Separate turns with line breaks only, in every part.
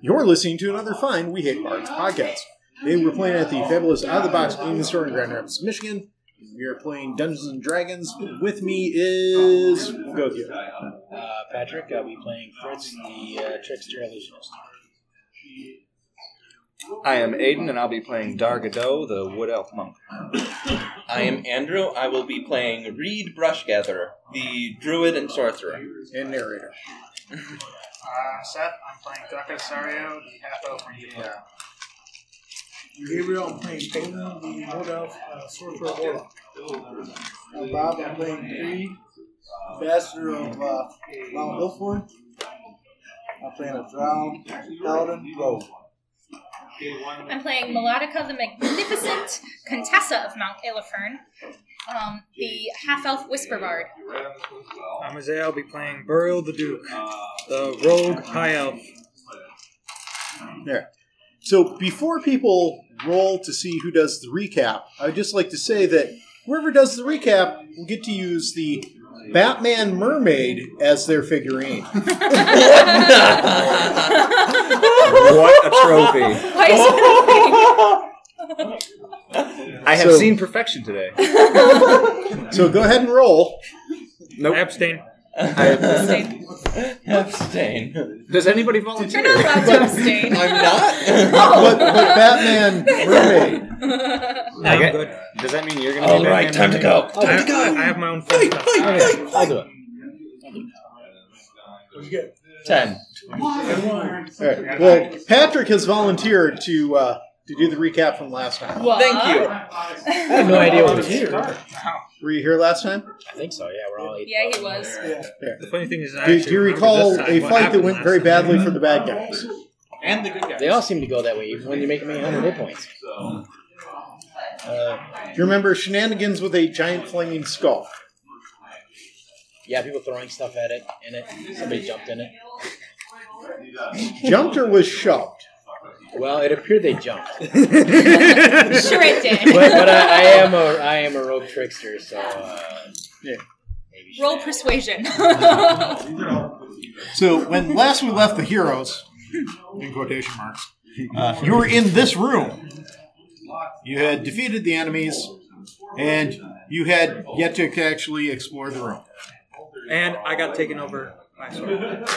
You're listening to another fine We Hate Bards podcast. Today we're playing at the fabulous Out of the Box Gaming Store in Grand Rapids, Michigan. We are playing Dungeons and Dragons. With me is go with you.
Uh, Patrick, I'll be playing Fritz, the uh, trickster illusionist.
I am Aiden, and I'll be playing Dargado, the Wood Elf Monk.
I am Andrew. I will be playing Reed Brushgather, the druid and sorcerer.
and narrator.
Uh, Seth, I'm playing Duck Osario, the half elf from Utah.
Gabriel, I'm playing Conan, the Wood Elf, uh, Sorcerer Warlock. Uh, Bob, I'm playing Creed, Ambassador of uh, Mount Ilford. I'm playing a Drown, Paladin, Rogue.
I'm playing Melodica the Magnificent, Contessa of Mount Illifern, um, the half elf whisper bard.
I'm Isaiah. I'll be playing Burial the Duke, the rogue high elf.
So before people roll to see who does the recap, I'd just like to say that whoever does the recap will get to use the Batman Mermaid as their figurine.
What a trophy!
Why is it-
I have
So-
seen perfection today.
So go ahead and roll.
Nope.
I abstain.
Abstain.
Abstain.
Does anybody
You're not
volunteer?
allowed to abstain.
I'm not.
But, but Batman Mermaid.
I'm
Okay.
good.
Does that mean you're going to
All
be
right, time to go.
I, I have my own fun stuff.
I'll do it.
Ten.
All right. Well, Patrick has volunteered to uh, to do the recap from last time.
What?
Thank you.
I have no idea what was here.
Were you here last time?
I think so, yeah, we're all eight.
Yeah, he was.
The funny thing is, I
Do,
actually
do you
remember
recall
this time
a
what
fight that
happened
went
last
very
time.
badly for the bad guys?
And the good guys.
They all seem to go that way, even when you make them 800 hit points.
Do you remember shenanigans with a giant flaming skull?
Yeah, people throwing stuff at it, in it. Somebody jumped in it.
Jumped or was shoved?
Well, it appeared they jumped.
Sure it did.
But, but I, I am a I am a rogue trickster, so. Uh,
Yeah.
maybe she-
Roll persuasion.
So when last we left the heroes, in quotation marks, uh, you were in this room. You had defeated the enemies, and you had yet to actually explore the room.
And I got taken over by sword.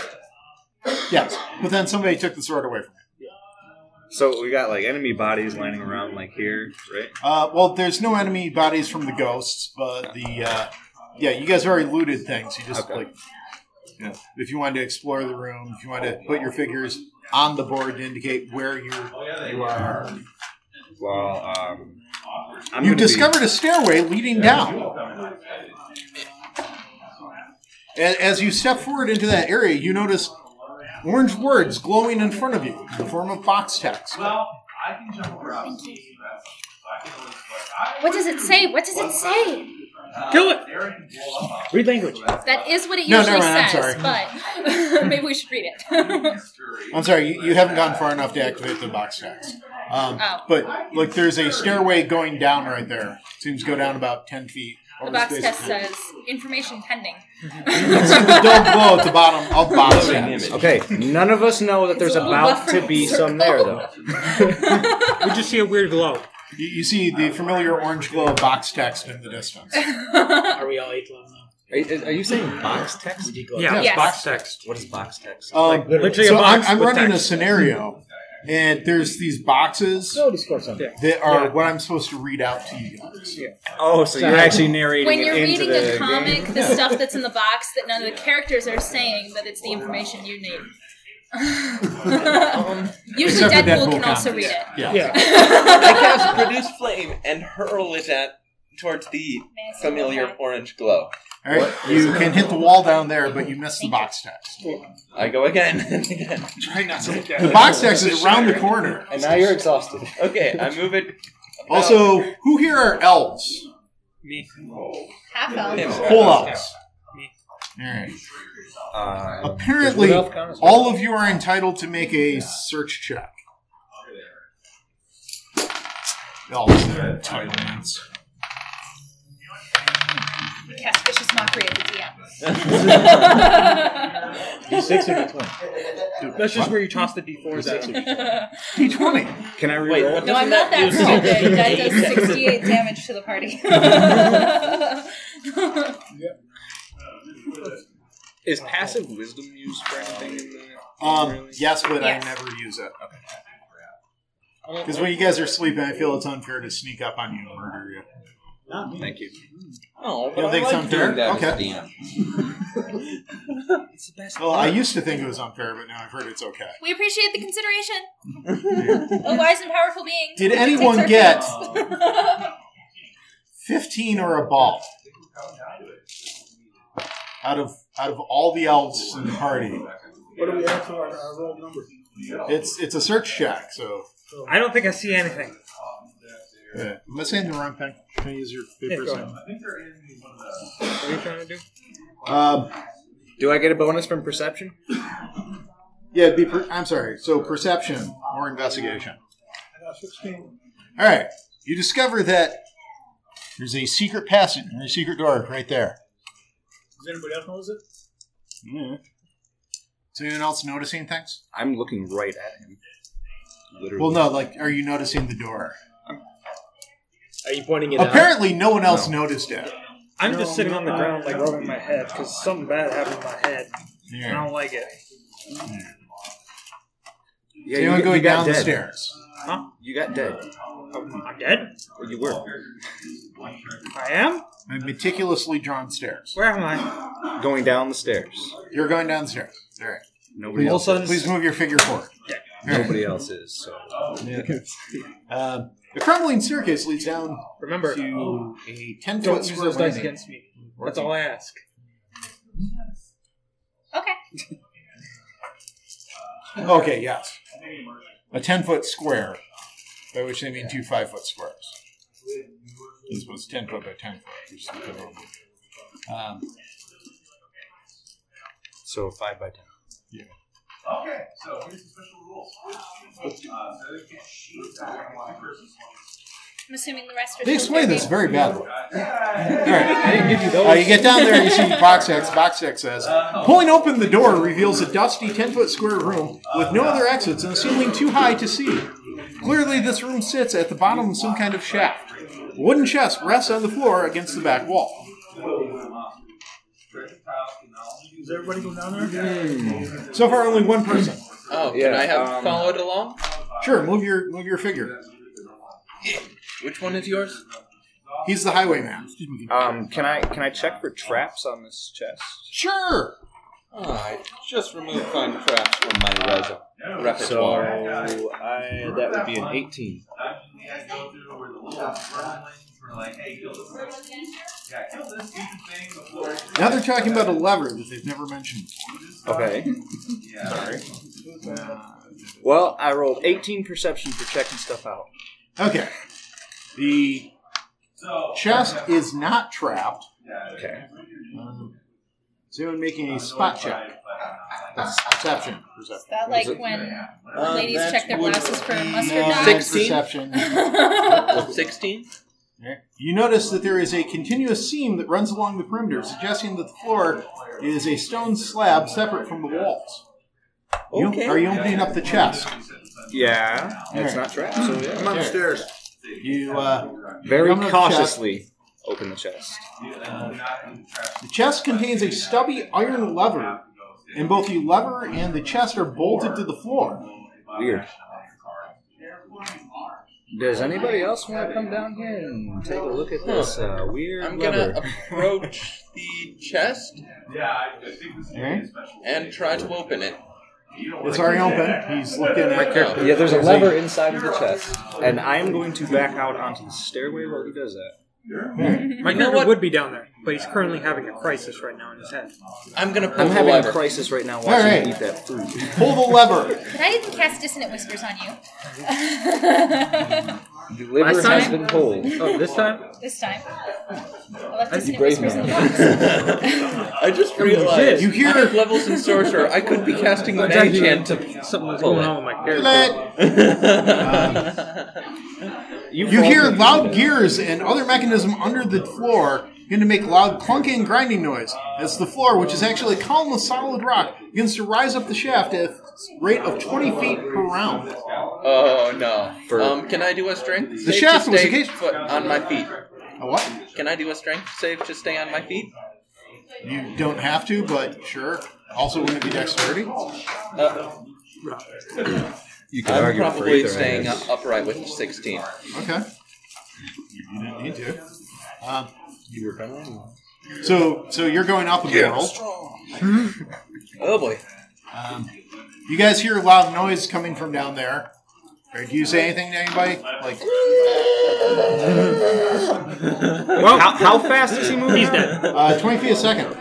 Yes, but then somebody took the sword away from you.
So we got like enemy bodies lying around like here, right?
Uh, well, there's no enemy bodies from the ghosts, but the uh, yeah, you guys already looted things. You just
Okay.
like you know, if you wanted to explore the room, if you wanted to put your figures on the board to indicate where you you are.
Well, um, I'm
you
gonna
discovered a stairway leading down. A- As you step forward into that area, you notice orange words glowing in front of you in the form of box text.
what does it say? What does it say?
Kill it.
Read language.
That is what it
No,
usually
never mind, I'm
says, but maybe we should read it. Um,
I'm sorry, you, you haven't gone far enough to activate the box text. Um,
Oh.
But like, there's a stairway going down right there. Seems to go down about ten feet.
the
over
box
space
test
of-
says information pending.
You can see the dull glow at the bottom of box text.
be- Okay, none of us know that there's
It's a little
about
buffering
to be some there though.
We just see a weird glow.
You, you see the familiar orange glow of box text in the distance.
Are we all eight long now?
Are, you- are you saying box text?
We did go
Yeah,
Yes.
box text.
What is box text?
Um,
Literally
so
a box
I'm, I'm
with
running
text.
a scenario, and there's these boxes
So discourse on it.
that are
Yeah.
what I'm supposed to read out to you guys.
Oh, so you're actually narrating
When
it
you're
into
reading
the
a
game?
comic, the stuff that's in the box that none of the characters are saying, but it's the information you need. Usually
Um, Except for
Deadpool,
Deadpool
can also
comics.
read it.
Yeah.
Yeah.
I cast produce flame and hurl it at towards the familiar orange glow.
All right. You can hit the wall down there, but you miss the box text.
I go again and again.
Try not to look at
The
it.
box text is around the corner.
And now you're exhausted.
Okay, I move it.
Also, who here are elves?
Me.
Half
Him.
elf.
Whole elves.
Me.
Alright.
Uh,
Apparently,
Elf counts.
all of you are entitled to make a search check. Oh, Elves. they're entitlements.
cast vicious mockery at the DM.
D6 or D20?
That's just where you toss the d4s out.
D20.
Can I read
Wait, what
no, I'm not
doesn't
that
do something?
stupid. That does
Eight.
68 damage to the party.
Is passive wisdom used for anything in the.
Um, yes, but
Yes.
I never use it. Because when you guys are sleeping, I feel it's unfair to sneak up on you and murder you.
Thank you.
Oh,
You
but
don't
I
think
like
it's unfair?
doing that as a
Okay.
DM.
It's the best.
Well, I used to think it was unfair, but now I've heard it's okay.
we appreciate the consideration. A wise and powerful being.
Did
who protects
anyone
our
get-
fields.
Oh.
15 or a ball. Out of out of all the elves in the party,
What do we add to our, our roll number?
it's it's a search check. So
I don't think I see anything.
uh, am I saying the wrong thing? Can I use your papers?
go ahead. What are you trying to do?
Um,
Do I get a bonus from perception?
yeah, it'd be. Per- I'm sorry. So perception or investigation.
I got 16.
All right. You discover that there's a secret passage and a secret door right there.
Does anybody else notice it?
Is anyone else noticing things?
I'm looking right at him. Literally.
Well, no. Like, are you noticing the door?
Are you pointing it
Apparently, no one else noticed it.
I'm just sitting on the ground, like rubbing my head, because something bad happened to my head. and I
Yeah.
don't like it.
Yeah,
Is anyone
you,
going
you got
down the
dead.
stairs?
Huh?
You got dead.
I'm dead?
Or you were.
I am?
And meticulously drawn stairs.
Where am I?
Going down the stairs.
You're going downstairs. All right.
Nobody
All
else.
of a sudden,
Please move your figure forward.
Yeah.
All right.
Nobody else is. So
Um, the crumbling staircase leads down
remember,
to a 10 foot
don't use
square
those dice
landing.
against me. That's all I ask.
okay.
Okay, yes. A 10 foot square, by which they mean two 5 foot squares. This was 10 foot by 10 foot. which is the equivalent. Um,
so five by ten.
I'm assuming the rest are
they
still
explain this
sleeping.
very badly. All right.
I didn't give you those.
Uh, you get down there and you see Box X. Box X says,
Uh, oh.
pulling open the door reveals a dusty 10 foot square room with
Oh,
no other exits and a ceiling too high to see. Clearly, this room sits at the bottom of some kind of shaft. A wooden chest rests on the floor against the back wall.
Does everybody go down there?
So far, only one person.
Oh, can
Yeah,
I have
um,
followed along?
Sure, move your move your figure.
Which one is yours?
He's the highwayman.
Um, can I can I check for traps on this chest?
Sure.
Oh, I just removed fun traps from my resu-
So
repertoire.
I, that would be an eighteen.
Now they're talking about a lever that they've never mentioned.
Okay. Well, I rolled eighteen perception for checking stuff out.
Okay. The chest is not trapped.
Okay.
Um, is anyone making a spot check? That's perception.
Is
Perception.
that like when ladies
Um, that
check their
would
glasses for
be-
mustard
No,
gas?
Sixteen.
Perception.
Oh, 16?
You notice that there is a continuous seam that runs along the perimeter, suggesting that the floor is a stone slab separate from the walls. You-
Okay.
are you opening up the chest?
Yeah, it's
Alright.
not trapped. So yeah.
I'm upstairs.
You uh,
Very
I'm gonna
cautiously open the chest.
The chest contains a stubby iron lever, and both the lever and the chest are bolted to the floor.
Weird. Does anybody else want to come down here and take a look at this uh, weird
I'm
lever?
gonna approach the chest
Alright.
and try to open it.
It's already open. He's looking at
there.
yeah, there's a lever inside of the chest, and I'm going to back out onto the stairway while he does that.
My
You know
character
what?
would be down there, but he's currently having a crisis right now in his head.
I'm gonna pull
I'm
the
having a
lever.
crisis right now watching
Alright.
him eat that food.
Pull the lever.
But I didn't cast dissonant whispers on you.
The liver
Last
has
time?
been pulled.
Oh, this time?
this time. I left
That's
dissonant
brave
whispers in the
man.
box.
I just realized
Oh, You hear-
I have levels in sorcerer. I could be casting
That's
mage
actually
hand
into something that's
pull
going
it.
on with my character.
Let-
to.
You hear loud gears and other mechanism under the floor and to make loud clunking and grinding noise as the floor, which is actually a column of solid rock, begins to rise up the shaft at a rate of 20 feet per round.
Oh no. Um, can I do a strength? save to
shaft was
stay
a case-
foot on my feet.
A what?
Can I do a strength save to stay on my feet?
You don't have to, but sure. Also, wouldn't it be dexterity?
Uh,
You could
I'm
argue for
probably
either, I
staying
guess.
upright with 16.
Okay. You didn't need to. Um, you were So, so you're going up in the world.
Oh boy.
Um, you guys hear a loud noise coming from down there. Or do you say anything to anybody? Like,
Well, how, how fast is he moving? He's dead.
uh, 20 feet a second.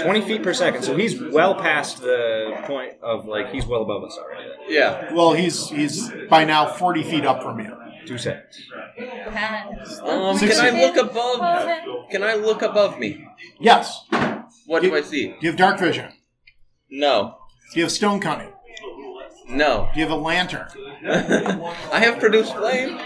Twenty feet per second, so he's well past the point of like he's well above us already.
Yeah.
Well, he's he's by now 40 feet up from you.
Two seconds.
Um, can I
Sixteen.
look above? Can I look above me?
Yes. Do
What do I see?
you have dark vision?
No.
Do you have stone cunning?
No.
Do you have a lantern?
I have produced flame.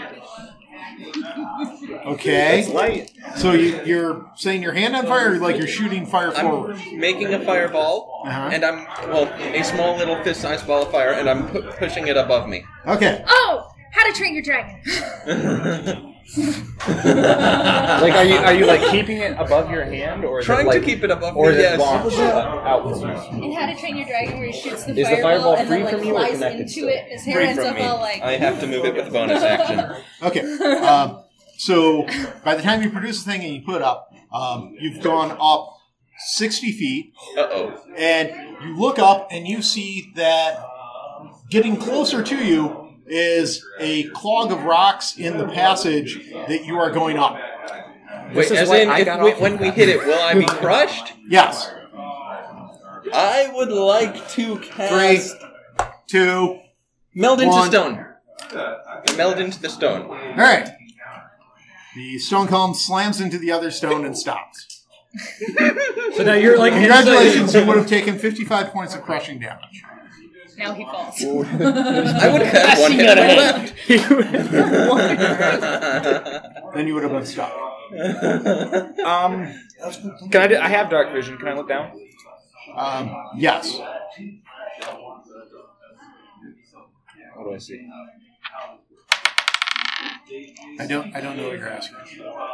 Okay.
Light.
So you, you're saying your hand on fire, or like you're shooting fire forward?
I'm making a fireball,
Uh-huh.
and I'm well, a small little fist-sized ball of fire, and I'm pu- pushing it above me.
Okay.
Oh, how to train your dragon.
Like, are you are you like keeping it above your hand or is
Trying
it, like,
to keep it above
or
me.
is it
Yes.
launched out with you?
And how to train your dragon where he shoots the,
Is the
fireball,
fireball
and then
free
like
from you or
flies
connected
into
still?
it. His hair
Free
ends
from
up
me.
all like
I have to move it with a bonus action.
Okay. Um, so by the time you produce the thing and you put it up, um, you've gone up 60 feet,
Uh oh.
and you look up and you see that getting closer to you is a clog of rocks in the passage that you are going up.
Wait,
is
as
what
in,
I
if
got
we,
off of
when we hit it, will I be crushed?
Yes.
I would like to
Three,
cast
two.
meld into
one.
stone. Meld into the stone.
All right. The stone column slams into the other stone and stops.
So now you're like
Congratulations, you would have taken 55 points of crushing damage.
now he falls.
I would have had one hit point left.
Then you would have been stuck.
Um, can I? Do, I have dark vision. Can I look down?
Um, yes.
What do I see?
I don't. I don't know what you're asking.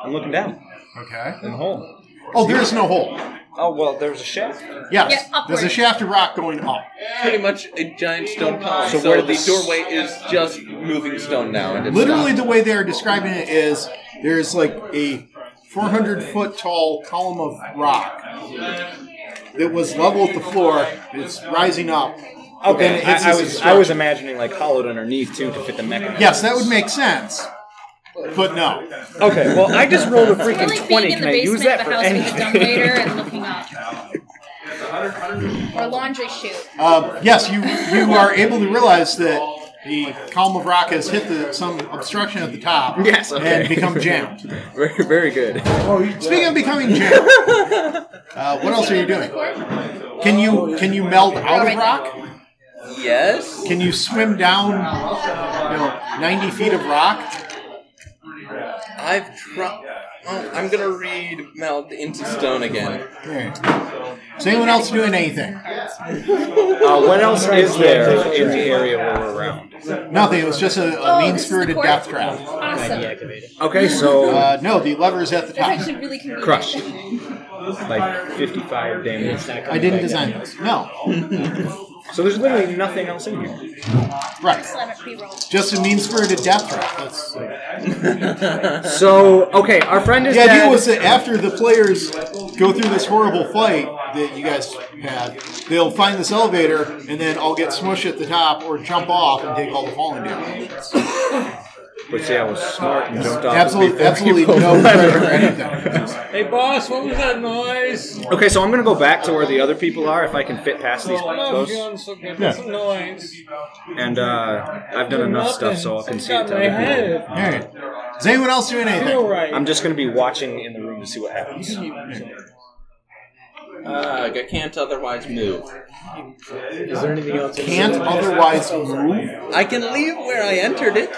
I'm looking down
Okay.
in the hole.
Oh, there's no hole.
Oh well, there's a shaft.
Yeah,
Yes.
upward.
there's a shaft of rock going up.
Pretty much a giant stone column. So,
So where
the
the-
doorway is just moving stone now. And it's
Literally,
not-
the way they are describing it is there's like a 400 foot tall column of rock that was level with the floor. It's rising up. but then
Okay,
it hits
I, I
this
was I was
structure.
imagining like hollowed underneath too to fit the mechanism.
Yes, that would make sense. But no.
Okay, well I just rolled a
We're
freaking
like
twenty.
being in
Can
the
I use
basement
that
of
for
a house with a dumbwaiter
anything?
and looking up. Or laundry chute.
Um, yes, you you are able to realize that the column of rock has hit the, some obstruction at the top.
Yes, okay.
And become jammed.
very very good.
Speaking of becoming jammed, uh, what else are you doing? Can you can you meld out of rock?
Yes.
Can you swim down you know, ninety feet of rock?
I've tried. Oh, I'm gonna read meld into stone again.
Okay. Is anyone else doing anything?
Uh, what else is there in the area where we're around?
Nothing. It was just a, a
Oh,
mean
this is the
spirited
court.
death trap.
Awesome.
Okay, so
Uh, no, the lever is at the top.
that's actually really convenient.
crush like fifty-five damage.
I didn't design this. No,
So there's literally nothing else in here.
right.
Excellent pre-roll.
Just a mean spirited death trap. That's
So okay, our friend is
The idea
dead.
was that after the players go through this horrible fight that you guys had, they'll find this elevator and then all get smushed at the top or jump off and take all the falling damage.
but see, I was smart and jumped off.
Absolutely,
before
absolutely
people-
no credit or anything.
Hey, boss, what was that noise?
Okay, so I'm gonna go back to where the other people are if I can fit past these
I'm not
close.
feeling so good. That's a noise.
And uh, I've done enough stuff, so I can see it.
Got
to
my
other people.
head.
All right. Is anyone else doing
All
anything?
right.
I'm just gonna be watching in the room to see what happens.
Ugh, uh, I can't otherwise move.
Is there anything else?
Can't otherwise move.
I can leave where I entered it.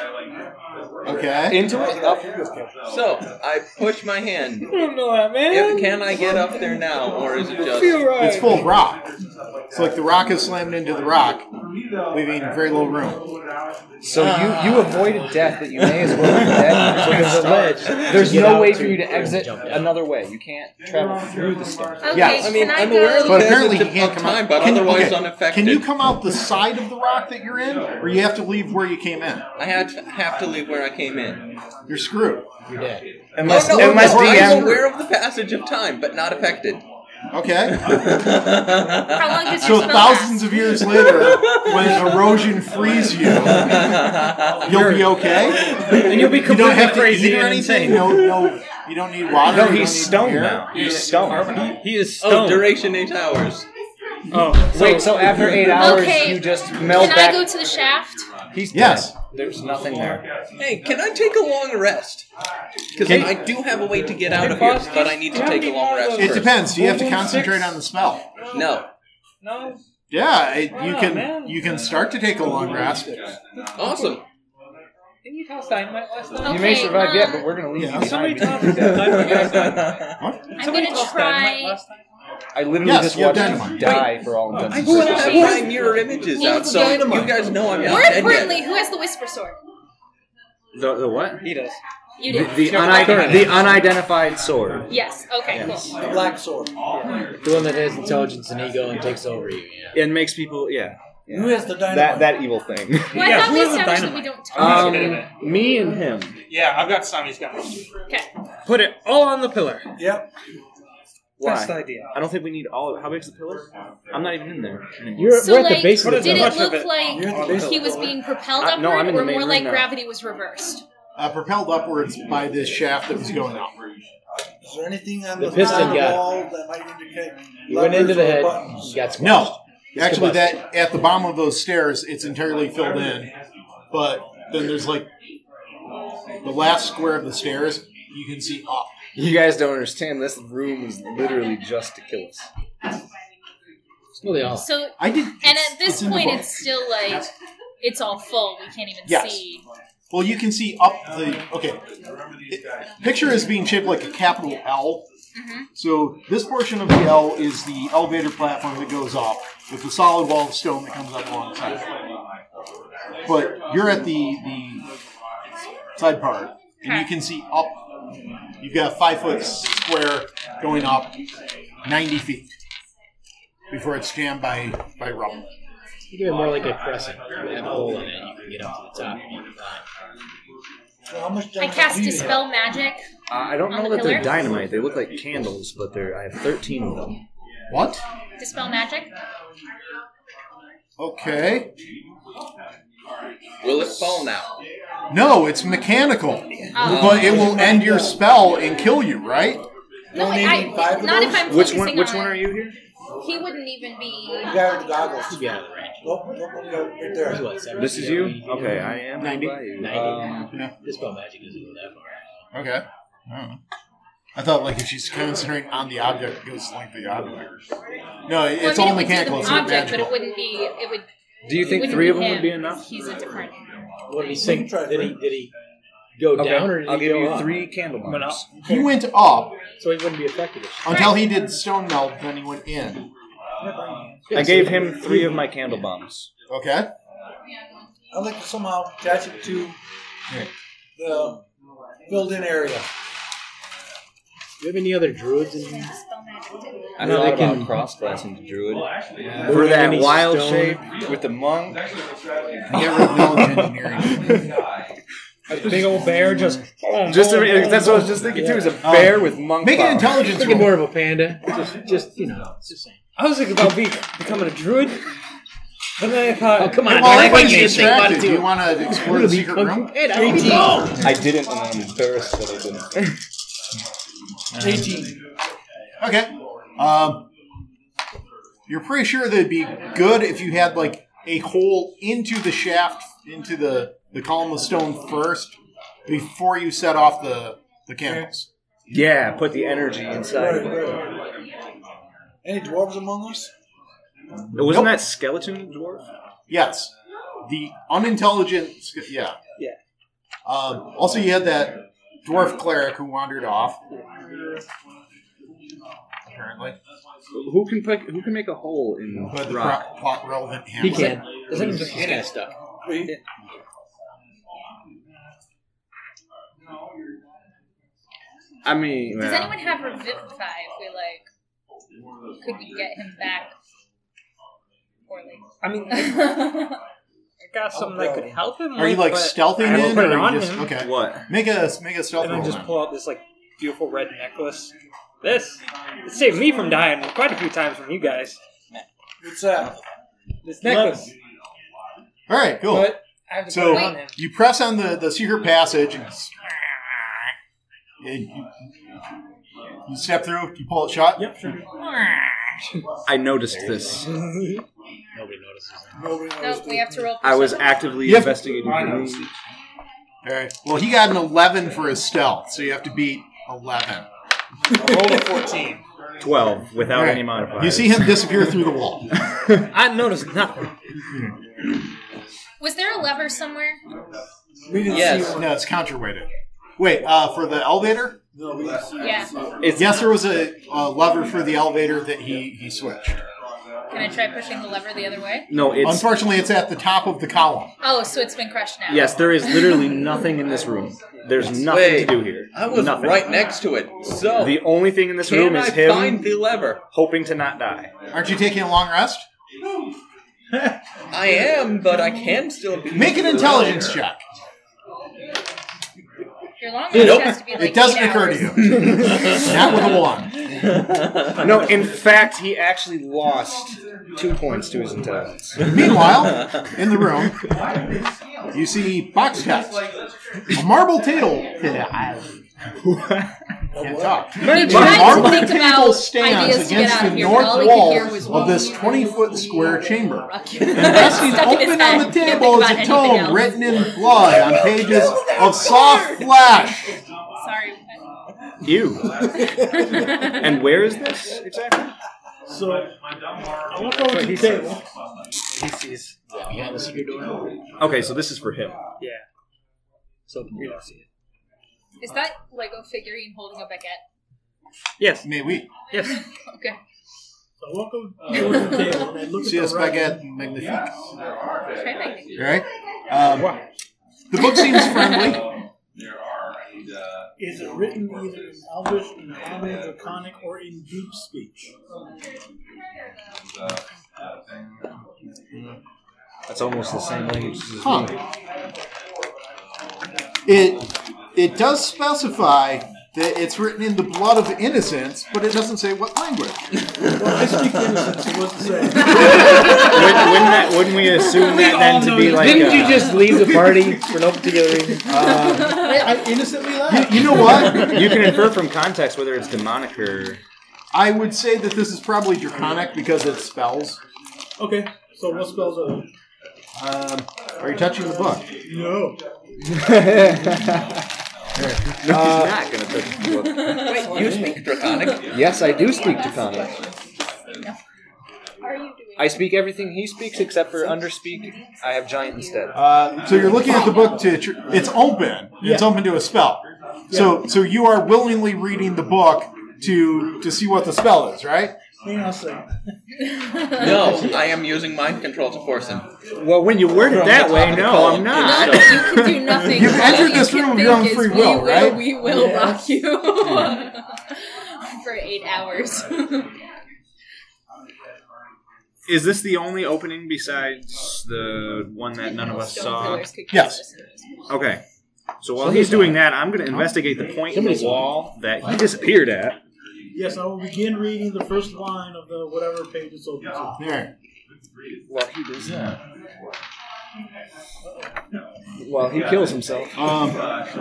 Okay.
Into it? Up.
So I push my hand.
I don't know that,
If-
man.
can I get up there now, or is it
I feel
just?
right.
It's full of rock. It's like the rock is slammed into the rock, leaving very little room.
So you, you avoided death that you may as well be dead. So there's a ledge. There's
Get
no
out
way
to-
for you to
to
exit
jump in.
another way. You can't travel through the stuff.
Okay,
Yes.
I mean,
can I
I'm
go?
aware of the
But apparently,
passage
you can't
of
come
time,
out.
but
Can-
otherwise
okay.
unaffected.
Can you come out the side of the rock that you're in, or you have to leave where you came in?
I had to, have to leave where I came in. Oh,
You're screwed.
You're dead.
Unless,
no, no,
unless
no, I'm
DM.
aware of the passage of time, but not affected. Oh,
Okay.
How long does
So
your spell
thousands
last?
of years later, when erosion frees you, you'll be okay.
And you'll be
You don't
completely
have to
crazy
eat or
and
anything.
insane.
No, no. You don't need water.
No,
you
he's
don't
stoned
need air.
now. He's stoned.
He is stoned.
oh, duration eight hours.
Oh, so
Wait, so after eight hours,
Okay.
you just melt
Can I
back.
go to the shaft?
He's
Yes.
dead. There's nothing there.
Hey, can I take a long rest? Because
Can-
I do have a way to get out of here, but I need to take a long rest.
It
first.
depends. Do you have to
One, one,
concentrate
six.
on the spell?
No.
no.
Yeah, it, you
Wow,
can.
man.
You can start to take a long rest.
Awesome.
Didn't you tell Steinmeyer last night?
Okay,
You may survive
uh,
yet, but we're gonna leave
Yeah.
you
Somebody
behind.
told me that.
I'm going to try.
I literally
Yes,
just
you have
watched
dynamite.
you die for all intents
I
and
still
purposes.
have my mirror images out, so you guys know I'm
More
not dead
importantly,
yet.
who has the whisper sword?
The, the what?
He does.
You
The,
do.
the, unide- the unidentified sword.
yes. Okay. Cool.
The black sword.
The one that has intelligence and ego and takes over you. Yeah.
And makes people, yeah. yeah.
Who has the dynamite?
that, that evil thing.
Well,
Yeah,
I thought
who
we
has the
established that we
dynamite?
don't talk.
Um, me and him.
Yeah, I've got some. He's got one.
okay.
Put it all on the pillar.
Yep.
Best
Why?
idea.
I don't think we need all of How big's the pillar? I'm not even in there. anymore.
You're,
So,
we're at
like,
the base of
What
it.
is
did
it?
though.
it
Much
look
of it.
like
You're at the base
he
of
was
the
being propelled
Uh,
upward,
no, I'm in the
or
main
more
room
like
now.
gravity was reversed?
Uh, propelled upwards by this shaft that was going up.
Is there anything on
The
the,
piston
side of the
got it.
wall that might indicate?
You went into
levers
the
or
head,
buttons?
you got squashed.
No, actually, that at the bottom of those stairs, it's entirely filled in. But then there's like the last square of the stairs. You can see up.
You guys don't understand. This room is literally just to kill us.
Well, they all.
So,
I did.
and
it's-
at this
it's in the
point,
book.
it's still like it's all full. We can't even
Yes.
see.
well, you can see up the okay. It- picture is being shaped like a capital L. So this portion of the L is the elevator platform that goes up with the solid wall of stone that comes up alongside. it. But you're at the the side part, and you can see up. You've got a five foot square going up ninety feet before it's jammed by by rubble.
You give it more like a crescent. You have a hole in it. You can get up to the top. You can climb.
So how much
I
dynamite
cast
do you have?
dispel magic.
Uh, I don't
On
know
the
that they're
pillar?
dynamite. They look like candles, but they're. I have 13 of them.
What?
Dispel magic. Um,
Okay.
Will it fall now?
No, it's mechanical.
Oh.
But it will end your spell and kill you, right?
No,
Only
I,
five of
not if
those?
I'm
Which
focusing
one? Which
on
one
it.
are you here?
He wouldn't even be.
The guy with the goggles.
You got it right.
Nope, nope, nope, nope, right there.
He's what, 70?
This is you. Okay, I am.
90.
by you.
90.
Um,
This spell magic doesn't go that far.
Okay. I don't know. I thought like if she's concentrating on the object, it goes like the object. No, it-
Well,
it's
I mean,
all
it would do
mechanical.
the
It's not
object, but it
magical.
wouldn't be. It would.
do you think
wouldn't
three of them
him.
would be enough?
He's a different.
What did he think?
try
Did he, did he go down or did
I'll
he
give
go
you
up?
three candle
Went up.
marks.
He went up
So he wouldn't be affected.
until he did stone melt, then he went in.
I gave him three of my candle bombs.
Okay.
I'd like to somehow attach it to
Here.
the built-in area.
Do you have any other druids in here?
Dispel magic didn't.
I
No,
thought
they
about
can-
cross-glassing the druid
Were
for
there
that
any
wild
stone-
shape with the monk.
I get rid of knowledge engineering.
A big old bear just.
Just to, that's what I was just thinking too. Is a bear with monk.
Make an
power.
intelligence
Thinking
roll.
more of a panda. Just, just you know, it's the same.
I was thinking about be, becoming a druid, but then I thought,
Oh come on!
Well,
I
everybody's
want you to think about it
distracted. Do you
too.
want to explore the secret room?
Hey, that would be cool.
I didn't, and I'm embarrassed that I didn't.
Eighteen.
Okay. Um, you're pretty sure that'd be good if you had like a hole into the shaft, into the the column of stone first, before you set off the the candles.
Yeah, put the energy inside.
Right, right. Any dwarves among us?
Wasn't that skeleton dwarf?
Yes. The unintelligent. Yeah.
Yeah.
Um, also, you had that dwarf cleric who wandered off. Apparently,
Who can pick, who can make a hole in
but the
rock?
pro- plot relevant
He
hammer.
can. Doesn't mean he's kind of stuck.
I mean,
Does
yeah.
anyone have Revivify if we like could we get him back poorly?
I mean, I
That's
got something that could help him.
Are you like
but
stealthing
I will
in,
put it
or are
on
you just
him,
okay?
what?
Make a make a stealth
And then
roll.
just
then.
pull out this like beautiful red necklace. This it saved me from dying quite a few times from you guys.
What's that?
This necklace,
All right, cool.
but I have to
So
put it on him.
you press on the, the secret passage and, s- and you, you step through, you pull it shut. Yep, sure.
I noticed this.
Nobody notices. him.
Nobody knows.
Nope, we have to roll.
I was
perception.
actively
Yep.
investigating the room.
All right. Well, he got an 11 for his stealth, so you have to beat 11.
I rolled a 14.
Twelve without
All right.
any modifiers.
You see him disappear through the wall.
I noticed nothing.
Was there a lever somewhere?
We didn't
Yes.
see one.
No, it's counterweighted. Wait, uh, for the elevator?
No, we didn't see
Yeah.
It's
Yes, there was a, a lever for the elevator that he, he switched.
Can I try pushing the lever the other way?
no. It's
Unfortunately, it's at the top of the column.
Oh, so it's been crushed now.
yes. There is literally nothing in this room. There's nothing
Wait,
to do here.
I was
nothing.
right next to it. So
The only thing in this
can
room
I
is him
find the lever?
hoping to not die.
Aren't you taking a long rest?
I am, but I can still be.
Make an intelligence check.
Your long rest
Nope.
has to be like
It doesn't
eight
occur to
hours.
you. Not with a one.
No, in fact, he actually lost two points to his intelligence.
Meanwhile, in the room, you see box text. A marble table. Yeah, I can't talk.
You
A
tried to
marble
think
table
about
stands
ideas to get
against
out
the
of here, but all
north
he could hear was
wall of this 20 foot square chamber. Resting
Resting
open on the table is a tome written in blood on pages of soft flesh.
Sorry.
Ew. And where is this exactly?
So, I want to go with the table.
He sees.
Yeah, behind the secret door.
Okay, so this is for him.
Yeah.
So
You don't see it.
Is that Lego figurine holding a baguette?
Yes.
May we
Yes.
Okay.
So I walk over to the table and I look
see a
at the right.
spaghetti magnifique?
Try that.
All right. Um, the book seems friendly.
Is it written either in Elvish, in Common, Draconic, or in deep speech?
That's almost the same language as
Huh. It it does specify that it's written in the blood of innocents, but it doesn't say what language.
Well, I speak innocent, so what's it say?
Wouldn't, wouldn't that, wouldn't we assume that then to be like
uh,
Didn't
a-
you just leave the party for no particular reason?
Hey, I innocently laughed.
You know what?
You can infer from context whether it's demonic or
I would say that this is probably draconic because it spells.
Okay, so what spells are there?
Um, are you touching the book?
No.
he's not gonna touch the book.
Wait, you speak Draconic?
Yes, I do speak Draconic.
Are you doing?
I speak everything he speaks except for underspeak. I have giant instead.
Uh, so you're looking at the book to tr- it's open. It's open to a spell. So so you are willingly reading the book to to see what the spell is, right?
Hang on a second.
No, I am using mind control to force him.
Well, when you word it that way, no, I'm
No,
not.
you can do nothing.
You've
All
entered
you
this
can
room of
think
your own
is,
free will,
we
right?
Will, we will
Yeah.
rock you for eight hours.
Is this the only opening besides the one that none of us saw?
Pillars could kill
Yes.
us.
Okay. So while he's doing that, I'm going to investigate the point in the wall that he disappeared at.
Yes, I will begin reading the first line of the whatever page it's open to.
There.
While he does that. While he kills himself.
Um,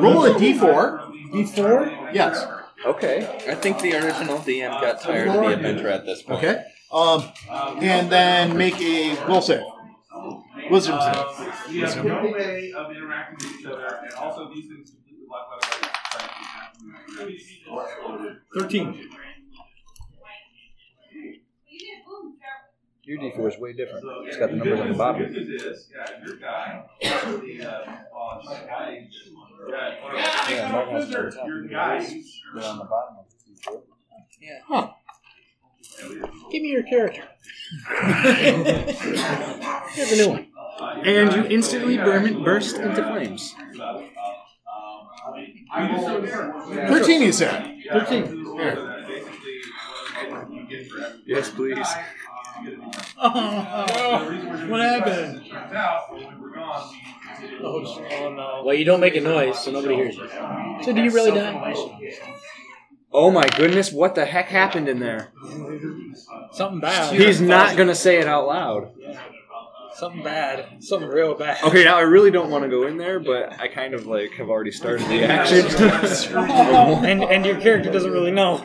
roll a d4.
D4?
Yes.
Okay.
I think the original DM got tired of the adventure at this point.
Okay. Um, and then make a will save. Wisdom save.
Thirteen.
Your D4 is way different. It's got the numbers on the bottom.
Yeah, Mark has to-
Give me your character. Here's a new one.
And you instantly burn, burst into flames.
13 you said.
13.
Here.
Uh,
Yes, please.
um,
what happened? Oh,
Well, you don't make a noise, so nobody hears you. So do you really die?
Oh my goodness, what the heck happened in there?
Something bad.
Uh, He's not gonna say it out loud.
Something bad. Something real bad.
Okay, now I really don't want to go in there, but I kind of like have already started the action.
And and your character doesn't really know.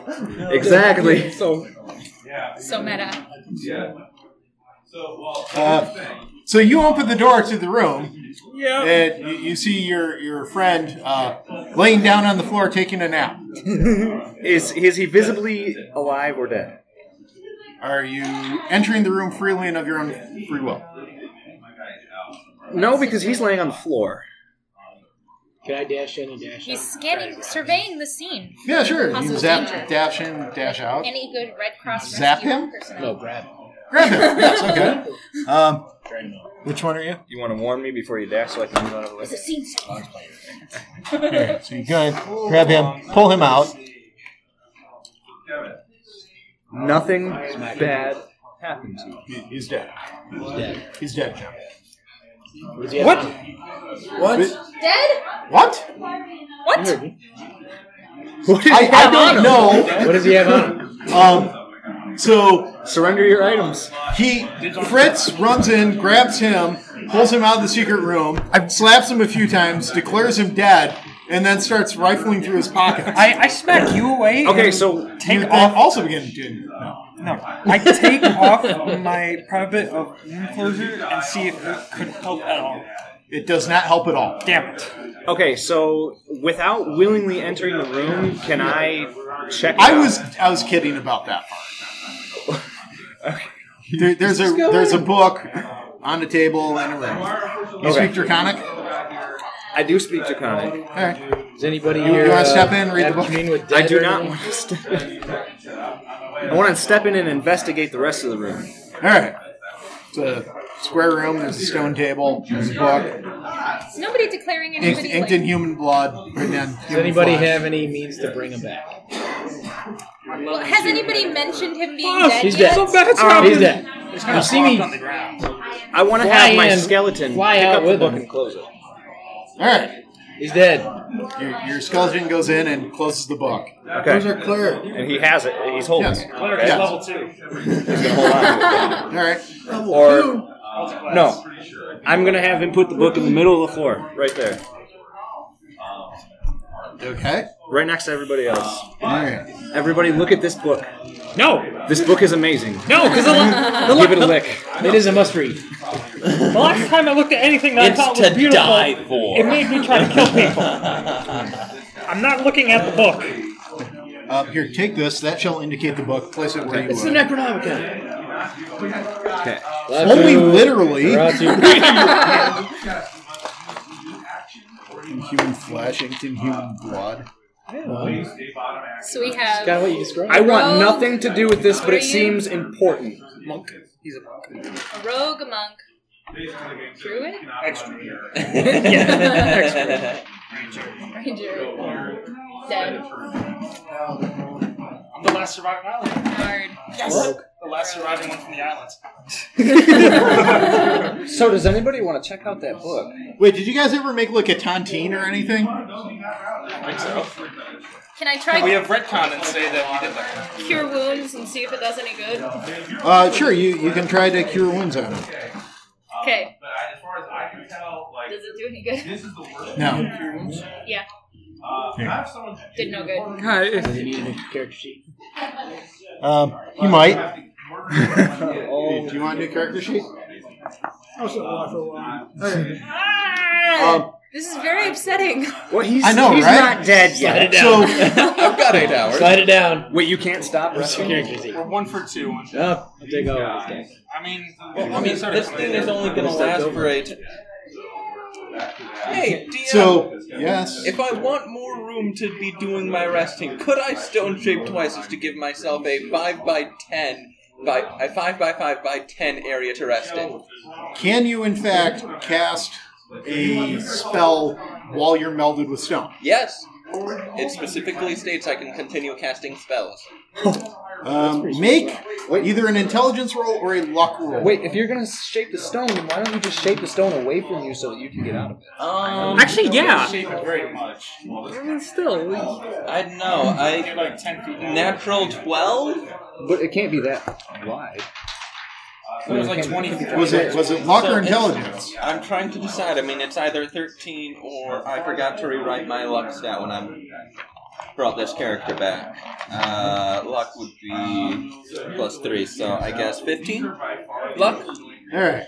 exactly.
So
So meta.
Uh, so you open the door to the room,
yeah.
and you, you see your, your friend uh, laying down on the floor taking a nap.
Is is he visibly alive or dead?
Are you entering the room freely and of your own free will?
No, because he's laying on the floor.
Can I dash in and dash out?
He's scanning, surveying the scene.
Yeah, sure. You can
Possible
zap,
danger.
dash in, dash out.
Any good Red Cross
Zap
rescue
him?
personnel.
No, grab him.
Grab him. Yes, okay. Um,
Drain him out.
which one are you?
You want to warn me before you dash, so I can move out of the way.
It's a scene.
Lars playing.
Here, so you go ahead, grab him, pull him out.
Nothing bad happened to you.
He- He's dead.
He's dead.
He's dead, Jim.
What? does he have
What?
now?
What?
Dead?
What?
What?
What did
I,
you
I
have on
don't
him?
know.
What does he have on?
Um, so
Surrender your items.
He Fritz runs in, grabs him, pulls him out of the secret room, slaps him a few times, declares him dead, and then starts rifling through his pockets.
I, I smack you away.
Okay,
and
so
take
You
off.
also begin doing no.
No, I take off my private of wound closure and see if it could help at all.
It does not help at all.
Damn it!
Okay, so without willingly entering the room, can I check? it
I
out?
was I was kidding about that part. There, there's a there's a book on the table in a room. You
Okay.
speak Draconic.
I do speak Draconic.
All right.
Does anybody
You-
here?
you wanna
uh,
step in, read the
have
book?
communion with
I
dead
do
or
not
anything?
want to step. In. I want to step in and investigate the rest of the room.
All right. It's a square room. There's a stone table. There's a book.
It's nobody declaring
Inked,
anybody.
inked
like,
in human blood. Written on
Does anybody have any means to bring him back?
well, has anybody mentioned him being
Oh,
dead
He's
yet?
dead.
happened.
He's dead. You see me
I want to have my
Fly in.
skeleton
Fly
pick
out
up the
with
book
him.
and close it.
All right.
He's dead.
Your, your skeleton goes in and closes the book.
Okay,
are clear.
and he has it. He's holding.
Yes.
it.
Cleric
Okay.
is level two.
He's gonna hold on. to
All right.
Or-
Multiplies.
it. No, I'm gonna have him put the book in the middle of the floor, right there,
Okay.
right next to everybody else.
All right.
Everybody, look at this book.
No,
This book is amazing.
no, because the, la- the, la-
Give it a lick.
It is a must read.
the last time I looked at anything that I thought
It's
was
to
beautiful,
die for.
it made me try to kill people. I'm not looking at the book.
Uh, here, take this. That shall indicate the book. Place it where you
It's the
want.
Necronomicon.
Okay.
Only literally. Human flesh, inked in human blood.
So we have.
Kind of what you described.
I want
Rogue.
nothing to do with this, but it
Green.
seems important. Monk.
a rogue monk, druid, ranger, dead,
I'm the last surviving island.
bard.
The last surviving one from the islands.
So, does anybody want to check out that book?
Wait, did you guys ever make like a tontine or anything?
Can I try
We have retcon and say that we did that.
cure wounds and see if it does any good?
Uh, sure. You you can try to cure wounds on him.
Okay.
Um, But I, as far as I can tell, like
Does it do any good?
this is the worst.
No.
Yeah,
Uh,
Here.
not if someone's
did no good.
Does it need a new character sheet?
Um, you might.
oh,
Do you want a new character sheet?
I was at war for a while.
Um,
This is very upsetting.
well, he's,
I know,
he's
right?
not dead
Slide it
yet.
down.
so
I've got eight hours.
Slide it down.
Wait, you can't stop rescuing?
Character sheet.
We're one for two. on-
Oh, I'll take all of this guy.
I mean,
Well, I mean, this thing is only going to last for eight. Hey, DM,
So, yes.
if I want more room to be doing my resting, could I stone shape twice as to give myself a 5 by 10 by a 5 by 5 by 10 area to rest in?
Can you, in fact, cast a spell while you're melded with stone?
Yes. It specifically states I can continue casting spells.
Um, make either an intelligence roll or a luck roll.
Wait, if you're gonna shape the stone, then why don't you just shape the stone away from you so that you can get out of it?
Um,
Actually, yeah.
Shape it very much.
I mean, still.
I don't know. I
Get like ten feet. down.
natural 12.
But it can't be that wide.
So it was like twenty. feet.
Was it was it luck
So
or
it's-
intelligence?
I'm trying to decide. I mean, it's either 13 or I forgot to rewrite my luck stat when I brought this character back. Uh, luck would be plus 3, so I guess 15? Luck?
All right.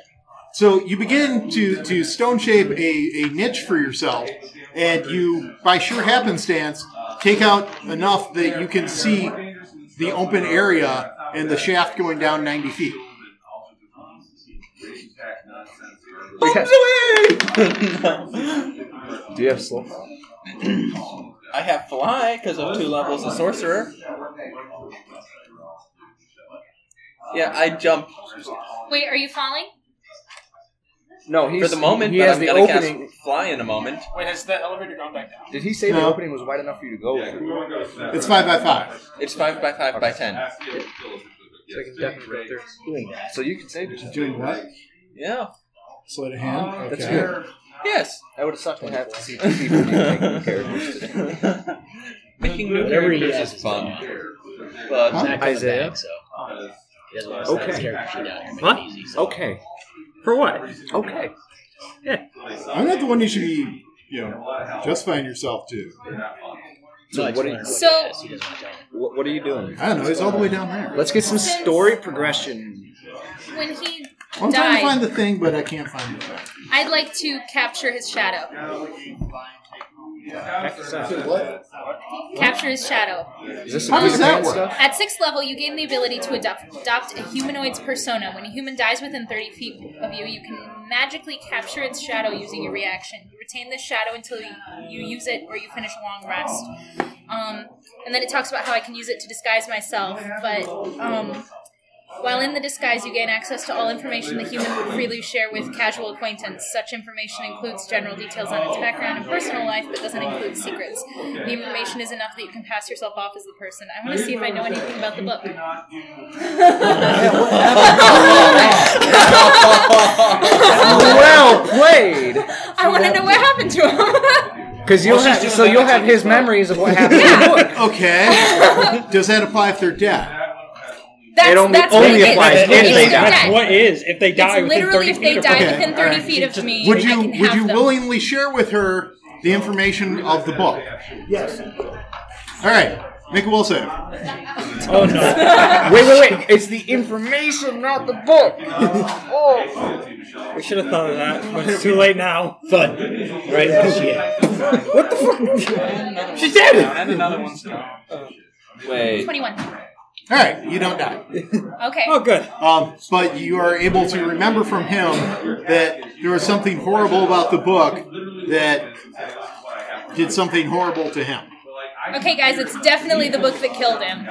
So you begin to, to stone shape a, a niche for yourself, and you, by sheer happenstance, take out enough that you can see the open area and the shaft going down 90 feet.
Bombs away!
Do you have slow?
I have fly because of two levels of sorcerer. Yeah, I jump.
Wait, are you falling?
No, he's
For the moment,
He
but
has
I'm
the
gonna
opening.
cast fly in a moment.
Wait, has the elevator gone back down?
Did he say the
No.
opening was wide enough for you to go? in?
It's 5 by 5
It's five by five by ten.
So I can definitely go through.
Doing that. So you can save yourself.
Doing what?
Yeah.
Sleight of hand?
That's
Okay.
good.
Yes.
I would have sucked to have to see two people making new characters today.
Making new
Whatever he
characters
has
is
is
fun.
Well, it's
Huh?
not coming
Isaiah?
back, so he doesn't want to okay. his
Okay.
character sheet out here. Make
Huh?
it easy. So.
Okay.
For what?
Okay.
I'm not the one you should be, you know, justifying yourself to.
So
No, I just
what do
wanted
you-
to
Oh,
know
So-
he, has. he doesn't want to tell me.
What, what are you doing?
I don't know, he's all the way down there.
Let's get some story progression.
When he
I'm trying to
died,
find the thing, but I can't find the thing.
I'd like to capture his shadow. Capture his shadow.
Is this some
How does
Peter
that
Pan
work?
stuff?
At sixth level, you gain the ability to adopt, adopt a humanoid's persona. When a human dies within 30 feet of you, you can magically capture its shadow using your reaction. You retain this shadow until you, you use it or you finish a long rest. Um, and then it talks about how I can use it to disguise myself, but um, while in the disguise, you gain access to all information the human would freely share with casual acquaintance. Such information includes general details on its background and personal life, but doesn't include secrets. The information is enough that you can pass yourself off as the person. I want to see if I know anything about the book.
Oh,
well played.
I want to know what happened to him.
Because you'll have, so you'll have his memories of what happened in the book.
Okay. Does that apply if they're dead?
that's,
It only-
that's
only
what it is.
applies
It's
if they
literally
die.
dead.
That's what is if they die
It's
within
literally
30
if they
feet of
die
Okay,
within 30
all right.
feet of me.
Would
I
you
can
would
have
you
them.
willingly share with her the information of the book?
Yes.
All right. Make a will save.
Oh no.
Wait, wait, wait. It's the information, not the book. Oh.
We should have thought of that, but it's too late now.
Thud. Right in the shit.
oh, What the fuck? She did it.
And another one's gone.
Wait.
21.
All right. You don't die.
Okay.
Oh, good.
Um, but you are able to remember from him that there was something horrible about the book that did something horrible to him.
Okay, guys, it's definitely the book that killed him.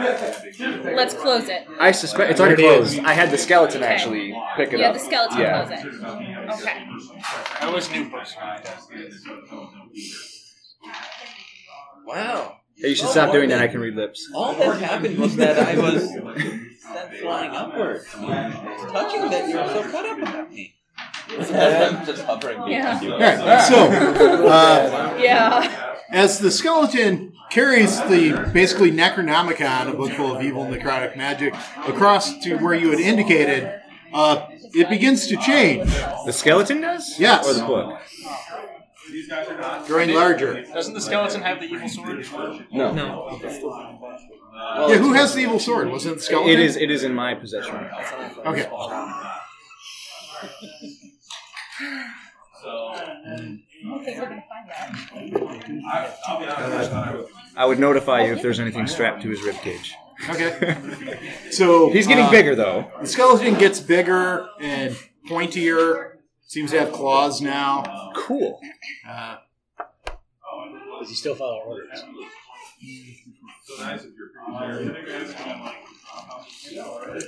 Let's close it.
I suspect it's already closed. I had the skeleton actually pick it
Yeah,
up.
the skeleton
Yeah.
close it. Okay.
I always knew person.
Wow.
Hey, you should stop doing that. I can read lips.
All that happened was that I was sent flying upward. It's touching that you're so cut up about me. I'm just hovering
Yeah.
All right. So uh,
Yeah.
as the skeleton carries the basically Necronomicon, a book full of evil and necrotic magic, across to where you had indicated, uh, it begins to change.
The skeleton does?
Yes.
Or the book?
growing larger.
Doesn't the skeleton have the evil sword?
No.
No.
Yeah, who has the evil sword? Was it the skeleton?
It is. It is in my possession.
Okay.
I would notify you if there's anything strapped to his ribcage.
Okay. So
He's getting
uh,
bigger though.
The skeleton gets bigger and pointier, Seems to have claws now.
Cool.
Uh,
Does he still follow orders?
uh,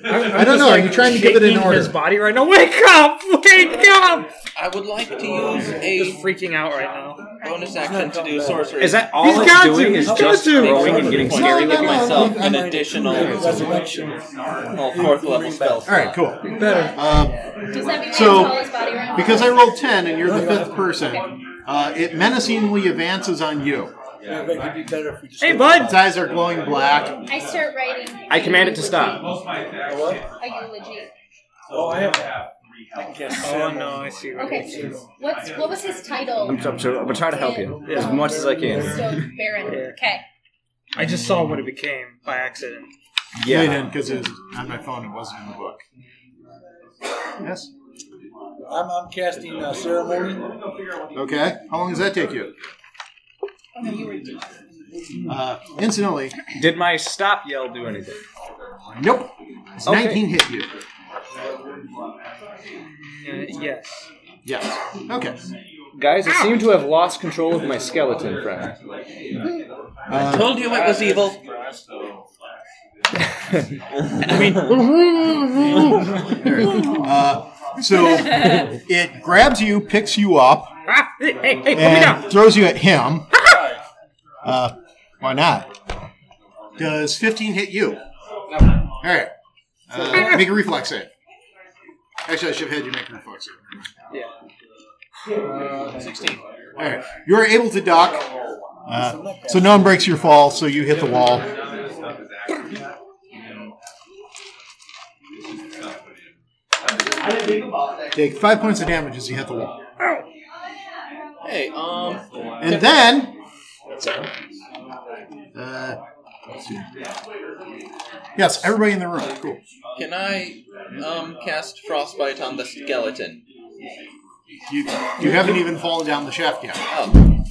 I don't know. Are you trying to give it an
shaking His
order?
body right now. Wake up! Wake up!
I would like to use a
He's freaking out right now.
bonus action to do sorcery.
Is that all
He's
it's
got
doing?
to,
Is
he's
just
got to.
growing and getting
Point
scary
to
looking?
give myself
I'm-
an additional
Resurrection.
well, fourth level spell.
All right, cool.
Better.
Uh,
Does that mean
So,
I can call his body right now?
because I rolled 10 and you're the fifth person, uh, it menacingly advances on you.
Yeah, but it'd be better if we just.
Hey,
Its
bud.
eyes are glowing black.
I start writing.
I command it to stop.
Are you legit?
Oh, I have. I guess.
Oh no, I see. what
Okay.
it is.
What's what was his
I'm,
title?
I'm, sure- I'm gonna try to help you as much as I can.
So Baron. Okay.
I just saw
Mm.
what it became by accident.
Wait
Yeah.
in, because on my phone, it wasn't in the book. Yes?
I'm, I'm casting uh, ceremony.
Okay. How long does that take you?
Oh,
Uh, incidentally,
Did my stop yell do anything?
nope. It's
Okay.
19 hit you.
Uh,
Mm.
yes.
Yes. Okay.
Guys, I seem to have lost control of my skeleton friend.
Uh,
Told you it was evil.
I mean,
Uh, so it grabs you, picks you up,
ah, hey, hey, hey, put me down.
and throws you at him. Uh, why not? Does 15 hit you? All right. Uh, make a reflex save. Actually, I should have had you make a reflex save.
Sixteen.
All right. You are able to dock. Uh, so no one breaks your fall, so you hit the wall. Take five points of damage as you hit the wall.
Hey, um,
And then. Uh, let's see. yes, everybody in the room. Cool.
can I um cast frostbite on the skeleton?
You, you haven't even fallen down the shaft yet.
Oh,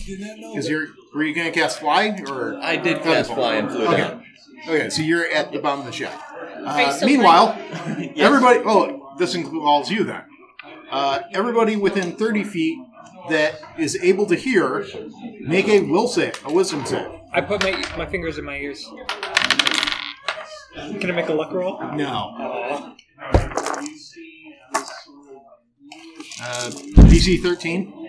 Because you're. Were you going to cast fly? or
I did cast fly and flew
Okay.
down.
Okay, so you're at the bottom of the shaft.
you
Uh,
still
meanwhile, everybody. Oh, this includes you then. Uh, everybody within 30 feet that is able to hear, make a will save, a wisdom save.
I put my my fingers in my ears. Can I make a luck roll?
No. Uh, DC 13.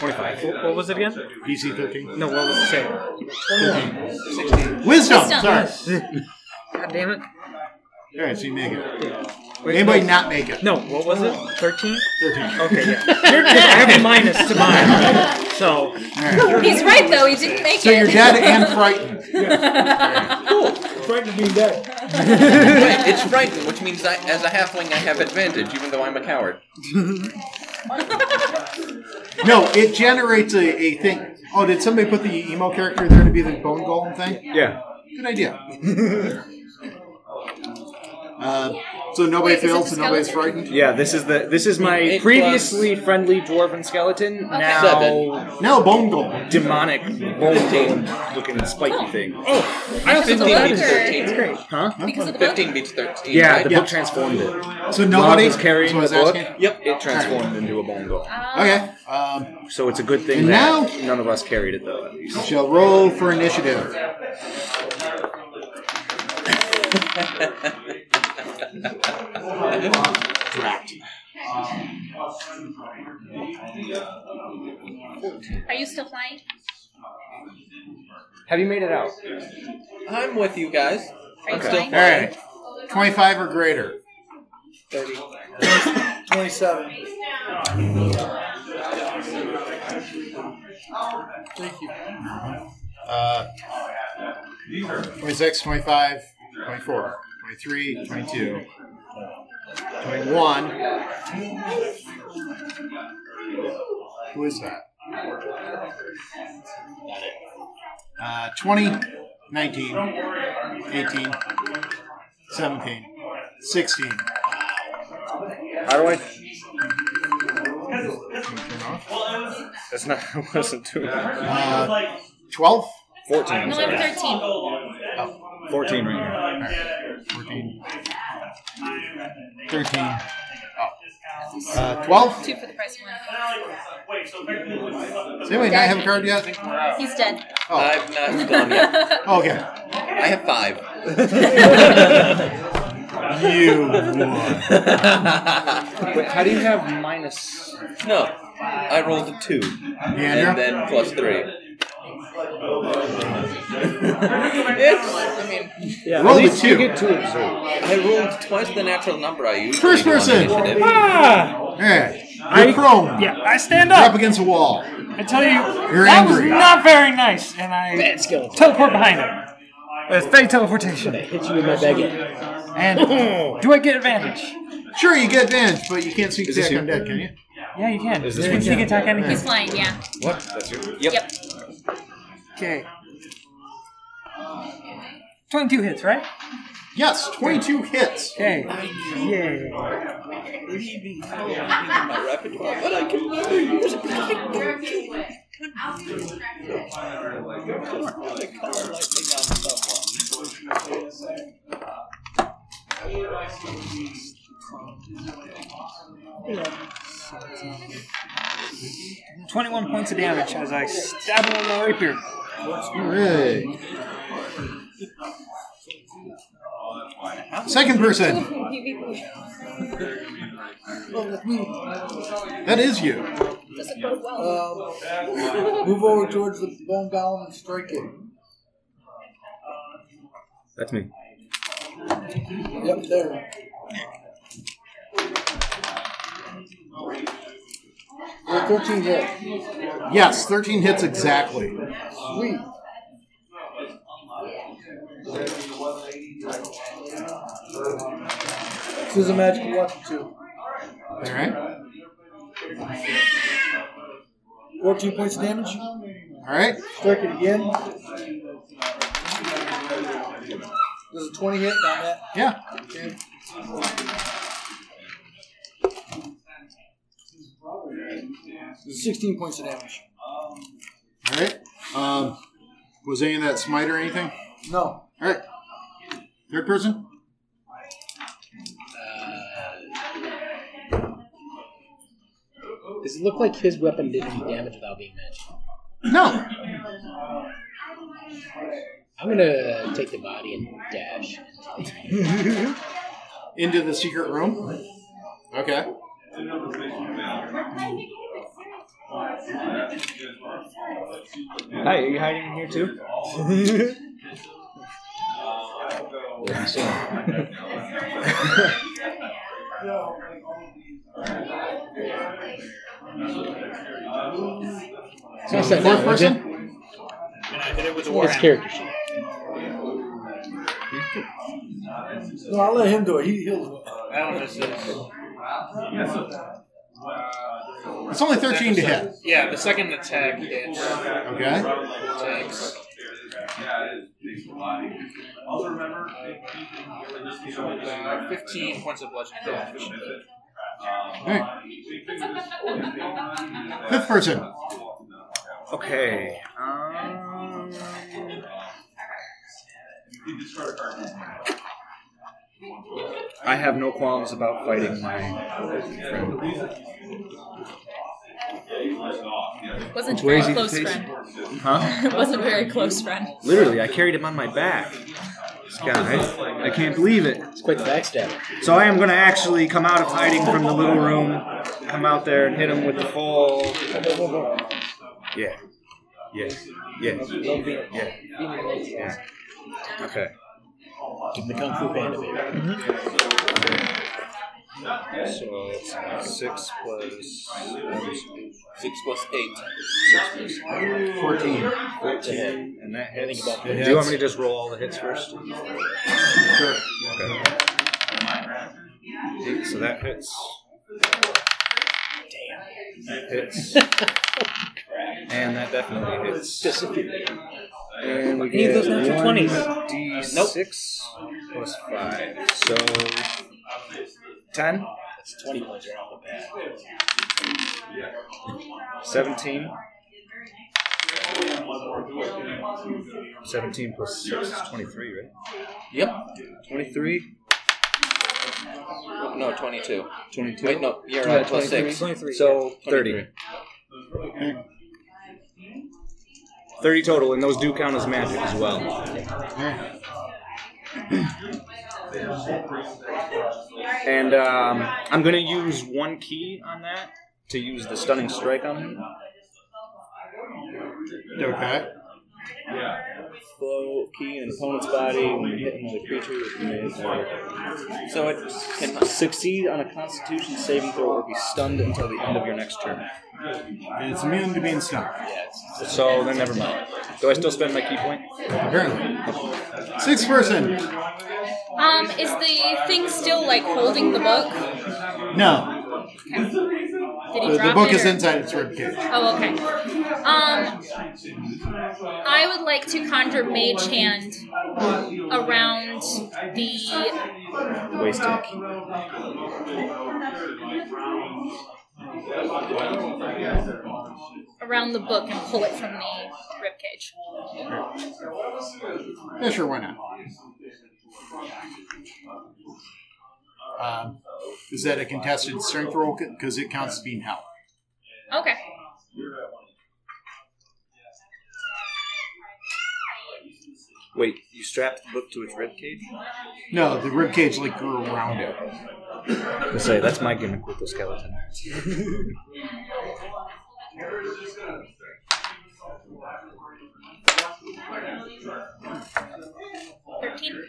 Twenty-five. What, what was it again?
DC 13.
No, what was it saying?
Wisdom.
Wisdom.
Sorry.
God damn it.
All right, so you make it.
Wait,
Anybody not make it?
No, what was it? Thirteen.
13.
Okay, yeah. You're- I have a minus to mine, so
He's right though. He didn't make
So
it.
you're dead and frightened.
Frightened being dead.
Wait, it's frightened, which means I, as a halfling, I have advantage, even though I'm a coward.
No, it generates a, a thing. Oh, did somebody put the emo character there to be the bone golem thing?
Yeah.
Good idea. uh, so nobody
Wait, is it
fails,
the
so nobody's
skeleton?
frightened.
Yeah, this is the this is my
It
previously friendly dwarven skeleton now
Seven.
Now bone golem.
demonic bone looking spiky thing.
Oh,
I don't
Because
think
of the
that
book,
is
or
It's great.
Huh?
because of the book.
Fifteen beats thirteen.
Yeah,
right?
the
Yeah.
book transformed it.
So
Bob
nobody
was carrying
so I was
the book.
asking.
Yep, it transformed into a bone golem.
Ah,
Okay. Um,
So it's a good thing
And
that none of us carried it though. At least.
shall roll for initiative.
Are you still flying?
Have you made it out?
I'm with you guys. I'm
Okay.
still
All right. 25 or greater.
27. Thank you.
Uh, 26, 25, 24, 23, 22, 21. Who is that? Uh, 20, 19, 18, 17, 16.
How do I? That's not. I wasn't doing. It.
Uh, 12?
Fourteen.
No, I'm 13.
Oh,
Fourteen right now.
14, 13. Oh. Uh, 12?
Two for the price of one.
Does anybody not have a card yet?
He's dead.
Oh.
I've not done yet.
Okay.
I have five.
You
won.
Wait, how do you have minus?
No, I rolled a two.
Andrew?
and then plus three. it's, I mean,
Yeah,
Roll
at
a
least
two.
you get two absurd.
I rolled twice the natural number I used.
First person.
Ah!
Hey,
I-
you're prone.
Yeah, I stand
You're up
up.
against a wall.
I tell you,
You're
that
angry.
was not very nice, and I teleport behind him. It's fake teleportation.
Hit you with my baguette.
And do I get advantage?
Sure, you get advantage, but you can't sneak
Is this
attack
you?
on deck, can you?
Yeah, you can.
Is this
you can
what-
sneak attack
He's
anything.
flying, yeah.
What? That's you.
Yep.
Yep.
Okay. 22 hits, right?
Yes, 22 hits.
Okay. Yeah.
My repertoire, but I can never use it.
Twenty-one points of damage as I stab him with my rapier.
Hooray. Second person. That is you.
Doesn't bode well.
Uh, move over towards the bone golem and strike it.
That's me.
Yep, there. Well, 13 hit.
Yes, 13 hits exactly.
Sweet. This is a magical weapon, too.
All right.
14 points of damage.
All right.
Strike it again. There's a 20 hit on that.
Yeah.
Okay. Sixteen points of damage.
All right. Um, was any of that smite or anything?
No.
All right. Third person.
Does it look like his weapon did any damage without being matched?
No.
I'm gonna take the body and dash.
Into the secret room. Okay.
Hi, are you hiding in here too?
So I
Fourth
said that, was it?
person.
It's character sheet.
No, I'll let him do it. He, he'll do it.
That one just is.
It's only 13 to hit.
Yeah, the second attack hits.
Okay.
Takes. Uh, 15 points of bludgeoning damage.
All right. Fifth person.
Okay. Um, I have no qualms about fighting my.
Wasn't very
Where is he
close
facing?
friend.
Huh?
Wasn't very close friend.
Literally, I carried him on my back. This guy. I can't believe it.
It's quite the backstabber.
So I am going to actually come out of hiding from the little room, come out there and hit him with the full. Yeah. Yeah. Yeah. Yeah. Yeah. Okay.
Give him the Kung Fu Panda, baby.
So it's six plus
Six plus eight.
six plus
14.
fourteen, and that hits.
Think about
Do you want me to just roll all the hits first? Okay. Eight, so that hits. Damn. That hits. and that definitely hits. And we
Need those natural 20s.
D six plus five. So ten.
That's 20 points right off the bat.
17. 17 plus 6 is 23, right?
Yep.
23.
No, 22.
22?
Wait, no, you're right, plus 6.
23. So 30.
30 total, and those do count as magic as well. And um, I'm going to use one key on that to use the stunning strike on him.
Okay.
Flow key in an opponent's body when you hit another creature. You may attack.
So it can
succeed on a Constitution saving throw or be stunned until the end of your next turn.
It's immune to being stunned.
So then, never mind. Do I still spend my key point?
Apparently. Sixth person.
Um, is the thing still like holding the book?
No.
Did he
The,
drop
the book
it?
is
or-
inside its rib cage.
Oh, okay. Um, I would like to conjure Mage Hand around the
Wasted.
around the book and pull it from the ribcage.
Yeah, sure, why not? Um, is that a contested strength roll? Because it counts as being held.
Okay.
Wait, you strapped the book to its rib cage?
No, the rib cage like grew around it.
I say that's my gimmick with the skeleton.
Thirteen.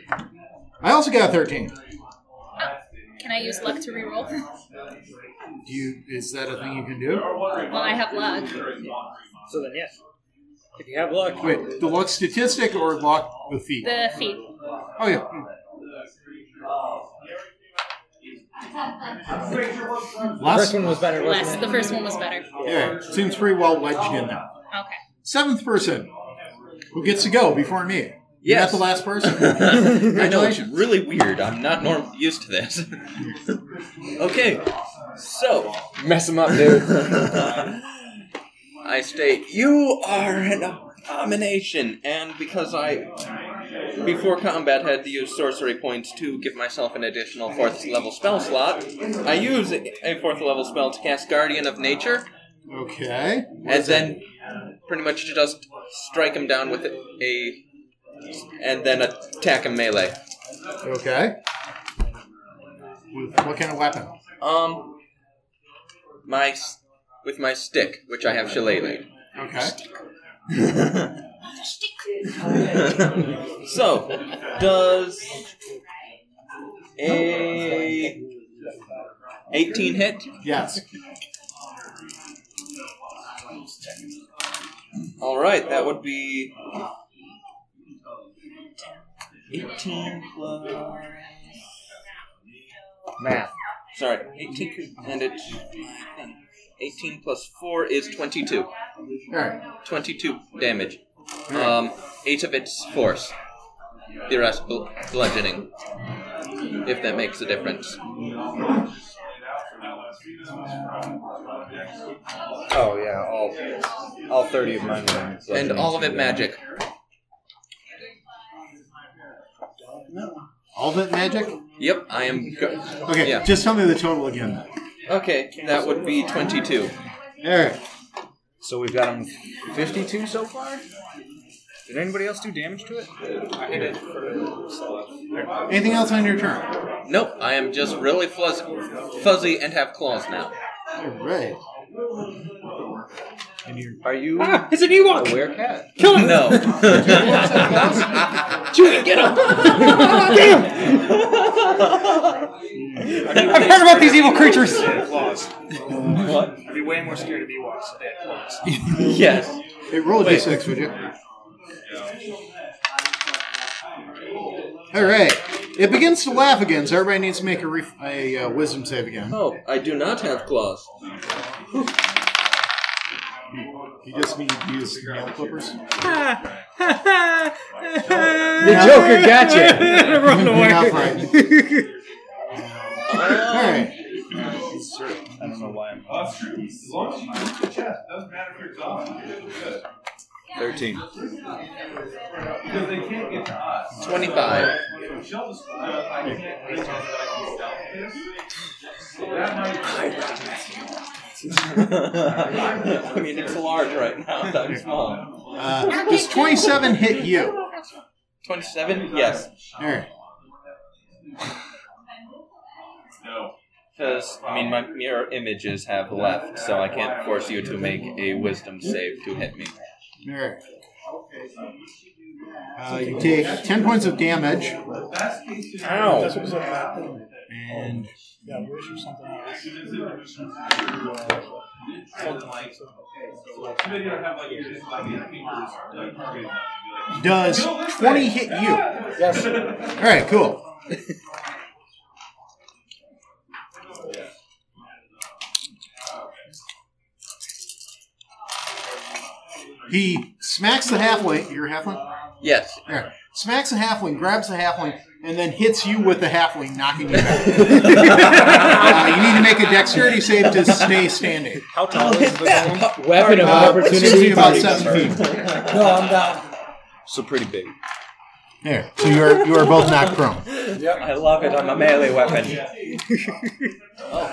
I also got a thirteen.
Can I use luck to reroll?
Do you? Is that a thing you can do?
Well, I have luck.
So then, yes. If you have luck,
Wait, the luck statistic or luck the feet?
The feet.
Oh yeah. Last-
first one was better. Wasn't
Less.
it?
The first one was better.
Yeah, seems pretty well wedged in there.
Okay.
Seventh person. Who gets to go before me? You're
Yes.
not the last person.
I know, it's really weird. I'm not norm- used to this. okay, so.
Mess him up, dude.
I state, you are an abomination, and because I, before combat, had to use sorcery points to give myself an additional fourth level spell slot, I use a fourth level spell to cast Guardian of Nature,
okay.
and then pretty much just strike him down with a, and then attack him melee.
Okay. With what kind of weapon?
Um, my s- with my stick, which I have shillelagh.
Okay.
so, does a eighteen hit?
Yes.
All right, that would be eighteen plus
Math.
Sorry, eighteen and it's eighteen plus four is twenty-two.
Alright.
Twenty-two damage. Um, eight of its force. The rest bl- bludgeoning, if that makes a difference.
Oh yeah, all all thirty of mine. were-
And all of it magic.
All of it magic?
Yep, I am. Go-
Okay,
Yeah.
just tell me the total again.
Okay, that would be twenty-two.
Alright.
So we've got him fifty-two so far. Did anybody else do damage to it? I hit it.
Anything else on your turn?
Nope, I am just really fuzz- fuzzy and have claws now.
Alright.
Are you
Ah, it's an Ewok!
a werecat?
Kill him!
No.
Judy, get him! Damn!
I've heard about these evil creatures.
Claws.
What?
I'd be way more scared of Ewoks if they had claws.
Yes.
Hey, roll a
Wait.
d6, would you? Alright. It begins to laugh again, so everybody needs to make a, ref- a uh, wisdom save again.
Oh, I do not have claws.
You just need to use nail clippers.
The Joker got you.
Run away.
Not right. Alright.
I don't know why. I'm...
As long as you use the chest, doesn't matter if you're done.
Thirteen.
Because they can't get to us.
25. I mean, it's large right now. I'm small.
Uh, does 27 hit you?
27? Yes.
All right.
Because, I mean, my mirror images have left, so I can't force you to make a wisdom save to hit me.
All right. Uh, you take 10 points of damage.
Ow.
That's what was on that thing.
And
Yeah, wish or something else.
does 20 hit you?
Yes.
All right, cool. he smacks the halfling. You're a halfling?
Yes.
Yeah. Smacks the halfling, grabs the halfling, and then hits you with the halfling, knocking you back. Uh, you need to make a dexterity save to stay standing.
How tall is the golem?
Weapon of
Uh, it's usually
opportunity.
about seven feet.
No, I'm down.
So pretty big.
There. So you are you are both knocked prone.
I love it. I'm a melee weapon.
All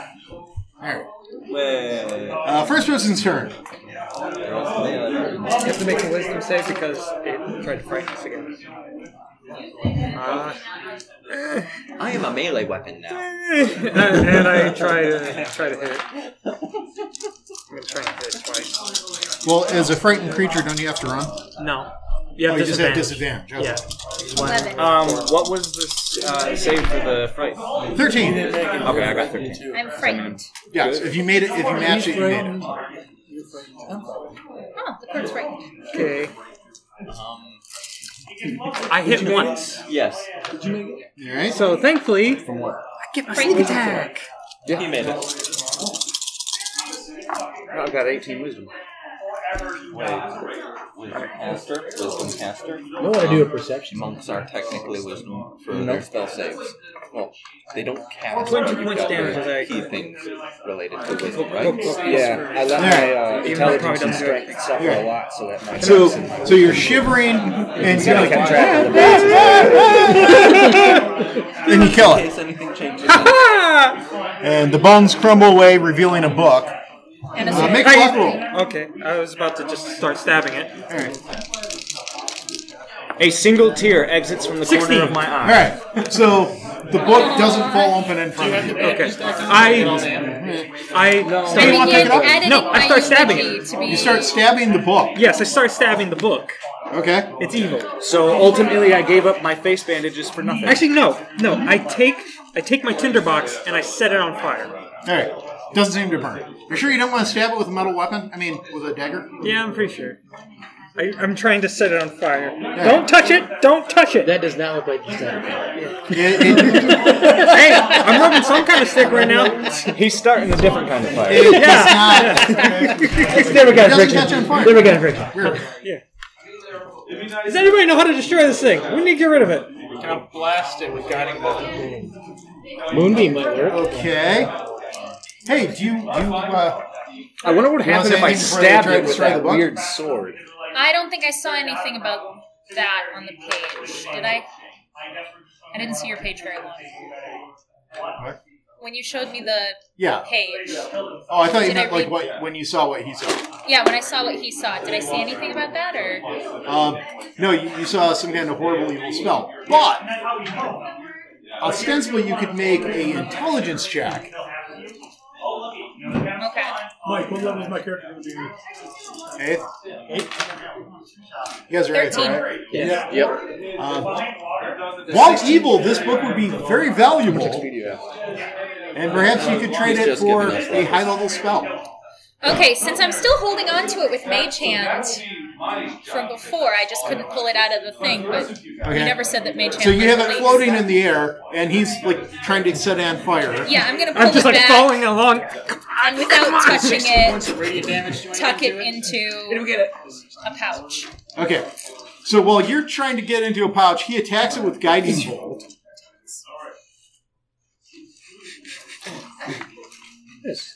right.
Well,
Uh, first person's turn.
You have to make a wisdom save because it tried to frighten us again. Uh,
I am a melee weapon now.
and I try to try to hit it. I'm gonna try and hit it twice.
Well, as a frightened creature, don't you have to run?
No. You
oh,
have
you just have
disadvantage.
disadvantage. Okay.
Yeah.
Eleven.
Um, what was this uh, save for the fright?
Thirteen.
Okay, I got 13.
I'm frightened.
Yeah. so if you made it, if you match it, you made it.
You're frightened.
Oh, the card's frightened.
Okay.
Um,
I hit once.
yes.
Did you make it?
All right.
So thankfully,
From what?
I get my
Frightened
sneak attack.
He made it.
I've got 18 wisdom.
Wait. Wisdom caster. Wisdom caster.
I want to do a perception.
Monks are technically wisdom for
No.
their spell saves. Well, they don't cast.
20
but
points
they've got
damage is
their
a-
key things related to wisdom,
Look,
right?
look,
Yeah, I let my
There.
Even
uh,
though it probably
intelligence and
doesn't do it.
strength suffer a lot, so that might.
So,
lessen my-
so you're shivering, and you're
I
like,
kept track of the
and you kill
In
it,
case anything changes.
and the bones crumble away, revealing a book.
And a
Uh, make a
Hey.
luck roll.
Okay, I was about to just start stabbing it.
All right.
A single tear exits from the
16.
corner of my
All
eye.
right. So the book doesn't fall open in front of you.
Okay. I I
Do you
start,
want to pick it
Editing-
up?
editing
No, I
my
start stabbing
USG
it.
to be-
You start stabbing the book.
yes, I start stabbing the book.
Okay.
It's evil.
So ultimately, I gave up my face bandages for nothing.
Actually, no, no. I take I take my tinderbox and I set it on fire.
All right. Doesn't seem to burn. You sure you don't want to stab it with a metal weapon? I mean, with a dagger?
Yeah, I'm pretty sure. I, I'm trying to set it on fire. Don't touch it! Don't touch it!
That does not look like you said.
It, it,
Hey, I'm rubbing some kind of stick right now.
He's starting a different kind of fire.
it does not.
It's never
It
got
doesn't catch on fire.
Never got friction.
Weird.
Does anybody know how to destroy this thing? We need to get rid of it.
I'll blast it with guiding bolt.
Moonbeam might work.
Okay. Hey, do you do you, uh,
I wonder
You
what
wanna
happened
say
if I
anything before they
stabbed
try to
it with
destroy the
that
book?
weird sword.
I don't think I saw anything about that on the page. Did I? I didn't see your page very long.
What?
When you showed me the
yeah?
page,
Oh, I thought you
Did I
meant like
read-
what when you saw what he saw.
yeah, when I saw what he saw, did I see anything about that or?
Um, no, you, you saw some kind of horrible evil spell. But ostensibly, you could make a intelligence check.
Okay.
Mike, what level is my character going to be?
Eighth. You Eh? guys are eighth,
Thirteen.
right?
Yeah. Yep.
Um, while evil, this book would be very valuable, and perhaps you could trade it
He's just
for
giving us
a
levels.
high level spell.
Okay, since I'm still holding on to it with mage hand from before, I just couldn't pull it out of the thing. But you
Okay.
never said that mage hand.
So you
was
have it
released.
floating in the air, and he's like trying to set it on fire.
Yeah, I'm gonna pull
I'm just
it
like
back
following along.
and without touching
Points
it,
of radiant damage. Do I
tuck
get
it
to
into
It'll get it.
a pouch.
Okay. So while you're trying to get into a pouch, he attacks it with guiding bolt.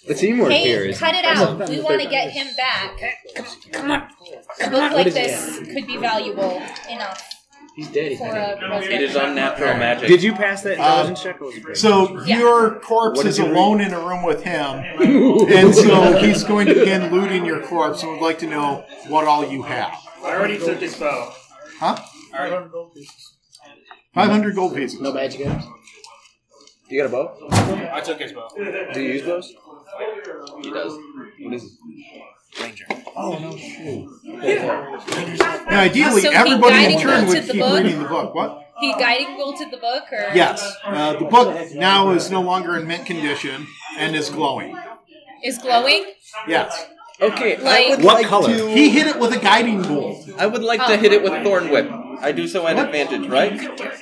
The teamwork
hey,
here is
cut it out.
impressive.
We want to get him back. Come, come on.
What
A book like
is
this could be valuable enough.
He's dead.
For a
It is unnatural magic.
Did you pass that intelligence
Um,
check? Or was it great?
So your corpse
What did
is
you read?
alone in a room with him, and so he's going to begin looting your corpse and would like to know what all you have.
I already took his bow.
Huh?
I already-
500 gold pieces.
No magic items. You got a bow?
I took his bow.
Do you use bows?
He does.
What is it?
Oh no shit.
Now, ideally,
Oh, So he
everybody in
guiding
turn
bolted
would
the
keep
book?
reading the book. What?
He guiding bolted the book, or
Yes. Uh, the book now is no longer in mint condition and is glowing.
is glowing.
Yes.
Okay,
Like-
I would
What
like
color?
To,
He hit it with a guiding bolt.
I would like
Oh
to hit it with Thorn Whip. I do so at advantage, right?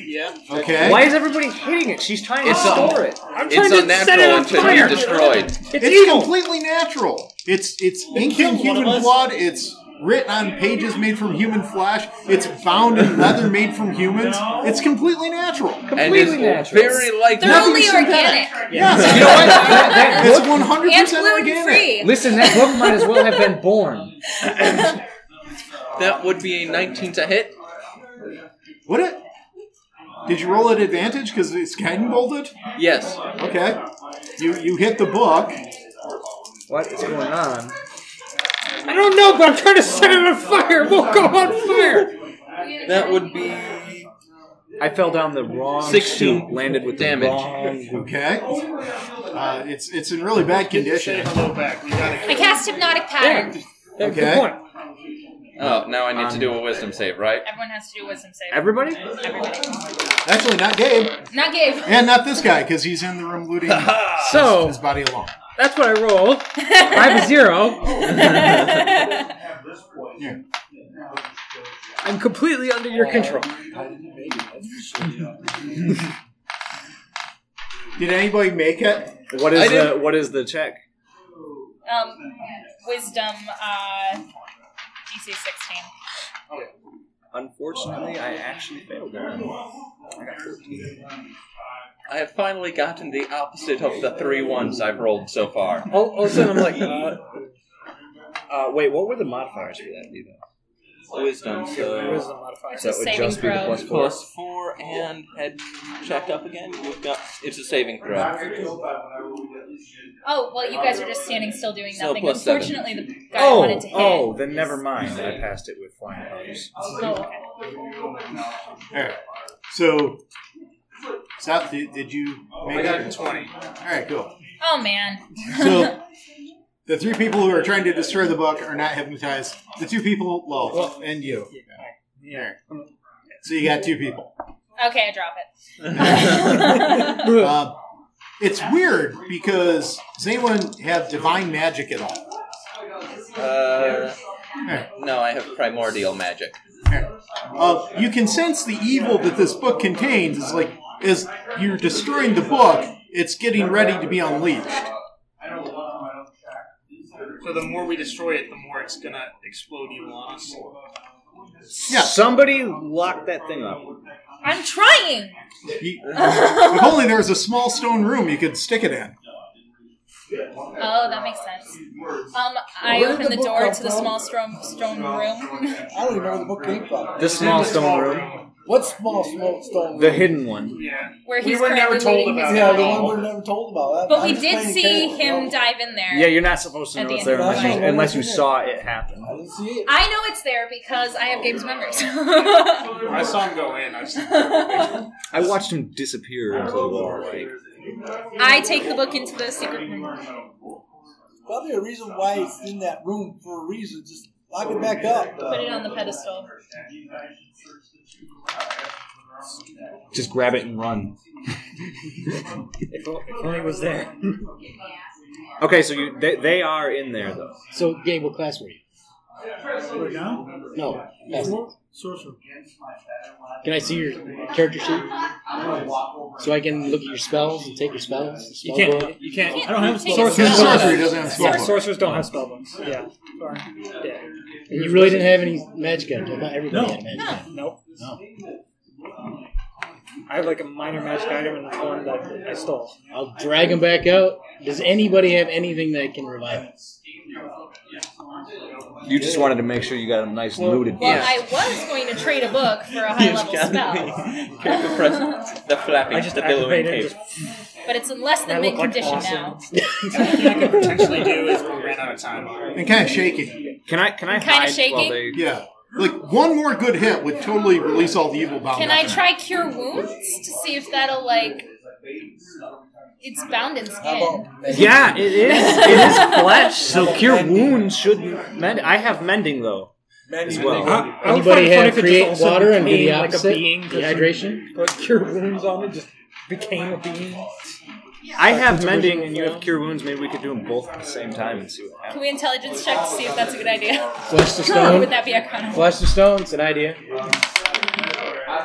Yeah.
Okay.
Why is everybody hitting it? She's trying
It's
to
a-
store it.
I'm it's unnatural. It should be destroyed.
It's, completely natural. It's it's ink in human blood. It's written on pages made from human flesh. It's bound in leather made from humans. It's completely natural.
And it's
Completely natural.
very likely.
They're only organic
Yes.
You know what? That- that
it's
book-
one hundred
and
percent
gluten
organic.
free.
Listen, that book might as well have been born.
That would be a 19 to hit.
Would it? Did you roll at advantage because it's guiding bolted?
Yes.
Okay. You you hit the book.
What is going on?
I don't know, but I'm trying to set it on fire. It won't go on fire.
That would be
I fell down the wrong
16
stoop, landed with
damage.
the wrong.
Okay.
Oh,
Uh, it's it's in really bad condition.
Save a little back. We gotta
I cast hypnotic pattern.
That's
Okay.
the point.
Oh, now I need to do a wisdom save, right?
Everyone has to do a wisdom save.
Everybody?
Everybody.
Actually, not Gabe,
Not Gabe.
and not this guy because he's in the room looting
So
his body alone.
that's what I rolled. I have a zero.
Yeah.
I'm completely under your control.
Did anybody make it?
What
I
is the
didn't-
what is the check?
um, wisdom. Uh, DC sixteen.
Unfortunately, I actually failed that.
I have finally gotten the opposite of the three ones I've rolled so far.
All, all of a sudden, I'm like, uh, uh, wait, what were the modifiers for that? Either?
Wisdom, so
the modifiers?
It's a saving throw.
plus four and head check up again. We've got it's a saving throw.
Oh well, you guys are just standing still doing
So
nothing.
plus seven.
Unfortunately, the guy I wanted
Oh,
to hit.
oh, then never mind. I passed it with flying colors.
Oh, okay.
All right. So, Seth, did, did you make
Oh, I got a
it?
20.
All right, cool.
Oh man.
So, the three people who are trying to destroy the book are not hypnotized. The two people, well, and you.
Yeah.
So you got two people.
okay, I drop it.
Uh, it's weird because does anyone have divine magic at all?
Uh,
All right.
no, I have primordial magic.
Uh, you can sense the evil that this book contains. Is like as you're destroying the book, it's getting ready to be unleashed.
So the more we destroy it, the more it's gonna explode evil on us.
Yeah.
Somebody lock that thing up.
I'm trying.
You- if only there was a small stone room you could stick it in.
Oh, that makes sense. Um, I
Where did
open
the
the
book
door
come
to the
from?
small stone stone room.
I don't even know where the book came from.
The small stone room.
What small small stone?
The hidden one.
Yeah.
where
We
he's
were never
currently
told
looting his
about
Yeah,
it.
the
body.
one we're never told about.
But
I'm
we
just
did
playing
see
character,
him
no.
dive in there.
Yeah, you're not supposed to
At
know
the
it's
end
there
of
unless
the
you,
book.
unless you saw it happen.
I didn't see it.
I know it's there because I have Gabe's memories.
I saw him go in. I was
I watched him disappear into the wall. Like,
I take the book into the secret room.
Probably a reason why it's in that room for a reason. Just lock it back up.
Put it on the pedestal.
just grab it and run.
If o- if only it was there.
Okay, so you they, they are in there though.
So, Gabe, what class were you?
Right now?
No. last year.
Sorcerer.
Can I see your character sheet? So I can look at your spells and take your spells?
You
spell book?
can't. You can't. I don't have a
Take
spell.
a spell.
Sorcery doesn't have a spell
Yeah,
book.
sorcerers don't have spell books. Yeah. Yeah.
And you really didn't have any magic items. I thought everybody
No.
had a magic item.
Nope. I have like a minor magic item and one that I stole.
I'll drag him back out. Does anybody have anything that can revive him?
You just wanted to make sure you got a nice looted
Well,
book.
I was going to trade a book for a high level spell,
Character press the flapping, the billowing cape.
but it's in less than
I
mint
look like
condition
awesome.
now.
Everything I could potentially do is we ran out of time.
And kind of shaking.
Can I? Can I
Kinda hide shaking? while they-
Yeah. Like one more good hit would totally release all the evil bound.
Can I try cure wounds to see if that'll like? It's bound in skin.
Yeah, it is. It is flesh. So cure wounds should mend. I have mending though. As well.
Anybody have create water and do the
became, like, a
opposite?
being, 'cause
Dehydration.
Put cure wounds on it, just became a being.
I have mending and you have cure wounds. Maybe we could do them both at the same time and see what happens.
Can we intelligence check to see if that's a good idea?
Flesh to
Sure.
stone.
Would that be Arcana?
Flesh to stone. It's an idea.
I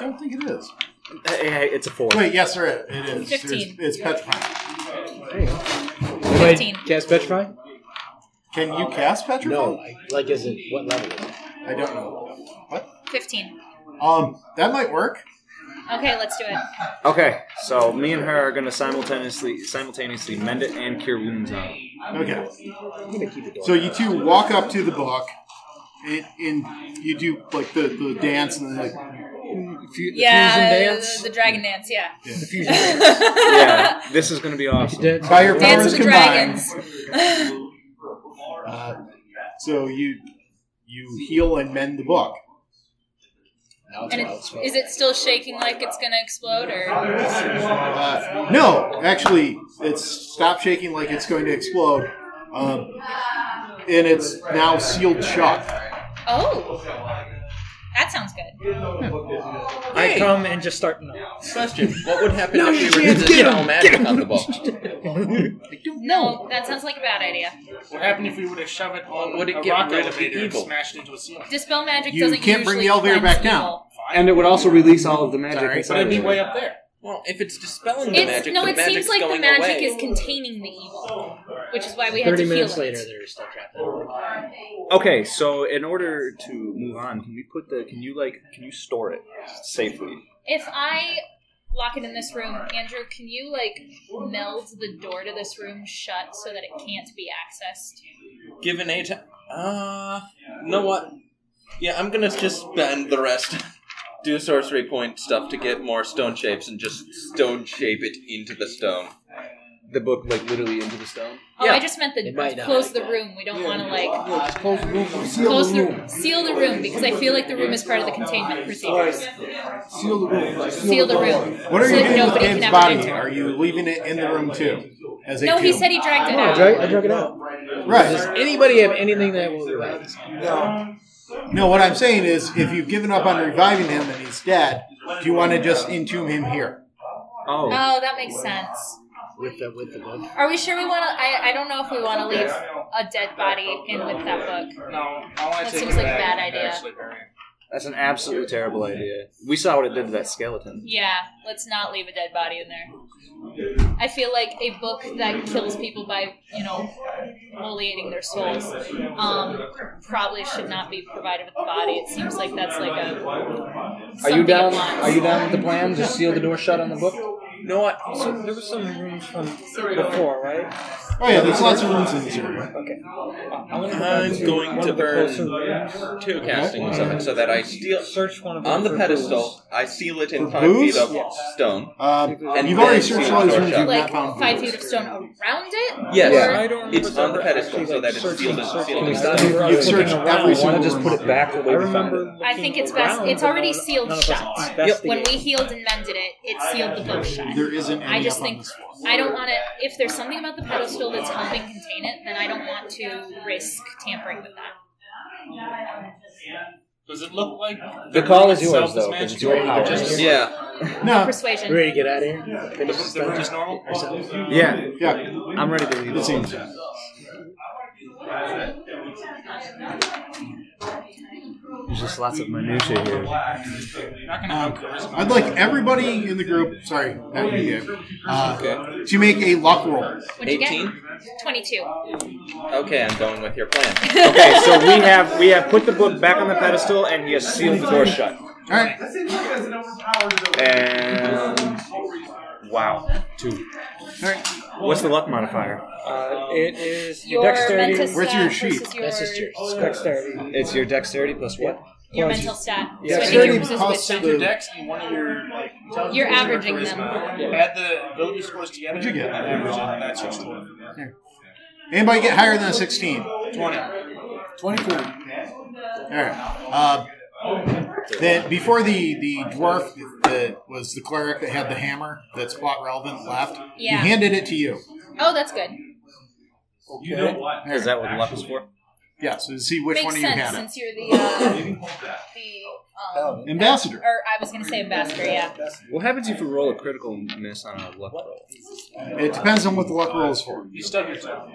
don't think it is.
it's a four.
Wait, yes, sir, it is. There's-
15.
It's petrifying.
Anybody
15.
Cast petrify.
Can you cast petrify?
No. Like, is it what level? Is it?
I don't know.
Fifteen.
Um, that might work.
Okay, let's do it.
Okay, so me and her are gonna simultaneously simultaneously mend it and cure wounds on. it.
Okay.
I'm gonna keep it going.
So you two walk up to the book, it, and you do like the, the dance and then like
Yeah, the, the dragon dance. Yeah.
Yeah, this is gonna be awesome.
by your
Dance
powers
with the
combined.
dragons.
Uh, so you you heal and mend the book.
and it, is it still shaking like it's gonna explode or?
Uh, no, actually, it's stopped shaking like it's going to explode, um, and it's now sealed shut.
Oh, that sounds good.
I come and just start. No.
Question: What would happen if we were to spell magic on the book?
No, that sounds like a bad idea.
What happened if we would have shoved it on
Would it
a
get
rock
rid of the
elevator and
evil?
smashed into a ceiling?
Dispel magic
You
doesn't
can't
usually
bring the elevator
cleanse
back down.
people.
And it would also release all of the magic
Sorry,
But
inside.
it'd be
of it.
way up there.
Well, if it's dispelling the
It's,
magic,
no,
the
it
magic's
seems like the
going
magic
away.
is containing the evil, which is why we had to
Thirty
heal
minutes
it.
later, they're still trapped.
Okay, so in order to move on, can we put the? Can you like? Can you store it safely?
If I lock it in this room, Andrew, can you like meld the door to this room shut so that it can't be accessed?
Give an eight. Uh, you know what? Yeah, I'm gonna just spend the rest, do sorcery point stuff to get more stone shapes, and just stone shape it into the stone.
The book, like literally into the stone.
Oh,
Yeah.
I just meant the
It might not
close
like
the
that.
room. We don't want to like
Yeah, just close the room. Seal
close
the
the
room.
seal the room because I feel like the room is part of the containment procedures.
Seal the room.
Seal the room.
What are
so
you
that
doing with
nobody can
Gabe's
ever
body?
enter.
Are you leaving it in the room too? As a
No, he
cube?
said he dragged it
I
out.
drug, I drug it out. Does
right.
anybody have anything that will revive this?
No, what I'm saying is, if you've given up on reviving him and he's dead, do you want to just entomb him here?
Oh,
Oh, that makes sense.
with the with the book?
Are we sure we want to? I, I don't know if we want to leave a dead body in with that book.
No, I want
That
to take
seems
it
like a
back
bad
and
idea.
actually bury it.
that's an absolutely terrible idea. We saw what it did to that skeleton.
Yeah, let's not leave a dead body in there. I feel like a book that kills people by, you know, moliating their souls um, probably should not be provided with a body. It seems like that's like a.
Are you
something
down?
it wants.
Are you down with the plan? Just seal the door shut on the book.
You know what? So there was some room from before, right?
Oh yeah, there's lots of rooms in this area.
Okay.
I'm going to burn two castings of it so that I steal
Search one of them
on the
for
pedestal. I seal it in
For
five feet
booze?
of
Yes.
stone.
Um,
And
you've already
then
searched
seal
all
the
these
door
rooms. You've not
shut.
Like
found
five
booze.
feet of stone around it?
Yes.
Yeah.
I don't
It's on the
remember
pedestal
actually,
so
like,
that it's
searching-
sealed as-
searching
sealed
the
as-
stuff.
You've
I was
searched
looking
every
around.
single
Want to just
room.
put it back the way
I
we found
remember.
it.
I
looking
think it's best.
around,
It's
but
already
none of-
sealed
none of us
shut.
investigated.
When we healed and mended it, it sealed the book shut.
There isn't any
I just
up on
think
this floor.
I don't want to. If there's something about the pedestal that's helping contain it, then I don't want to risk tampering with that.
Does it look like
The call
room
is yours,
itself
though, 'cause
magic,
it's your
or
power.
Just,
Yeah.
Uh,
No,
You
Persuasion.
ready to get out of here?
the,
Finish this
the room
up?
is normal.
Yeah,
yeah,
I'm ready to leave.
it seems. Um,
There's just lots of minutia here.
Not gonna have
Um,
charisma.
I'd like everybody in the group, sorry, not you, Gabe, uh, to make a luck roll.
What'd you get?
Eighteen.
22.
Okay, I'm going with your plan.
Okay, so we have we have put the book back on the pedestal and he has sealed the door shut.
Alright.
And wow, two.
Alright.
What's the luck modifier?
Uh, it is
Your
your, dexterity.
mental Where's stat your sheet? versus
That's just
your-
yours. It's dexterity.
It's your dexterity plus what?
Your mental stat.
Yeah.
So I think yours is
costs
wisdom.
your dex and one of your like. intelligence
You're
or your
averaging
charisma.
them.
Add the ability scores together.
What'd you get?
And average it, and that's your score.
Anybody get higher than a 16?
Twenty.
22.
All right. Uh, then before the the dwarf that was the cleric that had the hammer that's plot relevant left. He
Yeah.
handed it to you.
Oh, that's good.
You know what?
Is that what luck is for?
Yeah. So to see which
Makes
one of you
sense
had it.
since you're the uh, the um,
Ambassador.
Or I was gonna say ambassador. Yeah.
What happens if we roll a critical miss on a luck roll?
It depends on what the luck rolls for.
You stub yourself.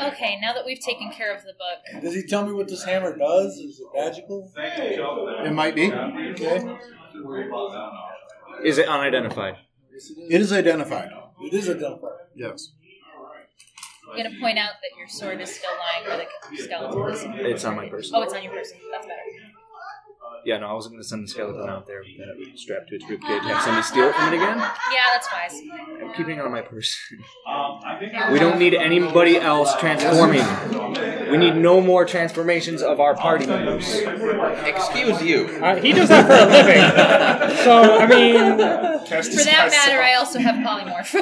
Okay, now that we've taken care of the book,
Does he tell me what this hammer does? Is it magical?
It might be.
Okay.
Is it unidentified?
It is identified.
It is a dump card.
Yes.
I'm gonna point out that your sword is still lying where the skeleton is.
It's on my person.
Oh, it's on your person. That's better.
Yeah, no, I was going to send the skeleton out there with that strapped to its ribcage. Have somebody steal it from it again?
Yeah, that's wise.
I'm keeping it on my person. We don't need anybody else transforming. We need no more transformations of our party members.
Excuse you.
Uh, he does that for a living. So, I mean,
For that matter, I also have polymorph.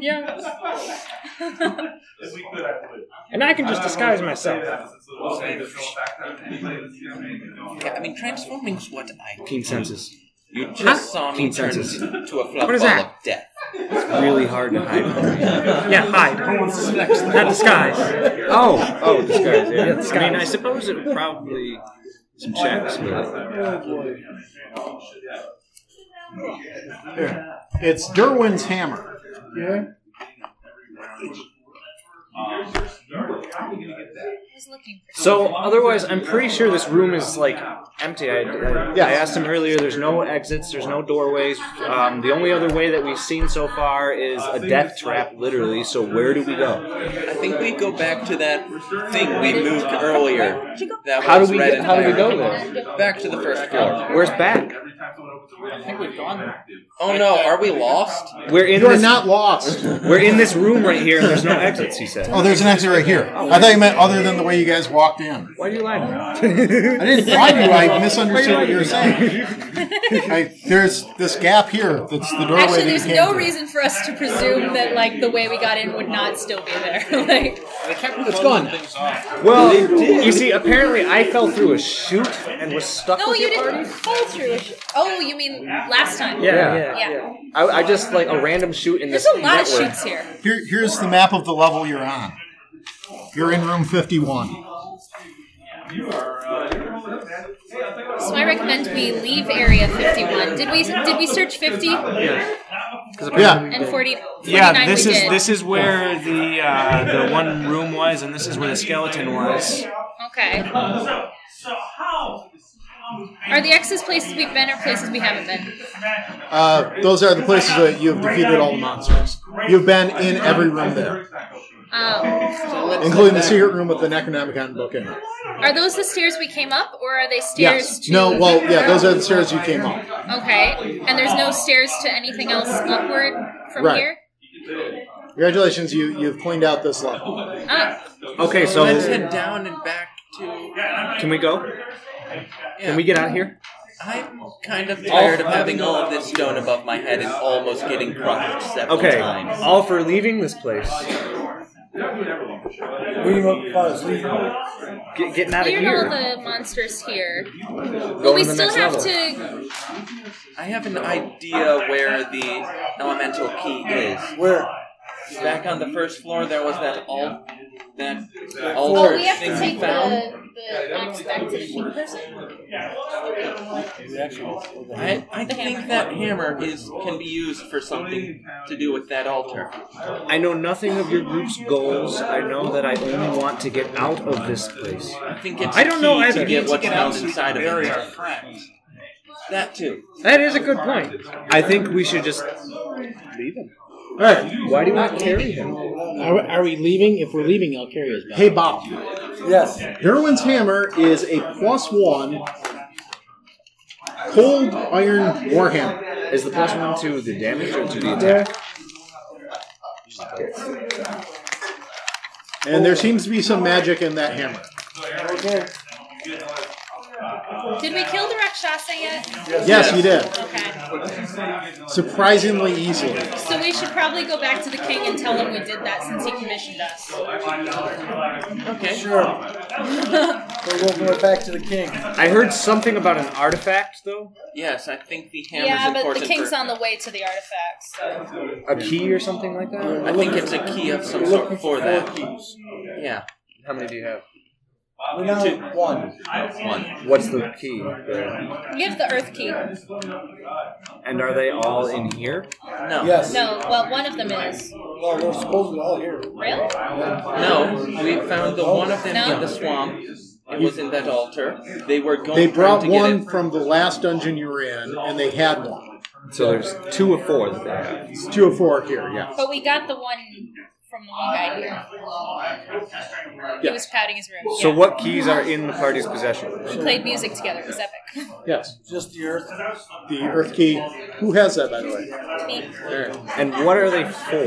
yeah.
and I can just disguise myself.
Yeah, I mean, transforming's what I.
Keen senses.
You just
Huh?
saw me
Keen
turn
senses.
into a fluff
What is
ball
that?
of death.
It's really hard to hide.
Yeah, hide. Not disguise.
Oh, oh, disguise. Yeah,
Yeah,
I mean, I
disguise.
suppose it probably some checks, but
There. It's Derwin's hammer.
Yeah.
so otherwise, I'm pretty sure this room is like empty. I, I, I asked him earlier. There's no exits. There's no doorways. Um, the only other way that we've seen so far is a death trap, literally. So where do we go?
I think we go back to that thing we moved earlier. That
How do
was
we
red
get-
and
how do we
black.
go there?
Back to the first floor.
Where's back?
I think we've gone there.
Oh no, are we lost?
We're in.
You're
this,
not lost.
We're in this room right here, and there's no exits. He said.
Oh, there's an exit right here. I thought you meant other than the way you guys walked in.
Why do you lie? to
I
me?
didn't lie to you. I misunderstood
Why
what
do
you were saying. I, there's this gap here. That's the doorway.
Actually,
that you
there's
came
no
through.
reason for us to presume that like the way we got in would not still be there. like,
They kept
It's gone now.
things off.
Well, you see, apparently I fell through a chute and was stuck
no,
with
you
your
didn't
party.
fall through. a sh- Oh, you mean last time?
Yeah, yeah,
Yeah.
I, I just like a random shoot in
There's
this.
a lot of
network.
shoots here.
Here, here's the map of the level you're on. You're in room 51.
So I recommend we leave Area 51. Did we did we search 50
Yeah.
and 40?
Yeah, this
we
is
did.
this is where the uh, the one room was, and this is where the skeleton was.
Okay. Are the X's places we've been or places we haven't been?
Uh, those are the places that you've defeated all the monsters. You've been in every room there,
Oh.
including the secret room with the Necronomicon book in it.
Are those the stairs we came up, or are they stairs
Yes.
to?
No, well, yeah, those are the stairs you came up.
Okay, and there's no stairs to anything else upward from
Right.
here.
Congratulations, you, you've cleaned out this level.
Ah,
Okay, so
Let's head down and back to.
can we go? Can we get out of here?
I'm kind of tired of having all of this stone above my head and almost getting crushed several
Okay,
times.
all for leaving this place.
We need to find us leaving.
Get, getting out of
cleared all
here.
the monsters here, but
Going
we
to the
still
next
have
level.
to.
I have an idea where the elemental key is.
Where?
Back on the first floor, there was that all that
Oh,
altar
we have
thing
to
we
take
found.
the the axe back to the king person.
I, I think that hammer is can be used for something to do with that altar.
I know nothing of your group's goals. I know that I only want to get out of this place.
I think it's
I don't know
key
either.
to get
To
what's
get
found inside of
Bury our
it.
friends.
That too.
That is a good point. I think we should just leave him. All right. Why do we carry him?
Are, we- are we leaving? If we're leaving, I'll carry his back.
Hey, Bob.
Yes.
Derwin's hammer is a plus one cold iron warhammer.
Is the plus one to the damage or to the attack?
And there seems to be some magic in that hammer.
Okay.
Did we kill the Rakshasa yet?
Yes, you did.
Okay.
Surprisingly easily.
So we should probably go back to the king and tell him we did that since he commissioned us.
Okay.
Sure. We're going to go back to the king.
I heard something about an artifact, though.
Yes, I think the hammer's
Yeah, but
important.
the king's
for,
on the way to the artifacts. So.
A key or something like that?
I think it's a key of some sort for that. Yeah.
How many do you have?
We now have one.
One.
What's the key? The-
You have the earth key.
And are they all in here?
No.
Yes.
No, well, one of them is.
Well, we're supposedly all here.
Really?
No, we found the one of them
No.
in the swamp. It was in that altar. They were going
They
trying
brought
to get
one
it.
from the last dungeon you were in, and they had one.
So there's two of four that they have.
It's two of four here, yeah.
But we got the one from the one guy here. He was pouting his room.
So
yeah.
what keys are in the party's possession?
We played music together. It was epic.
Yes.
Just the earth.
The earth key. Who has that, by the way?
Me.
And what are they for?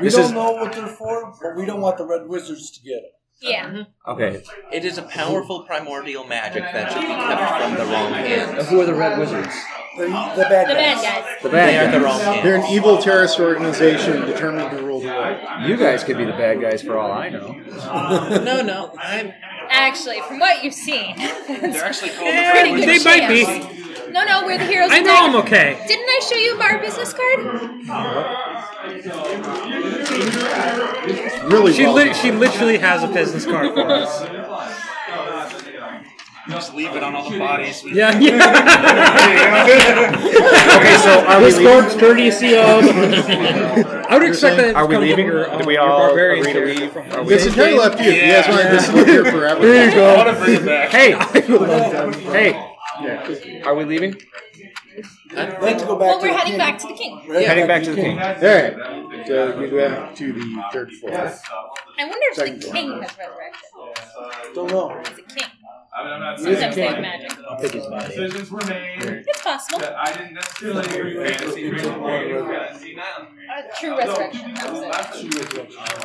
We
This
don't
is-
know what they're for, but we don't want the red wizards to get it.
Yeah.
Okay.
It is a powerful primordial magic that should be kept from the wrong hands.
Who are the red wizards?
The, the bad
The
guys.
bad guys.
The bad
They are the
guys.
wrong
They're
hands.
an evil terrorist organization determined to rule the world.
You guys could be the bad guys for all I know.
No, no. I'm,
Actually, from what you've seen,
they're actually called
Yeah,
the Red
they
Wizards.
Good might be. no, no, we're the heroes.
I
of
know
Dragon-
I'm okay.
Didn't I show you our business card?
Really
She
well.
li- she literally has a business card for us.
Just leave it on all the bodies.
Yeah, yeah.
okay, so are we leaving?
Escorts, courteous
I would expect that.
Are we
come
leaving?
from your,
Do we
your
all
barbarians
agree to
here.
leave? Are we
It's entirely up to you. You guys want to just live here forever.
Hey, hey, are we leaving?
I'd like to go back
Well,
to
we're
the
heading
king.
back to the king.
We're
Heading back to the king.
All right. So we go back to the third floor.
I wonder if the king has resurrection.
Don't know.
He's a king.
I mean, I'm not saying
Sometimes they have magic.
I think his body. Decisions were made
It's possible.
that I didn't necessarily agree with. Fantasy fantasy now.
A true resurrection. That was it.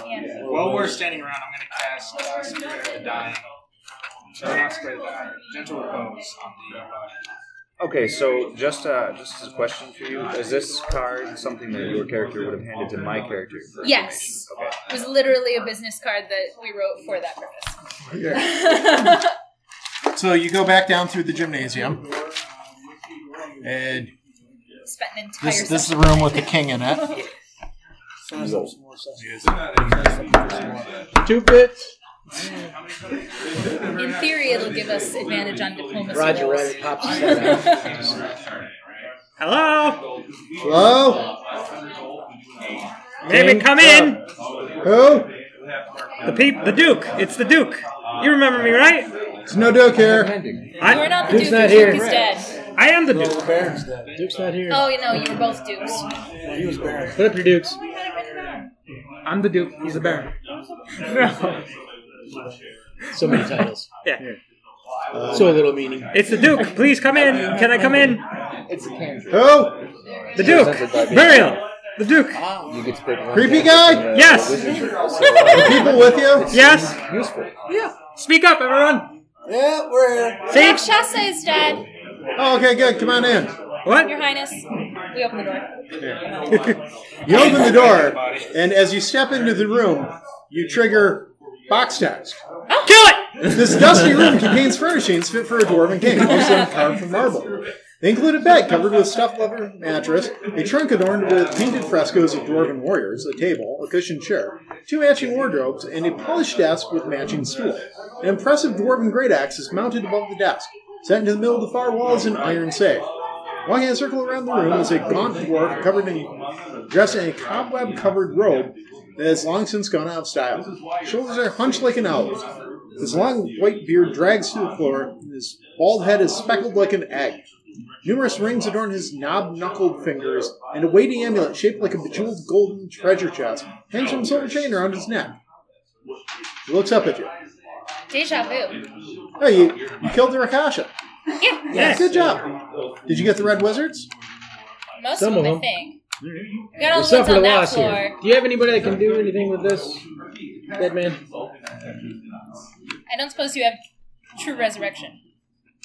Yeah.
While we're standing around, I'm going to cast uh, Spirit of the Dying. Sorry, not Spirit of the Dying. Gentle Repose on the body.
Okay, so just uh, just as a question for you, is this card something that your character would have handed to my character? for
Yes.
information?
It was literally a business card that we wrote for that
Yeah.
purpose.
So you go back down through the gymnasium, and
Spent an entire
this this is the
session.
room with the king in it.
Send us up some more stuff.
Two bits.
In theory, it'll give us advantage on diplomacy.
Roger,
rolls.
Roger, pops his
Hello,
Hello?
baby, come in.
Who?
The peep, the Duke. It's the Duke. You remember me, right?
It's no doke here.
Ending.
You're
I,
not the
Duke's
Duke.
not
The
here.
Duke is dead.
I am the Duke.
The Baron's dead.
Duke's not here.
Oh, you know, you were both Dukes.
No, he was Baron.
Put up your dukes.
I'm the Duke. He's a Baron.
So many titles.
Yeah.
So little meaning.
It's the Duke. Please come in. Can I come in?
Who?
The Duke. Burial. The Duke.
You get to pick one.
Creepy guy?
Yes.
The people with you?
Yes. Useful. Yeah. Speak up, everyone.
Yeah, we're here.
See?
Rakshasa is dead,
Oh, okay, good. Come on in.
What?
Your Highness. We open the door.
You open the door, and as you step into the room, you trigger box text.
Kill it.
This dusty room contains furnishings fit for a dwarven king, mostly carved from marble. They include a bed covered with stuffed leather mattress, a trunk adorned with painted frescoes of dwarven warriors, a table, a cushioned chair, two matching wardrobes, and a polished desk with matching stool. An impressive dwarven great axe is mounted above the desk. Set into the middle of the far wall is an iron safe. Walking in a circle around the room is a gaunt dwarf covered in, dressed in a cobweb-covered robe that has long since gone out of style. Shoulders are hunched like an owl's. His long white beard drags to the floor, and his bald head is speckled like an egg. Numerous rings adorn his knob-knuckled fingers, and a weighty amulet shaped like a bejeweled golden treasure chest hangs from a silver chain around his neck. He looks up at you.
Deja vu.
Hey, you, you killed the Rakasha.
Yeah.
Yeah, Good job. Did you get the red wizards?
Most
Some
of
of
them, I
them.
think. We
We
got all the ones
suffered a
on that
loss here.
floor.
Do you have anybody that can do anything with this, Deadman?
I don't suppose you have true resurrection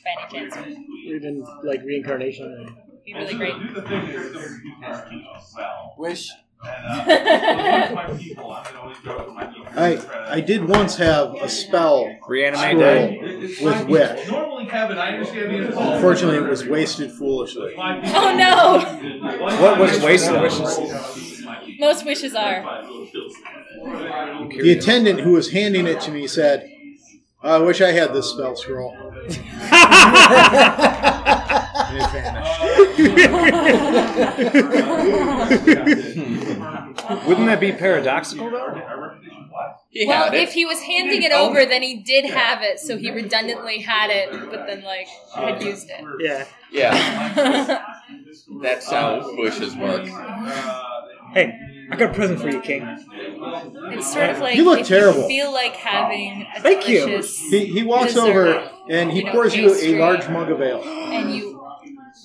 by any chance. It'd
Even like reincarnation?
be really great.
Wish.
Oh,
I I did once have a spell
Reanimate
scroll with Wick.
Normally, Kevin, I understand being
Unfortunately, it was wasted foolishly.
Oh no!
What was wasted?
Most wishes are.
The attendant who was handing it to me said, "Oh, "I wish I had this spell scroll." and it vanished.
Wouldn't that be paradoxical though?
He
well,
had it.
if he was handing it over, then he did have it, so he redundantly had it, but then like had used it.
Yeah.
Yeah,
I
that's how bushes work.
Hey, I got a present for you, King.
It's sort of like
You look
if
terrible.
You feel like having a
Thank you.
delicious,
he, he walks
Dessert.
over and he
You know,
pours you a
pastry.
large mug of
Uh,
ale.
and you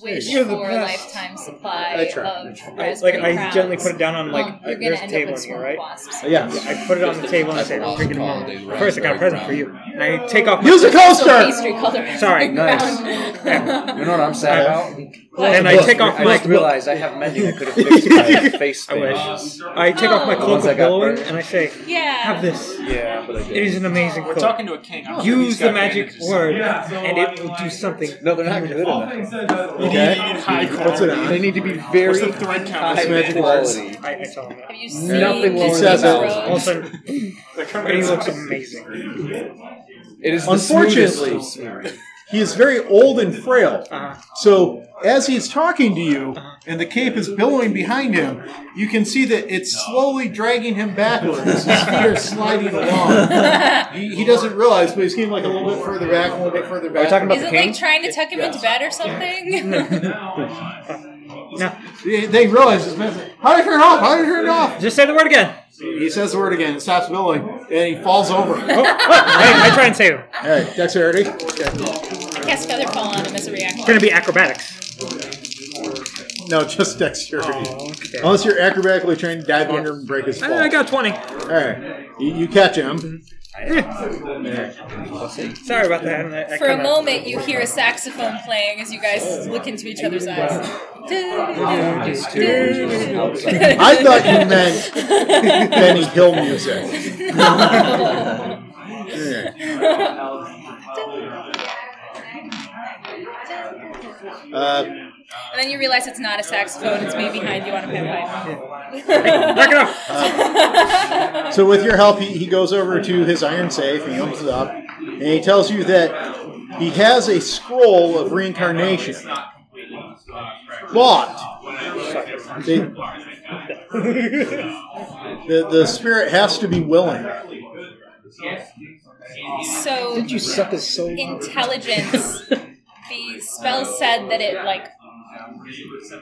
wish
You're the
for a
best.
lifetime supply
I
of
try. I
Like
raspberry
I
crowns.
gently put it down on like
Um,
uh,
you're gonna
there's a
end
table
up
in
with
here,
swamp
right?
wasps.
Yeah.
I put it on the table and I said, "Drink it all." First, I got a present for you. And I take off.
Use a
my
Also
coaster.
pastry called the raspberry
Sorry,
crown.
nice.
You know what I'm sad about?
And I
Look,
take off
I
my
just realized I have menu that could have fixed my face
I
things.
wish. I take off my
The
cloak
ones I
of
got
glowing
burned.
and I say, "Have
yeah.
this.
Yeah, but I
It is
did.
an amazing
We're
cloak.
talking to a king. I'm sure he's
Use the
got
magic
bandages.
word,
Yeah, so
and
I
it
mean,
will do
like-
something."
No, they're not good
All
enough.
things said, that's what
Okay.
we need.
High
What's it on?
They need to be
What's the
very
thread count?
high
magic
quality.
I, I tell him that.
Have you seen
Nothing
the
lower
than a thousand.
rose?
All of a sudden, he looks amazing.
It is the smoothest
Unfortunately,
of smooth.
he is very old and frail.
Uh-huh.
So as he's talking to you, and the cape is billowing behind him, you can see that it's slowly dragging him backwards. His feet are sliding along. He, he doesn't realize, but he's getting like a little bit further back, a little bit further back.
Are we talking about
Is
the
it
king?
like trying to tuck him into bed or something?
No,
They, they realize it's messing. How do you turn it off? How do you turn it off?
just say the word again.
He says the word again. It stops billowing, and he falls over.
Oh,
All
I, I try and save him.
right, dexterity.
I cast feather fall on him as a reaction.
It's gonna be acrobatics.
No, just dexterity.
Oh, okay.
Unless you're acrobatically trained to dive under and break his fall.
I I got a twenty.
All right, you, you catch him.
Sorry about that. I, I
For a
kinda-
moment, you hear a saxophone playing as you guys look into each other's eyes.
I thought you meant Benny Hill music. Uh,
And then you realize it's not a saxophone, it's me behind you on a
Knock it
panpipe.
off.
so with your help, he, he goes over to his iron safe and he opens it up, and he tells you that he has a scroll of reincarnation. But the, the the spirit has to be willing.
so,
You suck his soul.
intelligence, the spell said that it, like,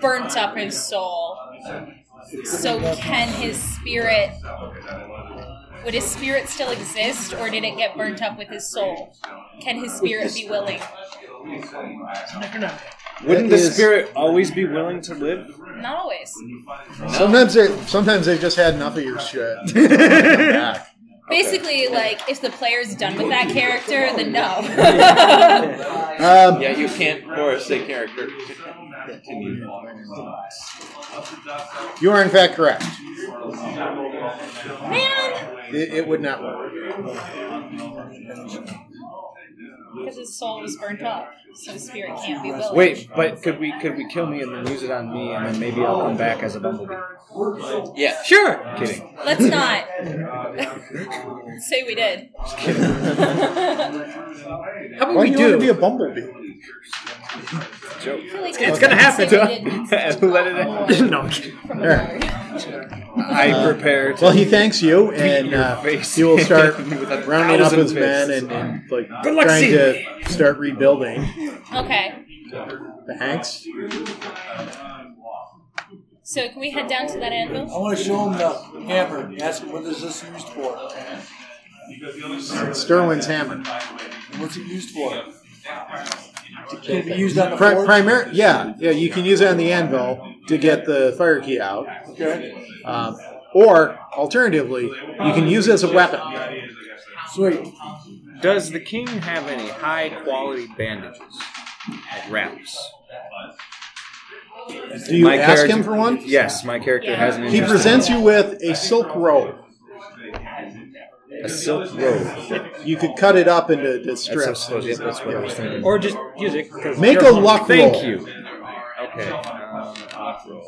burnt up his soul. So, can his spirit. Would his spirit still exist, or did it get burnt up with his soul? Can his spirit be willing?
Wouldn't
That
the
is-
spirit always be willing to live?
Not always.
Sometimes they sometimes they've just had enough of your shit. Come back. Um,
Basically, like if the player's done with that character, then no.
Um,
Yeah, you can't force a character to continue.
you are in fact correct.
Man,
It, it would not work.
because his soul was burnt up, so his spirit can't be willing.
Wait, but could we could we kill me and then use it on me and then maybe I'll come back as a bumblebee?
Yeah.
Sure.
Kidding.
let's not say we did. I
How about
Why
we
do you want to be
do?
a bumblebee?
feel like
It's gonna
we did
happen.
say we didn't
Let it in.
no, I'm kidding.
from
There.
I prepare to
Well, he thanks you, and
your
uh,
face.
he will start
With a
rounding up
thousand
his men
fists.
and, and like
Good luck
trying
seeing
to start rebuilding.
Okay.
The Hanks?
So can we head down to that anvil?
I want to show him the hammer. and Ask him what is this used for?
Sterling's hammer.
What's it used for?
Can
it be used on the forge?
Primary, yeah, yeah. You can use it on the anvil to get the fire key out.
Okay.
Um, or alternatively, you can use it as a weapon.
Sweet.
Does the king have any high quality bandages? Like wraps?
Do you ask
character-
him for one?
Yes, my character has an
He
interest in-
presents you with a silk robe.
a silk robe.
You could cut it up into to strips.
suppose- yep, that's what I was thinking.
Or just use it. 'cause
Make
you're
a
hungry.
luck
Thank
roll.
you. Okay. um, luck roll.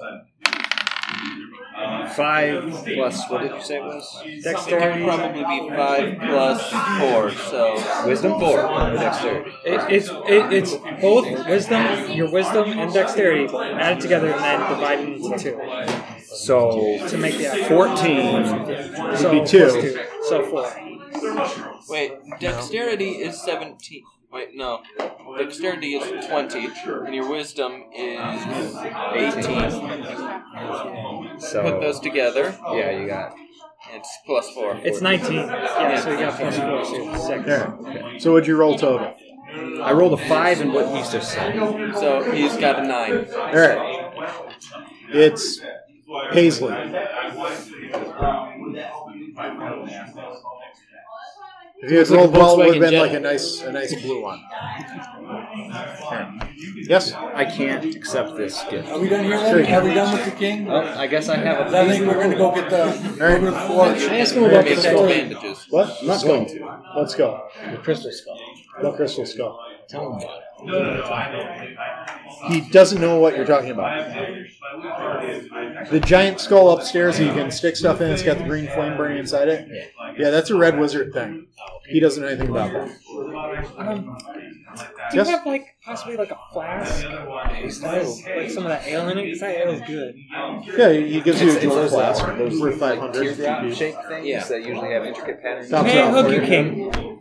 Five plus what did you say it was?
Dexterity probably be five plus four, so
Wisdom?
four for dexterity.
It, it's it, it's both wisdom, your wisdom and dexterity added together and then divided into two
So
to make the average.
fourteen
So
would be
plus
two.
So four.
Wait, dexterity is 17. Wait, no. Dexterity is 20, and your wisdom is 18.
So-
Put those together.
Yeah, you got.
It's plus 4.
It's 19. Yeah, so you got plus four, so it's six.
There. So what'd you roll total?
I rolled a five in what he's just said.
So he's got a 9.
All right. It's Paisley. If you had
Looks like a
rolled well, it would
Volkswagen
have been
Jetta.
like a nice, a nice blue one. Yes.
I can't accept this gift.
Are we done here then? Are we done with the king?
Uh,
Well, I guess I have a.
I think we're going to go get the
All
go to
right.
the forge.
I asked him about the
Makes
skull.
bandages.
What? Let's go. Let's go.
The crystal skull.
The crystal skull.
Tell him about it.
He doesn't know what you're talking about. The giant skull upstairs, you can stick stuff in. It's got the green flame burning inside it. Yeah, that's a red wizard thing. He doesn't know anything about that.
Um, do
Yes?
you have like possibly like a flask? Oh, Like some of that ale in it? 'Cause that ale's good.
Yeah, he gives you a
It's- it's
jewel
those-
flask
those,
worth
like,
five hundred.
teardrop shaped things
Yeah.
that usually have intricate patterns.
Thumbs
Hey,
up.
hook you king.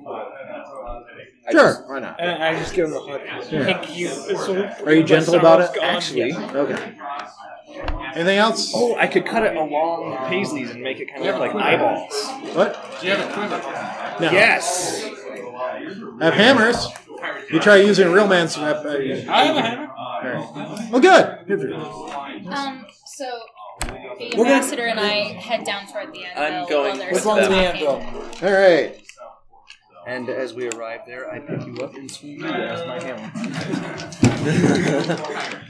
I
Sure.
just- why not?
And I just give him the hook. Thank you. So-
Are you gentle about it?
Actually.
Okay. Anything else?
Oh, I could cut it along Paisley's and make it kind of look like eyeballs.
What?
Do you have a quiver?
No.
Yes.
I have hammers. You try using a real man's weapon.
I have a hammer.
Well, good. Good for you.
Um, so the ambassador and I head down toward the anvil.
I'm going
while they're
with
still
them.
talking.
All right.
And as we arrive there, I pick you up and swing you as my hammer.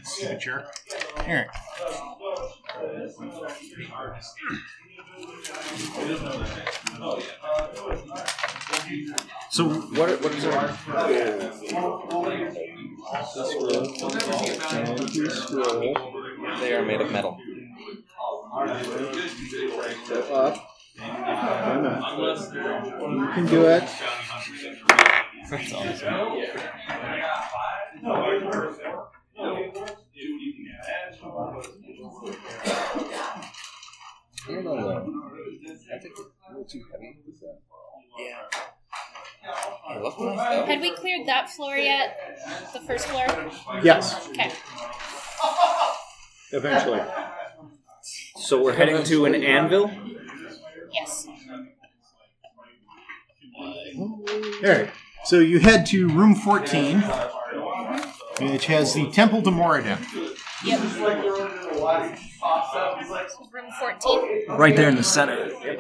Stupid jerk. Here.
So what? What is our?
They are made of metal.
So up.
You can do it.
I don't know. though. I think it's a little too heavy.
I love them, though.
Had we cleared that floor yet? The first floor?
Yes.
Okay.
Eventually.
So we're heading to an anvil.
Yes.
All right. So you head to room 14, which has the Temple to Moradin.
Yep. Room 14.
Right there in the center.
Okay.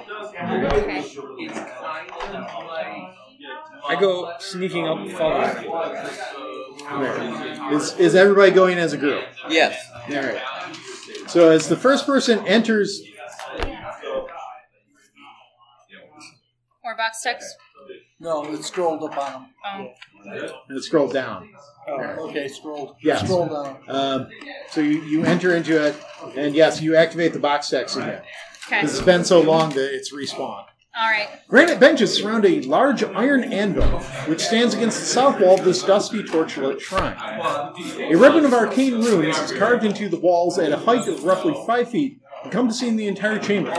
I go sneaking up following.
Is, is everybody going as a group?
Yes.
All right. So as the first person enters,
More box tucks.
No, it scrolled up on him.
Um,
and scroll down.
Oh, Okay, scrolled.
Yes.
Scroll down.
Um, so you, you enter into it, and yes, you activate the box decks again.
okay.
'Cause It's been so long that it's respawned.
All right.
Granite benches surround a large iron anvil, which stands against the south wall of this dusty, torchlit shrine. A ribbon of arcane runes is carved into the walls at a height of roughly five feet, encompassing the entire chamber.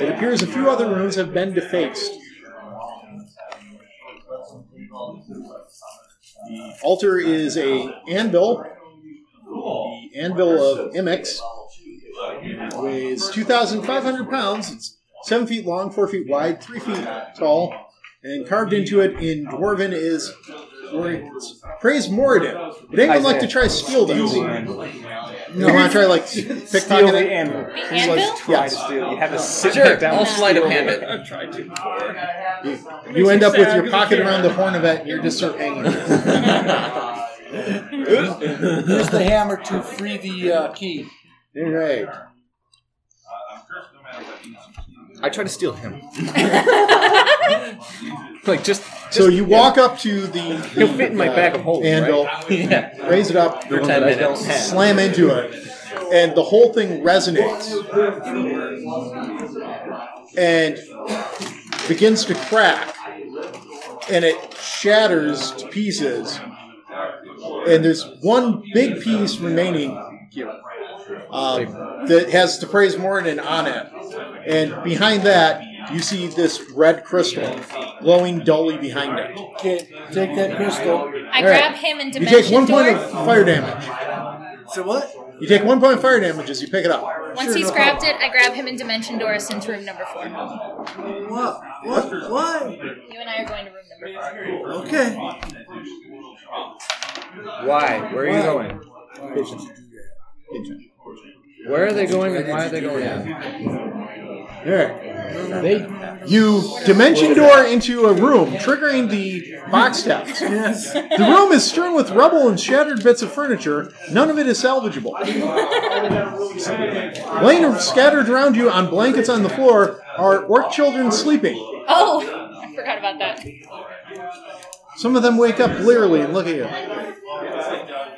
It appears a few other runes have been defaced. The altar is a anvil. The anvil of Imex weighs 2,500 pounds. It's seven feet long, four feet wide, three feet tall, and carved into it in Dwarven is praise Moradin. Would anyone like to try steal those? No, I want to try like pickpocket
the
it?
anvil.
The
Who wants
anvil?
to try to steal? You have a sit
Sure,
back down.
I'll
and
sleight
steal
of hand
it.
it.
I've tried to before.
You end up with your pocket around the horn of it, and you're just sort of hanging.
Use the hammer to free the uh, key.
All right.
I try to steal him. like just
So you walk up to the, the
He'll fit in my bag of holding,
anvil,
Yeah.
raise it up,
For 10 minutes.
slam into it, and the whole thing resonates and begins to crack, and it shatters to pieces. And there's one big piece remaining um, that has the phrase Moradin on it. And behind that, you see this red crystal glowing dully behind it.
Okay, take that crystal.
I
All right.
grab him and
You take
dimension
one point
door.
of fire damage.
So what?
You take one point of fire damage as you pick it up.
Once he's grabbed it, I grab him and dimension Doris into room number four. You
What? What? What?
and I are going to room number four.
Okay.
Why? Where are you going? Where are they going and why are they going?
There.
They
You dimension door into a room, triggering the box steps.
Yes.
The room is strewn with rubble and shattered bits of furniture. None of it is salvageable. Laying scattered around you on blankets on the floor are orc children sleeping.
Oh, I forgot about that.
Some of them wake up blearily and look at you. Are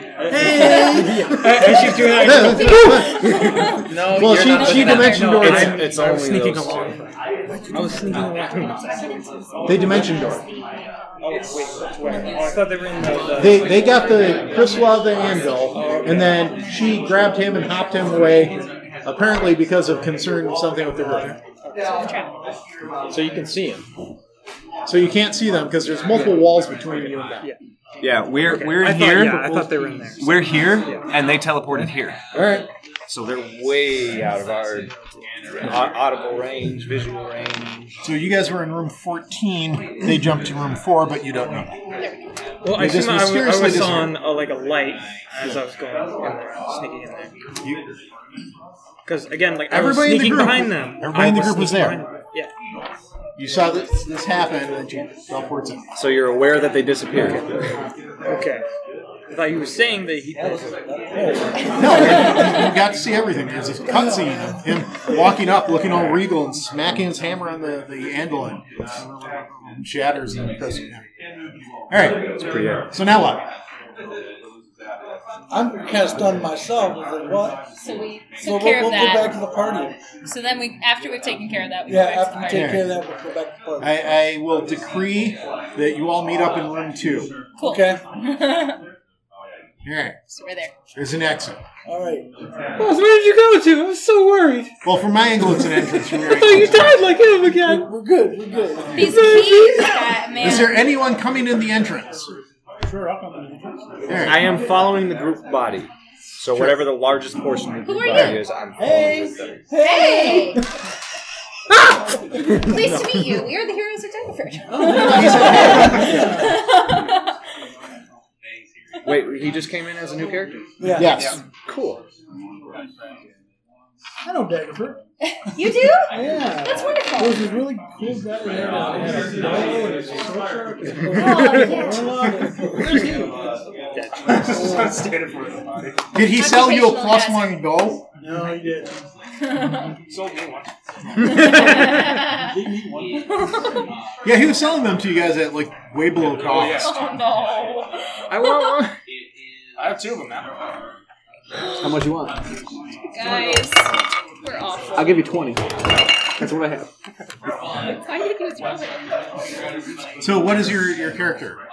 Hey!
And she's doing
No,
Well,
you're
she-
not
she
looking at me.
dimension door.
It's, it's only
sneaking
those
along.
two.
I was thinking along.
They dimension door.
Oh, wait, where? Oh, I thought they were in the. the
They they got the crystal out of the anvil, and then she grabbed him and hopped him away, apparently because of concern of something with the room.
So you can see him.
So you can't see them because there's multiple walls between you and them.
Yeah, we're we're
I thought,
here.
yeah, I thought they were in there.
We're here, and they teleported here.
All right.
So they're way out of our au- audible range, visual range.
So you guys were in room 14. They jumped to room four, but you don't know.
well, I,
They just
assume I, was- I
mysteriously
was
disappeared.
on a, like a light as I was going in there, sneaking in there. Because again,
Everybody
like I
in the
was sneaking
group-
behind them.
everybody
I
in the group was
sneaking
there.
behind them. Yeah.
You saw this this happen, and then you teleported.
So you're aware that they disappeared.
Okay. I thought you were saying that he.
No, you you got to see everything. There's this cutscene of him walking up, looking all regal, and smacking his hammer on the, the anvil and and shatters and goes, yeah. All right.
Pretty good.
So now what?
I'm kind of stunned myself. I was like, what?
So we took
So we'll,
care
we'll go
of that.
back to the party.
So then we, after we've taken care of that, we
Yeah,
go back
after we
to the
take
party.
care of that, we'll go back to the party.
I, I will decree that you all meet up in room two.
Cool.
Okay.
All right.
so we're there.
There's an exit.
All right.
Boss, where did you go to? I was so worried.
Well, from my angle, it's an entrance. From your
I thought
angle,
you
it's not.
died like him again.
We're good. We're good.
These keys, that man.
Is there anyone coming in the entrance?
Sure, I'll come in.
All right.
I am following the group body. So whatever the largest portion of the group
Who are
body
you?
is, I'm following
Hey!
with them.
Hey! Pleased to meet you. We are the heroes of
Oh,
Denver.
Wait, he just came in as a new character.
Yeah.
Yes.
Cool.
I know Daggerford.
you do?
Yeah.
That's wonderful.
There was this really cool guy that had
Oh,
a- had a bow and a sword.
Standing for the body.
Did he sell you a
Occupational
plus
hazard.
one go?
No, he didn't.
Sold me one.
Yeah, he was selling them to you guys at like way below cost.
oh no.
I want one.
I have two of them now.
How much you want?
Guys, we're awful.
I'll give you twenty. That's what I have.
Why did you throw it?
So, what is your, your character?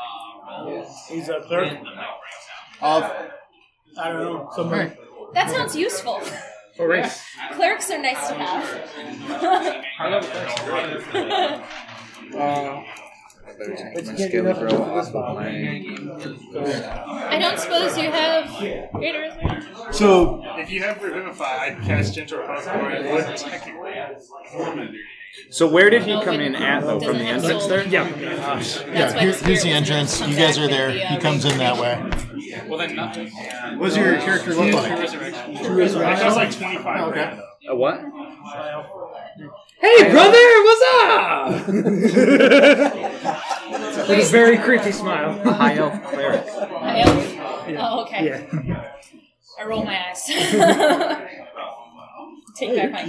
He's a clerk.
Of
I don't know. Somebody.
That sounds useful.
Oh, race.
Clerks are nice to have.
Uh,
But you can't do nothing for this
one.
I don't suppose you have greater reserve.
So
if you have revivify, I'd cast gentle repose for it. Would technically.
So where did he come in at though? From the
Doesn't have
entrance
soul.
there? Yeah.
That's
yeah,
why
here,
the
here's the
spirit
entrance.
comes
You guys are
out with
there.
the, uh,
He comes in that way.
Well, then nothing.
What does your character look
Yeah,
like?
True resurrection.
True resurrection?
That costs like twenty-five.
Oh, okay.
grand.
A what?
Hey, brother,
uh,
what's up? With a very creepy smile.
High elf cleric.
I am-
Yeah.
Oh, okay.
Yeah.
I roll my eyes. Take back my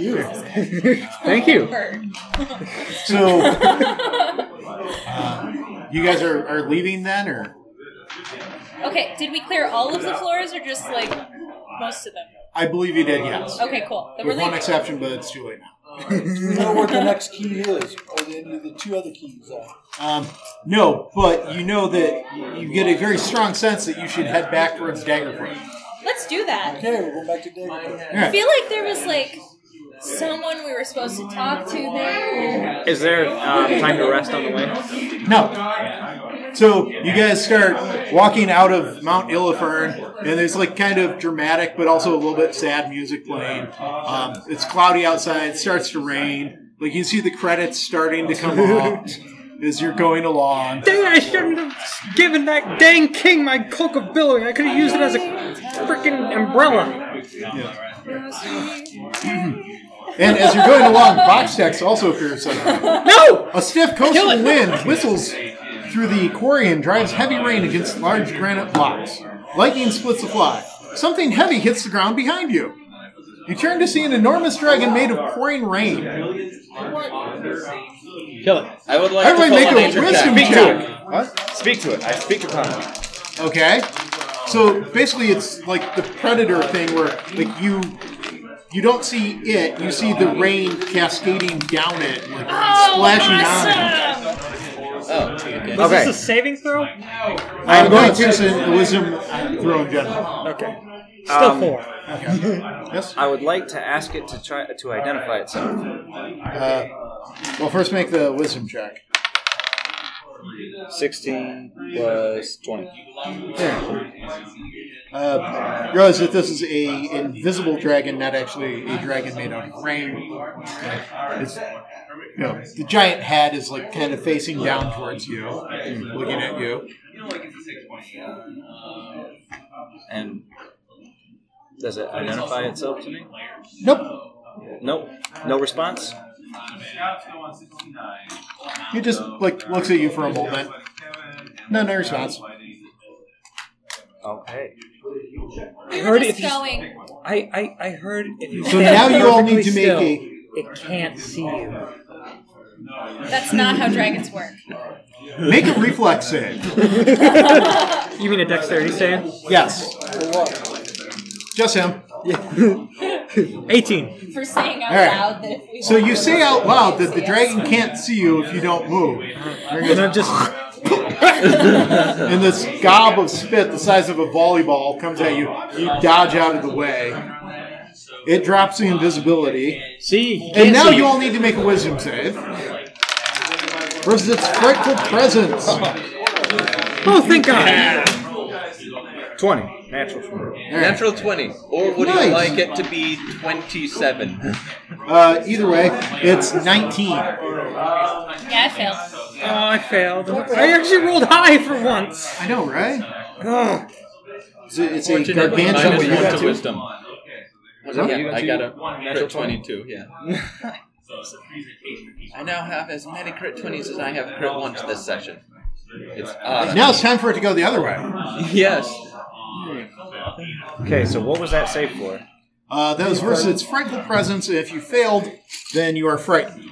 Thank you.
Burn.
So uh, you guys are, are leaving then, or
Okay, did we clear all of the floors or just like most of them?
I believe you did. Yes.
Okay, cool. Then we're
With one
leaving.
exception, but it's too late now.
Do we know where the next key is, or the, end of the two other keys are?
Um, no, but you know that you get a very strong sense that you should head back towards Daggerford.
Let's do that.
Okay, we're going back to Daggerford.
I feel like there was like someone we were supposed to talk to there.
Is there um, time to rest on the way?
No. So you guys start walking out of Mount Illifern, and there's like kind of dramatic, but also a little bit sad music playing. Um, it's cloudy outside, starts to rain. Like you see the credits starting to come up as you're going along.
Dang, I shouldn't have given that dang king my cloak of billowing. I could have used it as a freaking umbrella.
And as you're going along, box text also appears suddenly.
No!
A stiff coastal wind whistles through the quarry and drives heavy rain against large granite blocks. Lightning splits the fly. Something heavy hits the ground behind you. You turn to see an enormous dragon made of pouring rain.
Kill it.
I would like
Everybody
to pull
make a
nature
wisdom
check.
check.
Speak to it. I speak upon it.
Okay. So basically, it's like the predator thing, where like you you don't see it, you see the rain cascading down it, like
Oh,
splashing down it.
Oh, okay.
Was
Okay.
this a saving throw?
I'm going to use a wisdom uh, throw in general.
Okay.
Still
Um,
four.
Yes.
I would like to ask it to try to identify itself.
Uh, well, first make the wisdom check.
16 plus 20.
Uh, realize that this is a invisible dragon, not actually a dragon made out of rain. It's, you know, the giant head is like kind of facing down towards you, looking at you.
And does it identify itself to me?
Nope.
Nope. No response?
He just like looks at you for a moment. No, no response.
Okay.
We
I
were
heard if
just
you.
going.
I, I, I heard if you.
So now
stand
you all need
perfectly
to make
still,
a.
It can't see you.
That's not how dragons work.
Make a reflex save.
You mean a dexterity save?
Yes. Just him.
Yeah. 18.
For saying out
All right.
loud that if we
So you say out loud that the dragon can't see you if you don't move.
And I'm just.
And this gob of spit the size of a volleyball comes at you. You dodge out of the way. It drops the invisibility.
See? he
And
can't
now
see
you all need to make a wisdom save. Versus its frightful presence.
Oh, thank God.
20. Natural 20.
Natural 20. Or would
Nice.
you like it to be 27?
Uh, either way, it's 19.
Yeah, I failed.
Oh, I failed. I actually rolled high for once.
I know, right?
Ugh.
It's a, it's a
Fortunately,
gargantuan
minus
you
one
got
to
to-
wisdom.
that? You
Yeah,
got
I
two?
got a natural 22, yeah. I now have as many crit 20s as I have crit 1s this session. It's odd.
Now it's time for it to go the other way.
Yes. Oh,
Okay, so what was that save for?
Uh, that was versus its frightful presence. If you failed, then you are frightened.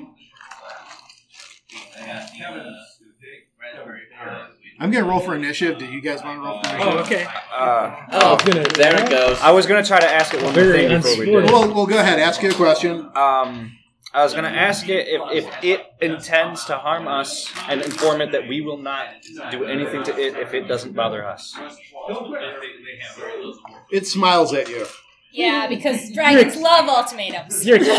I'm going to roll for initiative. Do you guys want to roll for initiative?
Oh, okay.
Uh,
Oh,
it's gonna-
there it goes.
I was going to try to ask it one more
Very
thing before we
Oh,
unsporting.
did.
Well, well, go ahead. Ask you a question.
Um, I was going to ask it if, if it intends to harm us and inform it that we will not do anything to it if it doesn't bother us.
It smiles at you.
Yeah, because dragons love ultimatums.
You're cute.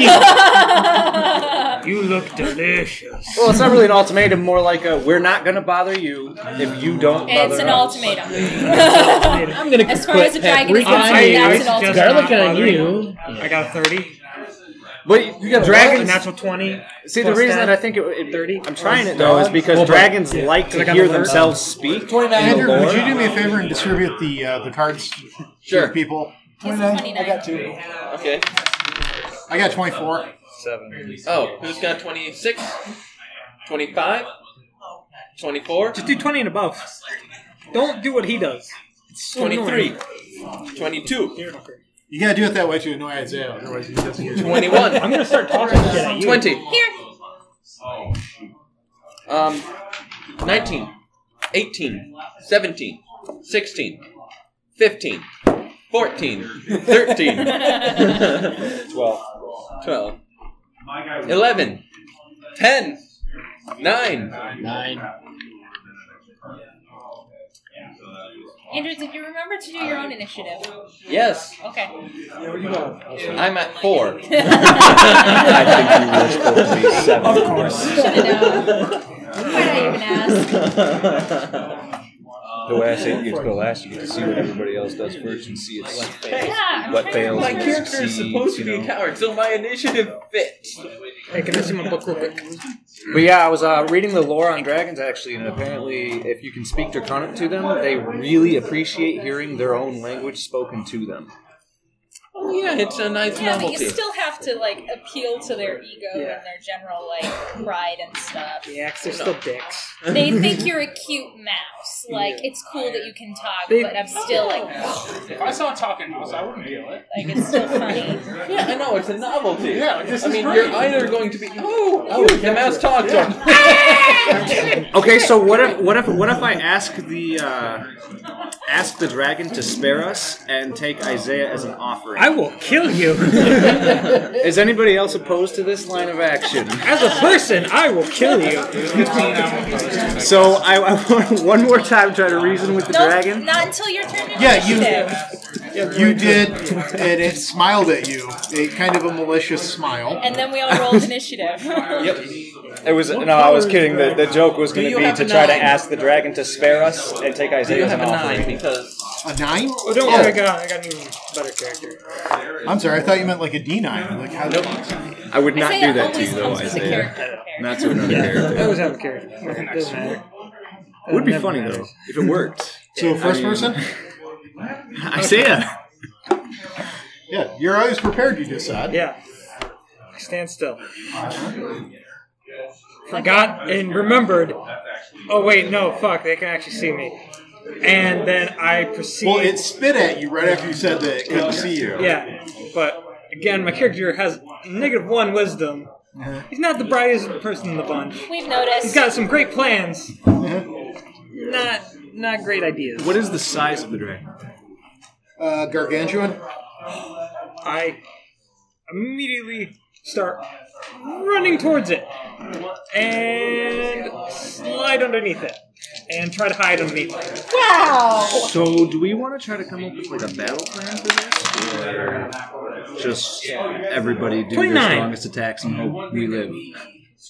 delicious. Well, it's not really an ultimatum, more like a we're not going to bother you if you don't.
It's
bother
an
us.
ultimatum. I'm gonna as far as a dragon is concerned, that's an ultimatum.
I got a 30. But you got
Dragon's
dragons.
natural 20.
See, the reason that I think it, it,
30.
I'm trying it though is because dragons like to hear themselves speak. in the
Andrew, would
lore.
you do me a favor and distribute the uh, the cards to the people?
I got two.
Okay.
I got 24.
Seven.
Oh, who's got 26? 25? 24?
Just do 20 and above. Don't do what he does. It's
Oh,
so annoying.
23. 22.
You gotta do it that way to annoy Isaiah, otherwise he doesn't get it.
21. I'm gonna
start talking shit at you.
20.
Here.
Um, 19, 18, 17, 16, 15, 14, 13, 12, 12, 11, 10, 9.
Andrew, did you remember to do your own initiative?
Yes.
Okay.
I'm at 4.
I
think you were supposed to be 7.
Of course.
The way I say you get to go last, you get to see what everybody else does first and see it's
Yeah,
what fails.
My character is supposed to be a coward, so my initiative fits.
Hey, can I see my book real quick?
But yeah, I was uh, reading the lore on dragons actually, and apparently, if you can speak Draconic to them, they really appreciate hearing their own language spoken to them.
Oh, yeah, it's a nice
Yeah, but
novelty.
you still have to like appeal to their ego and their general like pride and stuff.
Yeah, 'cause they're still dicks.
They think you're a cute mouse. Like it's cool that you can talk, but I'm still like,
Oh.
If I saw a talking mouse, I wouldn't deal it.
like it's still funny.
Yeah, I know, it's a novelty.
Yeah, like, this
I
is
mean,
great.
you're either going to be, oh, cute, the mouse talked to him.
Okay, so what if what if what if I ask the uh, ask the dragon to spare us and take Isaiah as an offering? I
will kill you.
Is anybody else opposed to this line of action?
As a person, I will kill you.
So I, I want one more time try to reason with the
No,
dragon.
Not until your turn.
Yeah, you-
initiative.
You did, and it smiled at you. A kind of a malicious smile.
And then we all rolled initiative.
It was no, I was kidding. The, the joke was going
you
to be
have
to
a
try to
nine?
ask the dragon to spare us and take
Do you
Isaiah as
have
an
a nine?
offering.
Because
A nine? Oh.
Well, Oh, don't
Yeah.
worry, I got, I got an even better character.
I'm sorry, I thought you meant like a D9. Like, how
I would
not Isaiah do that to always you, though, comes with a Isaiah.
Isaiah. Not
to
another
I always have a character. It doesn't matter.
Would be
Never
funny though
matters.
if it worked.
So first
I mean-
person?
Isaiah.
Yeah, you're always prepared, you just said.
Yeah. Stand still. Forgot and remembered. Oh wait, no, fuck. They can actually see me. And then I proceed.
Well, it spit at you right after you said that it couldn't see you.
Yeah, but again, my character has negative one wisdom. He's not the brightest person in the bunch.
We've noticed.
He's got some great plans. Not not great ideas.
What is the size of the dragon?
Uh, gargantuan?
I immediately start running towards it and slide underneath it and try to hide underneath it.
Wow.
So do we want to try to come up with like a battle plan for this? Or just everybody do their
29.
strongest attacks and hope we live.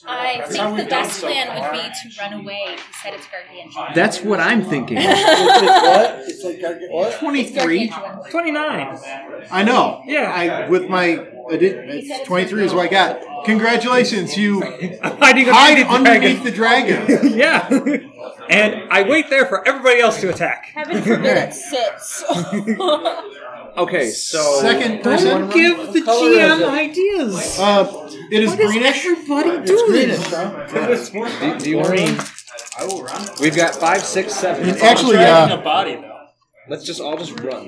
I think the best plan would be to run away. He said it's gargantuan.
That's what I'm thinking.
It's like gargan- what?
23?
29.
I know.
Yeah.
I, with my. I did, it's 23 is what I got. Congratulations, you
Hiding
hide underneath
underneath the
the dragon.
yeah. And I wait there for everybody else to attack.
Heaven forbid it sits.
Okay, so
Second
Don't
person.
give the
color is
GM
it?
ideas.
Uh, it is greenish.
everybody
It's
doing?
greenish.
do, do you want to- We've got five, six, seven.
And actually,
Dragon
uh,
a body though. Let's just all just run.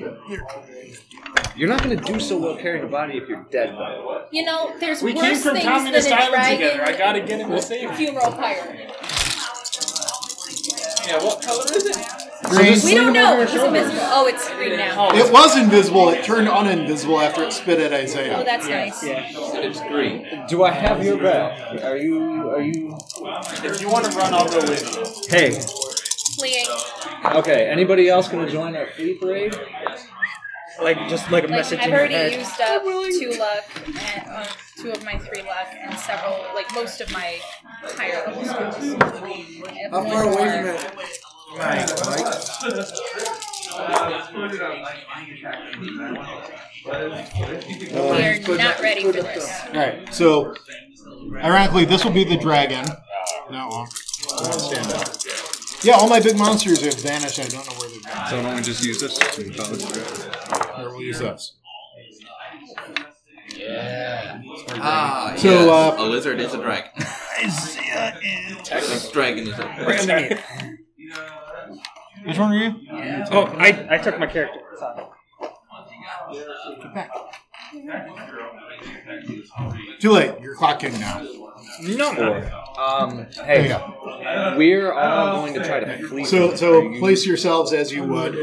You're not going to do so well carrying a body if you're dead. Though.
You know, there's
We
worse
came from
things
communist
than a
island
dragon
together. I gotta get him to safety.
funeral pyre.
Yeah, what color is it?
Green.
we don't know. He's invisible. Oh, it's green now.
It was invisible. It turned uninvisible after it spit at Isaiah.
Oh, that's nice.
It's green.
Do I have your back? Are you? Are you?
If you want to run, I'll go with you.
Hey.
Fleeing.
Okay. Anybody else going to join our flea parade?
Like just like a
Like,
message
I've
in your
already
head.
used up two luck. And, um, two of my three luck and several, like most of my higher level skills.
How far away from it?
We are not ready for this.
All right. So, ironically, this will be the dragon. Not long. I'm gonna stand up. Yeah, all my big monsters have vanished. I don't know where they've gone.
So why don't we just use this?
Here, we'll use this.
Yeah.
Ah,
so
yes.
a lizard is a dragon.
Isaiah
Actually, dragon is a
Right underneath.
Which one are you?
Oh, I, I took my character. Sorry.
Too late. Your clock came down.
No.
Um,
There you
hey,
go.
we're all going to try to flee.
So,
them.
so
Are you-
place yourselves as you would.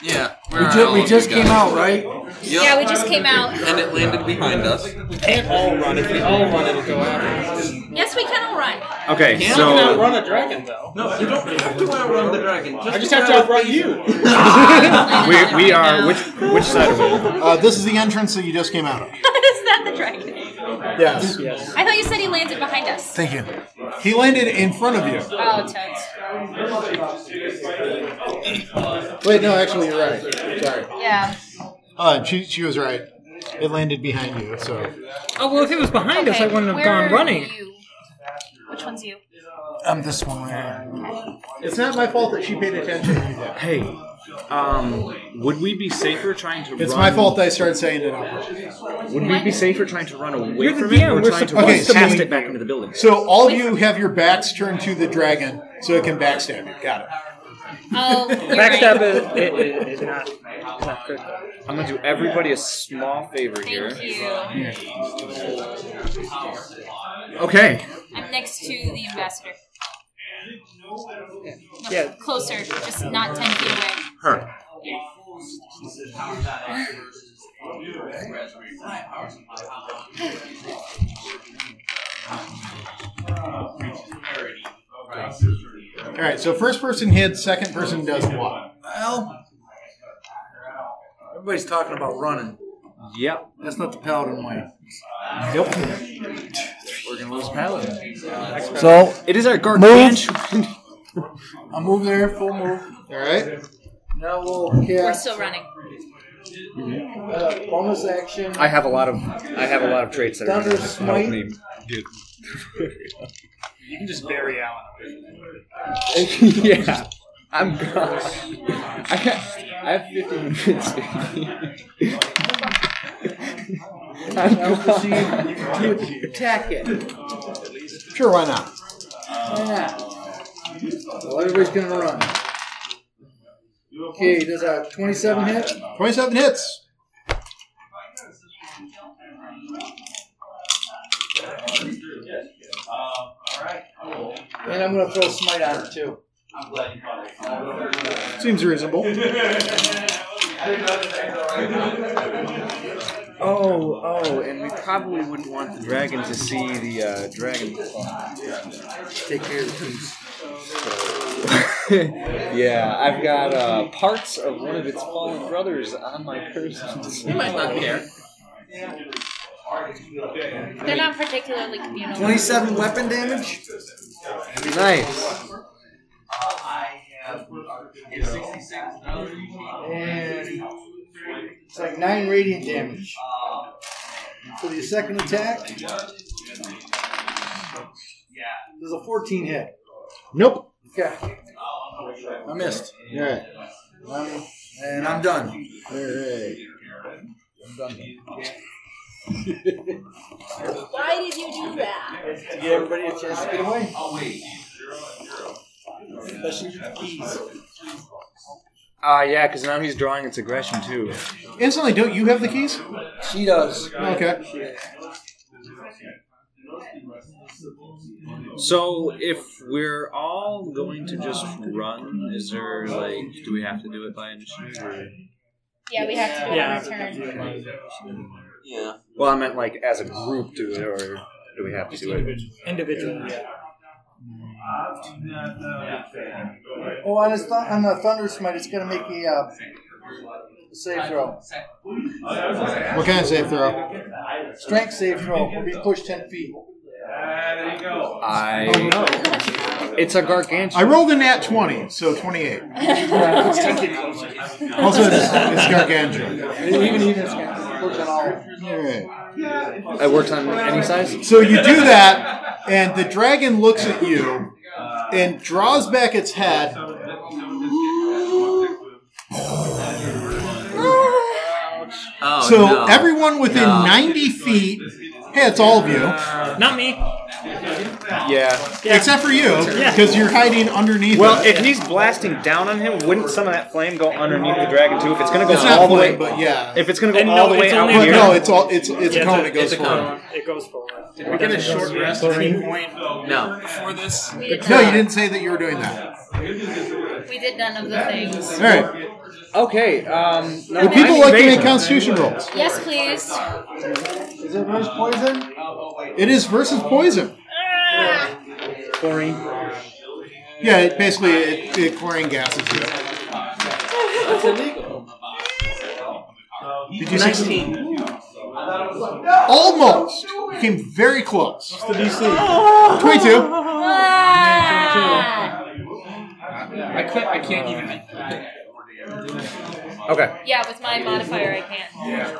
Yeah.
We, ju- we just came out, right?
Yeah, we just came out.
And it landed behind us. We can't all run. If we all run, it'll go after us.
Yes, we can all run.
Okay,
Can't
so-
outrun a dragon, though. No, you don't have to outrun the dragon.
I just have to outrun you.
we, we are which which side are we?
Uh, this is the entrance that you just came out of.
Is that the dragon?
Yes.
I thought you said he landed behind us.
Thank you. He landed in front of you.
Oh, toads.
Wait, no, actually, you're right. Sorry.
Yeah.
Uh, she, she was right. It landed behind you, so.
Oh well, if it was behind us, I wouldn't have
where
gone
are
running.
You? Which one's you?
I'm Um, this one right
It's not my fault that she paid attention.
Hey, um, would we be safer trying to?
It's
run-
my fault I started saying it out.
Would we be safer trying to run away
You're the
from it
DM,
or
we're
trying to
supposed
run
to
past
be-
it back into the building?
So, all of you have your backs turned to the dragon so it can backstab you. Got it.
Oh,
Backstab is, is, is not, is not good.
I'm gonna do everybody a small favor here.
Okay.
I'm next to the ambassador. No,
Yeah.
Closer, just not 10 feet away.
Her.
All right, so first person hits, second person does what?
Well, everybody's talking about running.
Yep.
That's not the paladin way.
Nope.
We're gonna lose paladin.
So- It is our gargantuan-
I move there, full move.
All right.
Now we'll cast.
We're still running.
Uh, bonus action.
I have a lot of I have a lot of traits that are
Thunder
gonna help
smite.
me get.
You can just bury Alan.
yeah, I'm gone. I have, I have 15 minutes. I'm gone.
Attack it.
Sure, why not?
Yeah. Well, everybody's gonna run. Okay, does a 27 hit?
27 hits.
And I'm gonna throw smite on it too.
Seems reasonable.
Oh, oh, and we probably wouldn't want the dragon to see the uh, dragon. Take care of the Yeah, I've got uh, parts of one of its fallen brothers on my person.
You might not care.
They're not particularly communal.
27 weapon damage?
Nice.
And it's like 9 radiant damage. For the second attack, there's a 14 hit.
Nope.
Okay. I missed.
All right.
Um, and I'm done.
All right.
I'm done.
Why did you do that?
To get everybody a chance to get away. Especially with the keys.
Ah, uh, yeah, because now he's drawing its aggression too.
Instantly, don't you have the keys?
She does.
Okay.
So if we're all going to just run, is there like do we have to do it by initiative? Or?
Yeah, we have to do it
Yeah.
on our turn.
Yeah.
Well, I meant like as a group, do it, or do we have to do it?
Individual. Yeah.
Oh, on, his th- on the Thunder Smite, it's going to make a uh, Save throw.
What kind of save throw?
Strength save throw. Will be pushed 10 feet.
There you go.
I
Oh,
no.
It's a gargantuan. I rolled an at 20, so 28. Also, it's, it's gargantuan.
Even even it's works on all.
It
works on any size?
So you do that, and the dragon looks at you and draws back its head.
Oh,
so
no.
everyone within
No.
90 feet. Hey, it's all of you.
Not me.
Yeah. Except for you, because you're hiding underneath.
Well,
it.
if he's blasting down on him, wouldn't some of that flame go underneath the dragon too? If it's gonna go
It's not
all the way,
flame, but yeah.
if it's gonna go
And
all
no,
the way
it's
out
only a
here,
cone. No, it's all- it's- it's a cone, it goes forward.
It goes forward.
Did we get a short rest at any point before this?
No, you didn't say that you were doing that.
We did none of the things.
All right.
Okay. Um,
Would people like to make constitution rolls?
Yes, please.
Is it verse poison?
It is versus poison.
Ah!
Chlorine.
Yeah, it basically, it, it chlorine gases you.
That's illegal.
Did you say-
19.
Almost. You came very close. What's the DC? 22.
I can't. I can't even.
okay.
Yeah, with my modifier, I can't.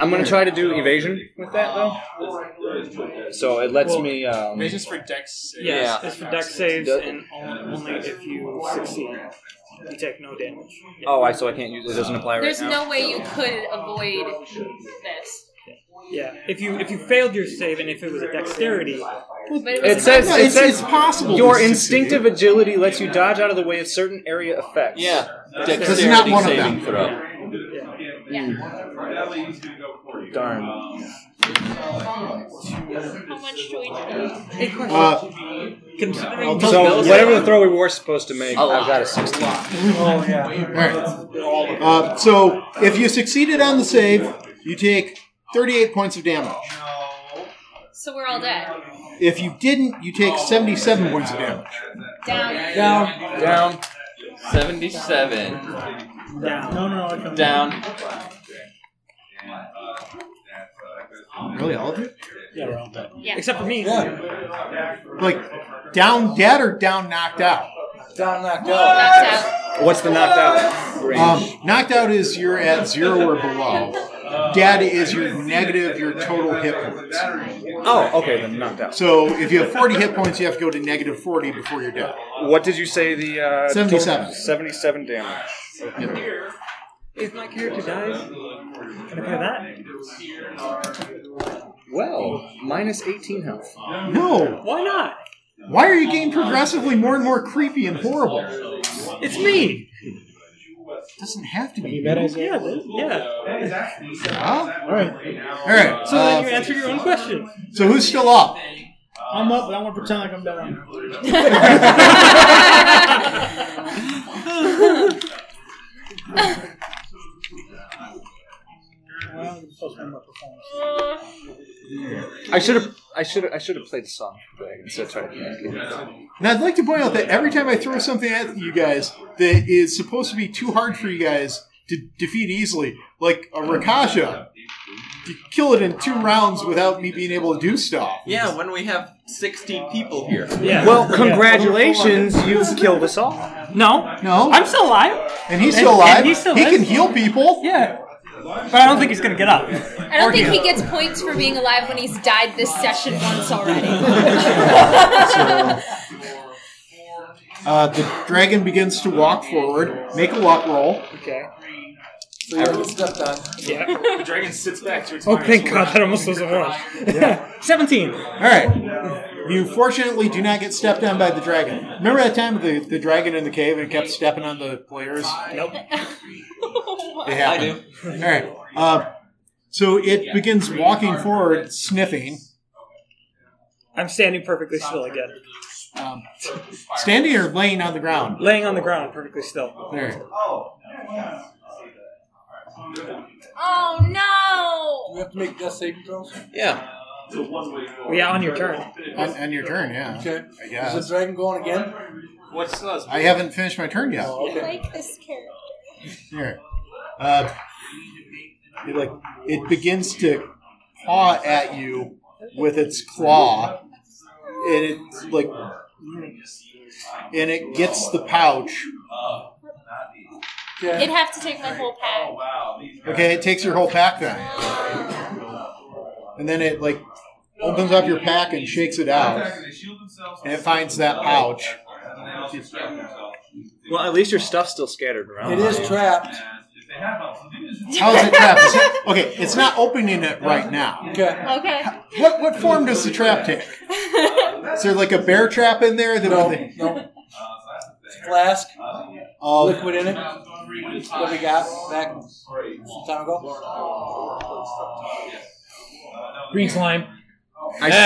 I'm gonna try to do evasion with that though. So it lets me. Um,
It's just for dex saves.
Yes,
Yeah.
it's for deck saves,
Does-
and on- only if you succeed. You take no damage.
oh, I so I can't use it. Doesn't apply right
There's
now.
no way you could avoid this.
Yeah, if you if you failed your save and if it was a dexterity,
But
It says
No,
it
it's-
says
it's possible
Your
to succeed.
instinctive agility lets you dodge out of the way of certain area effects.
Yeah.
This is not one of them.
Dexterity saving throw.
Darn.
How much do we do?
Hey, question.
Uh,
Considering
So whatever the throw we were supposed to make, I've got a sixteen.
Oh, yeah.
All right. Uh, so if you succeeded on the save, you take 38 points of damage.
So we're all dead.
If you didn't, you take 77 points of damage.
Down.
Down.
Down.
77.
down.
No, no, I can
Down.
Really, all of you?
Yeah, we're all dead.
Yeah.
Except for me.
Like down dead or down knocked out?
Down, knocked out.
Knocked out.
What's the knocked out range?
Um, knocked out is you're at zero or below. Dead is your negative your total hit points.
oh, okay, then knocked out.
So if you have 40 hit points, you have to go to negative 40 before you're dead.
What did you say the uh,
77.
Seventy-seven damage.
If my character dies, can I play that?
Well, minus eighteen health.
No.
Why not?
Why are you getting progressively more and more creepy and horrible?
It's me.
doesn't have to
You
be.
bet I
Yeah, th- yeah.
Huh?
All right.
All right.
So then you
Uh,
answer your own question.
so who's still up?
I'm up, but I'm going to pretend like I'm down. Well, I'm supposed to my performance.
I should have. I should. I should have played a song for Dragon. So try
And I'd like to point out that every time I throw something at you guys that is supposed to be too hard for you guys to defeat easily, like a Rakasha, you kill it in two rounds without me being able to do stuff.
Yeah, when we have 60 people here.
Yeah.
Well, congratulations, you've killed us all.
no,
No,
I'm still alive.
and he's
and-
still
and
alive.
he's still
he
alive.
can heal people.
Yeah. But I don't think he's gonna get up.
I don't think he gets points for being alive when he's died this session once already.
Uh, the dragon begins to walk forward. Make a walk roll.
Okay.
So you're getting stepped on.
Yeah.
The dragon sits back to its
Oh,
minus
thank
one.
God! That almost was a one. Seventeen.
All right. You fortunately do not get stepped on by the dragon. Remember that time with the, the dragon in the cave and it kept stepping on the players?
Nope.
Oh,
It happened. All right. Uh, so it begins walking forward, sniffing.
I'm standing perfectly still again,
Um, standing or laying on the ground?
laying on the ground perfectly still.
There.
oh
Do
no!
we have to make death saving throws?
Yeah.
Well, yeah, on your turn.
On, on your turn, yeah. I
Okay. Is
guess.
the dragon going again?
What's us?
I haven't finished my turn yet.
Oh,
I
okay.
like this character.
All right. Uh, it, like it begins to paw at you with its claw, and it's like, and it gets the pouch.
It'd have to take my whole pack.
Okay, it takes your whole pack then, and then it like opens up your pack and shakes it out, and it finds that pouch.
Well, at least your stuff's still scattered around.
It is trapped.
How is it trapped? Is it- okay, it's not opening it right now.
Okay.
Okay.
What what form does the trap take? Is there like a bear trap in there? That
No,
would they-
no. Flask.
Of-
liquid in it. What we got back some time ago.
Green slime.
I swear to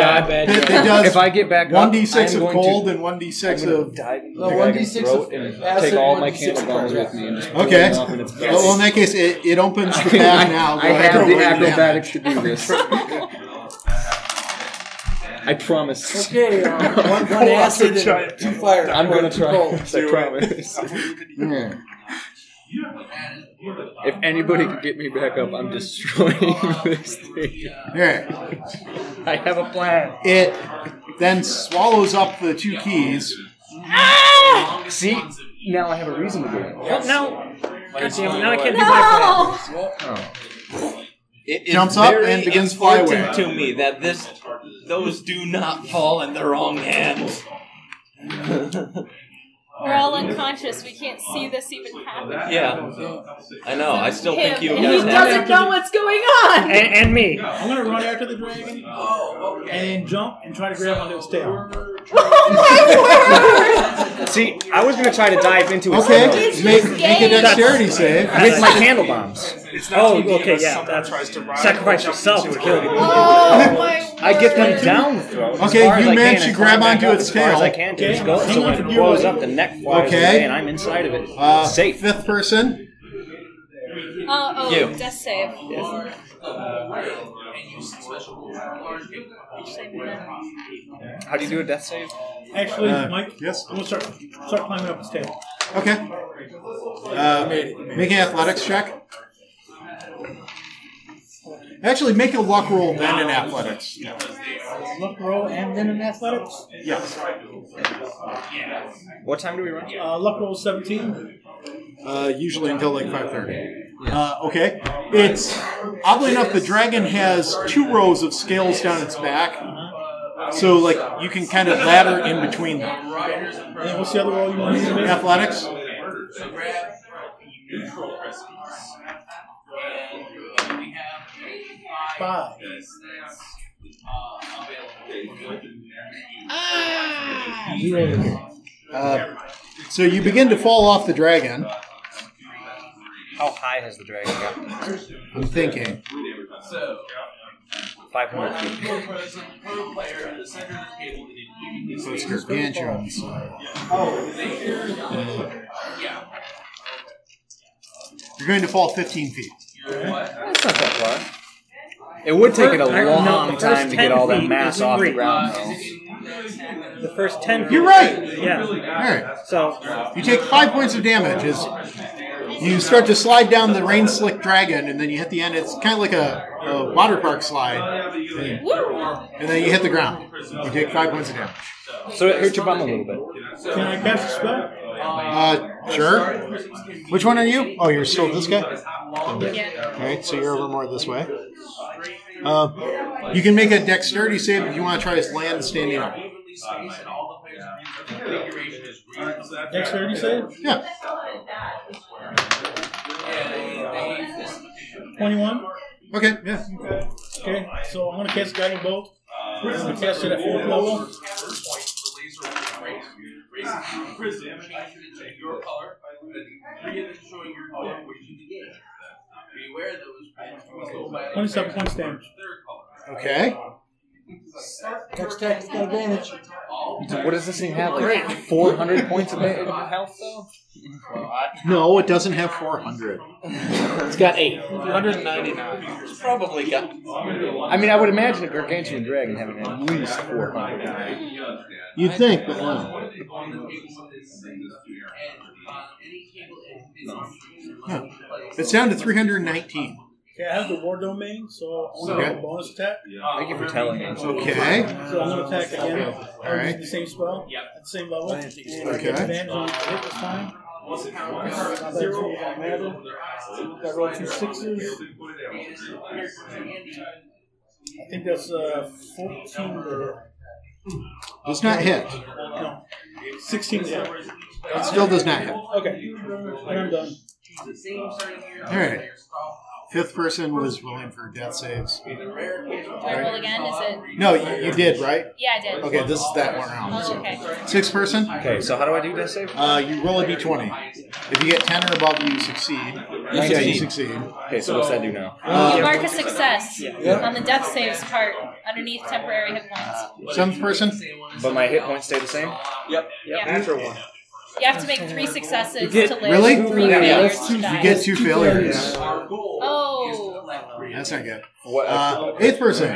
God,
It,
bad
it
joke.
does
If I get back up,
one d six
I'm
of
going to-
cold and one d six
I'm gonna
of
dive into
No,
the
one
dragon's
D6
throat
of
and
acid,
take all
one
my
D6
candle
of
bombs
fire.
with me and just blow
Okay.
them off in its guts.
Well, in that case, it, it opens the
I,
back now.
I
Go ahead.
have the
Roll damage.
acrobatics to do this. I promise.
Okay, uh, one,
Go off
one acid
and try
and two fire.
I'm gonna try.
Roll.
I promise. Yeah. If anybody could get me back up, I'm destroying this thing.
Yeah.
I have a plan.
It then swallows up the two keys.
Ah!
See, now I have a reason to do it.
Well, now, God damn it, now I can't do my
No!
Oh.
It is
Jumps up
very
and begins to fly away.
important to me that this, those do not fall in the wrong hands.
We're all unconscious. We can't see this even happen.
Yeah, I know. I still think you
Him, and
guys
he
have.
doesn't know what's going on.
plan. And, and me.
I'm gonna run after the dragon and jump and try to grab onto its tail.
Oh
See, I was gonna try to dive into its
Okay,
throat
make, make a dexterity save.
with my candle bombs.
It's not
Oh,
TV,
okay,
but
yeah.
someone
That's
tries to ride
Sacrifice
or jump
yourself
into
to
it.
kill the
Oh my
I get them
word.
down the throat. as
Okay,
far as
you
I
managed to
can and
grab
climb back
onto
up
its
as far as
tail.
I can to just go,
hang
so
on
when
for
it
dear
blows
life.
up, the neck flies
Okay.
away and I'm inside of it.
Uh,
Safe.
Fifth person.
Oh, oh,
You.
death save.
How do you do a death save?
Actually,
Uh,
Mike,
yes?
I'm gonna start start climbing up its tail.
Okay. Uh, make an athletics check. Actually, make a luck roll then in athletics.
Look, roll, and then in athletics.
Yes.
What time do we run?
Uh, luck roll 17.
Uh, usually until like five thirty. Uh, okay. It's oddly enough the dragon has two rows of scales down its back, so like you can kind of ladder in between them.
And what's the other roll you want to do?
Athletics.
Five.
Uh, so you begin to fall off the dragon.
How high has the dragon got?
I'm thinking.
500 feet.
So it's gargantuan. You're going to fall 15 feet.
That's not that far. It would take it a
First-
long
no, the
time
first
to get
10
all that
feet
mass
is
off the
great.
ground, though.
The first 10
You're right.
Yeah.
All right.
So,
You take five points of damage as you start to slide down the rain slick dragon, and then you hit the end. It's kind of like a, a water park slide,
Woo!
and then you hit the ground. You take five points of damage.
So it hurt your bum a little bit.
Can I cast a spell?
Uh, sure. Which one are you? Oh, you're still this guy.
Yeah.
All right, so you're over more this way. Uh, you can make a dexterity save if you want to try to land standing up.
Dexterity save?
Yeah.
21.
Okay. Yeah.
Okay, so I'm gonna cast Guiding Bolt. I'm gonna cast it at fourth level. Twenty-seven points damage.
Okay.
Next attack's got advantage.
What does this thing have? Like
Great.
400 points of ma- health, though?
No, it doesn't have 400.
It's got 8.
199. It's probably got.
I mean, I would imagine a gargantuan dragon having at least 400.
You'd think, but no.
uh,
Huh. It's down to 319.
Okay, I have the war domain, so I'm gonna
Okay.
have a bonus attack.
Thank you for telling us.
Okay.
So I'm gonna attack again. I'll use
Alright.
The same spell. Yeah. At the same level. And I
Okay.
get advantage on the hit this time. Zero. I rolled two sixes. I think that's uh, 14 or.
Does not hit.
No. 16 to hit.
It still does not hit.
Okay. And I'm done.
All right. Fifth person was willing for death saves.
Do I roll again? Is it?
No, you, you did, right?
Yeah, I did.
Okay, this is that one round.
Oh, okay.
Sixth person?
Okay, so how do I do death save?
Uh, you roll a d20. If you get 10 or above, you succeed. Yeah, you
Nineteen.
succeed. Uh,
Okay, so what's that do now?
you mark a success
Oh, Yeah.
on the death saves part underneath temporary hit points.
Seventh person?
But my hit points stay the same?
Yep.
Yep.
Natural one.
You have to make three successes
You get-
to live.
Really?
Three
Yeah,
failures
that's
to
two-
die.
You get two failures.
Oh.
That's not good. Uh, eighth person.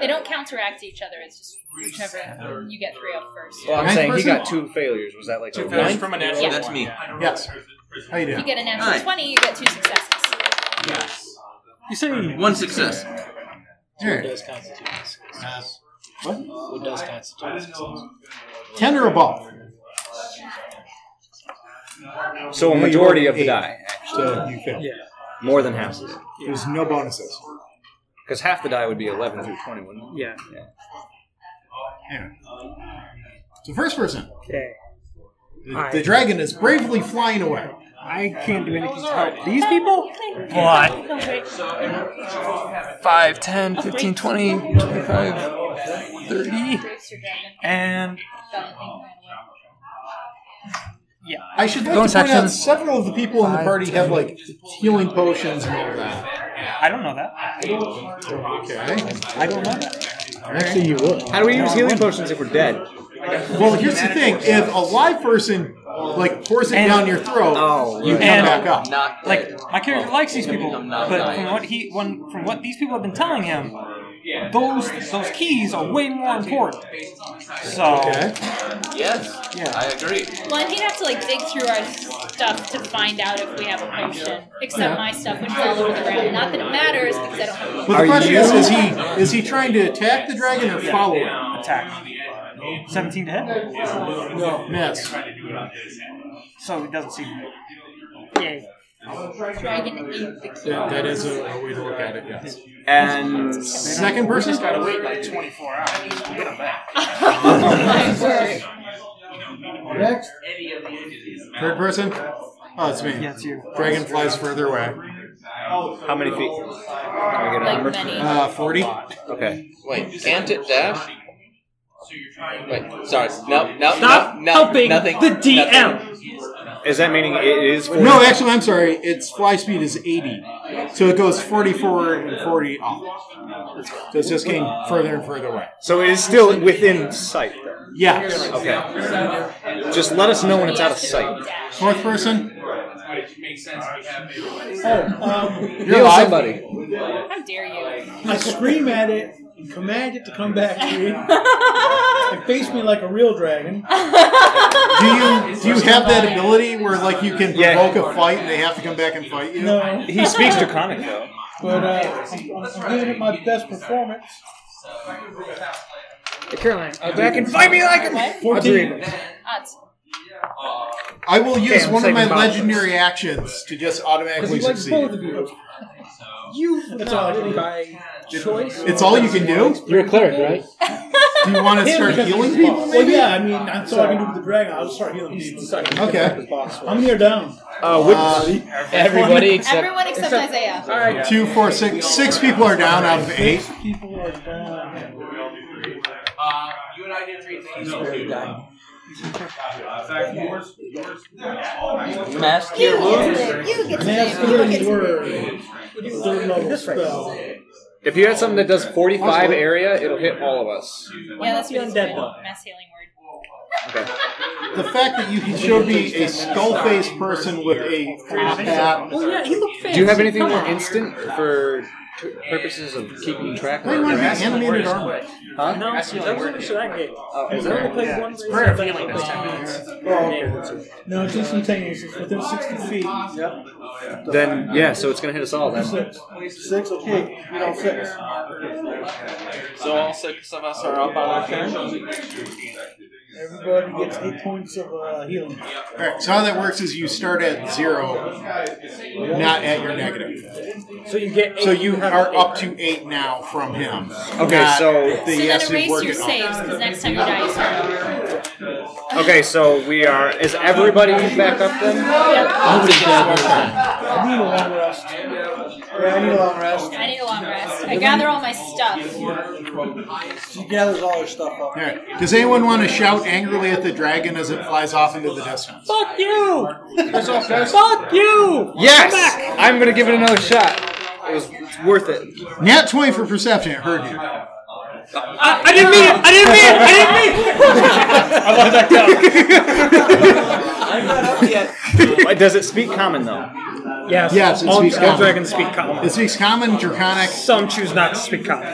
They don't counteract each other. It's just whichever you get three of first.
Well, I'm
Ninth
saying he
person?
got two failures. Was that like
Two
a
failures
one?
from a natural.
Yeah.
That's me.
Yes. How you
If you
doing?
get a natural
Alright.
20, you get two successes.
You say one success.
What
Here.
does constitute a success?
Uh, what?
What does constitute a success?
10 or above.
So a
You
majority
rolled
of the
eight,
die.
So you failed.
More than half.
There's no bonuses.
Because half the die would be 11 through 20, wouldn't it?
Yeah.
Yeah. So first person.
Okay.
The,
Alright.
the dragon is bravely flying away.
I can't do anything to help these people.
What?
5, 10, 15, 20, 25, 30, and
I should like
Bonus
to point
action.
out several of the people in the party have like healing potions and all that.
I don't know that.
Okay.
I don't know that.
Actually, you would.
How do we use healing potions if we're dead?
Well, here's the thing: if a live person like pours it
And-
down your throat,
Oh,
you come
And-
back up.
Not
Like my character likes these people,
I'm not
but
dying.
from what he when, from what these people have been telling him, those those keys are way more important. So
Okay.
Yes.
Yeah.
I agree.
Well, and he'd have to like dig through our stuff to find out if we have a potion. Except
Yeah.
my stuff, which is all over the ground. Not that it matters because I don't have
But the question is: is he is he trying to attack the dragon or follow it?
attack. Seventeen to hit.
No, miss.
So it doesn't seem.
Yay.
dragon in the key.
That, that is a, a way to look at it. Yes.
And
Second person.
Just gotta wait like 24 hours. to Get them back.
Oh my word.
Next.
Third person. Oh, it's me.
Yeah, it's you.
Dragon flies further away.
how many feet? Can I get a
Like
number?
many.
Uh, forty.
Okay.
Wait, can't it dash? Wait, sorry. No, no,
Stop
no, no,
helping
nothing,
the DM.
nothing.
Is that meaning it is 40?
No, actually, I'm sorry. Its fly speed is 80. So it goes 44 and 40 off. So it's just getting further and further away.
So it is still within sight, though.
Yeah.
Okay. Just let us know when it's out of
Yes,
sight.
dash.
Fourth person.
Um,
You're
Heal
alive.
somebody.
How dare you?
I scream at it and command it to come back to me and face me like a real
Do
dragon.
you do you have that ability where like you can
Yeah.
provoke a fight and they have to come back and fight you?
No,
He speaks Draconic, though.
but uh, I'm, I'm giving it my best performance.
Hey, Caroline,
Go back and fight me like a.
Fourteen.
Odds.
I will use
Okay, I'm
one of my
saving my
legendary actions to just automatically succeed.
of you. You That's all I can do.
It's all you can do.
You're a cleric, right?
Do you want to start healing people?
Well, yeah, I mean, that's all I can do with the dragon. I'll just start healing people.
Okay.
How many are down?
Uh, which,
Everybody except
Everyone except Isaiah.
Two, four, six. Six people are down out of eight.
People are down.
Uh,
Mask
You
your
get
wounds.
to, you get to,
Mass
you get
healing
to.
word. Third level spell.
If you had something that does 45 area, it'll hit all of us.
Yeah, that's really
Undead
cool. Mass healing word.
Okay.
The fact that you can show me a skull faced person with a top hat.
Well, yeah, he looked fancy.
Do you have anything
Come
more
on.
instant for t- purposes of keeping track of
They want to be
it?
animated armor.
Huh?
No, that was only for that game.
Oh, is
I
it?
only played
Yeah,
one
it's
race
prayer
and
of
played
healing
like
this
ten
time.
minutes.
No, it's instantaneous. It's within 60 feet. Yep.
Then, yeah, so it's going to hit us all then.
Six. Six? Okay. You know, six.
So all six of us are up on our turn.
Everybody gets eight points of uh, healing.
All right, so how that works is you start at zero, not at your negative.
So you get eight.
So you
have
are
eight.
up to eight now from him.
Okay,
not
so-
that
So
he
then
has to
erase
work
your
it off.
saves because next time you die, you start over.
Okay, so we are. Is everybody back up then?
Oh,
Nobody's back up.
I need a long rest. Yeah, I need a long rest.
I need a long rest. I gather all my stuff.
She gathers all her stuff up.
All right. Does anyone want to shout angrily at the dragon as it flies off into the distance?
Fuck you! Fuck you!
Yes! I'm going to give it another shot. It was it's worth it.
Nat 20 for perception, it hurt you.
I, I didn't mean it! I didn't mean it! I didn't mean it! I love that
I'm
not up yet.
Does it speak common though?
Yes.
Yes, it
all,
speaks
all
common.
dragons speak common.
It speaks common, draconic,
Some choose not to speak common.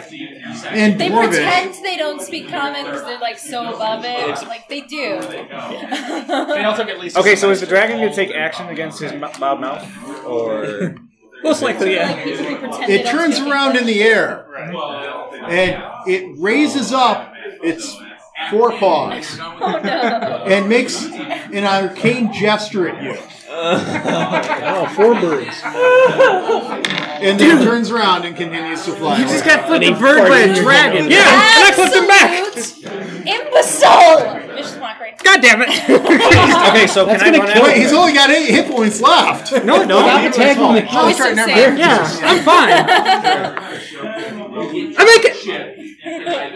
and
They
dwarvish.
pretend they don't speak common because they're like so above it. Like they do.
They all took at least.
Okay, so is the dragon going to take action against his m- loud mouth? Or.
Most likely, yeah.
People who pretend they
It
don't
turns
speak
around in the air and it raises up its forepaws
Oh no.
and makes an arcane gesture at you.
Oh, four birds.
And then it turns around and continues to fly. away.
got flipped
a bird by a dragon.
Yeah, and I flipped him back!
Absolute Imbecile! Vicious walk right.
God damn it!
okay, so
That's
can I
gonna
run
kill
out?
Wait, he's only got eight hit points left.
No, no.
Stop attacking the
Oh, that's right, never mind.
yeah, I'm fine. I make it!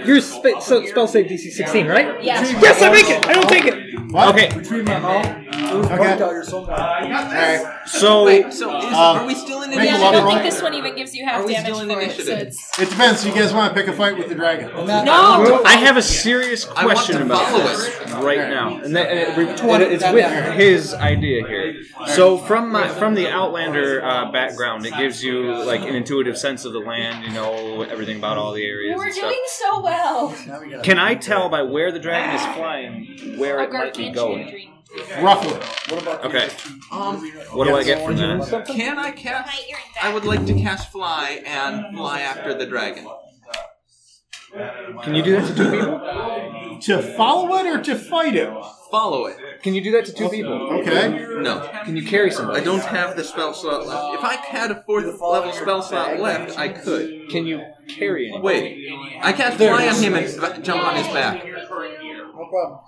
Your sp- so, spell save DC 16, right?
Yeah.
Yes, I make it! I don't take it!
What?
Okay,
Between my mouth, it was
Okay.
bugged out your soul.
All right.
so
Wait, so is, are we still in
make
Yeah,
a
I
lot of
initiative?
don't
roll.
think this one even gives you half
Are we
damage
still in
for it, so
initiative?
it's
It depends. You guys want to pick a fight with the dragon?
No!
I have a serious question
to
about
follow
this right now, and, that, and it re- and it's with his idea here. So from my from the Outlander uh, background, it gives you like an intuitive sense of the land. You know everything about all the areas.
We're
and stuff.
doing so well.
Can I tell by where the dragon is flying where
A
it might be
gargantuan
going?
dream.
Roughly.
Okay.
Um,
What do I get from that?
can I
My
cast?
ear and back.
I would like to cast fly and fly after the dragon.
Can you do that to two people?
To follow it or to fight it?
Follow it.
Can you do that to two people?
Okay.
No,
Can you carry
I
somebody?
don't have the spell slot left. If I had a fourth level spell slot left, I could.
Can you carry anybody?
Wait, I cast fly on him and sp- jump on his back.
No problem.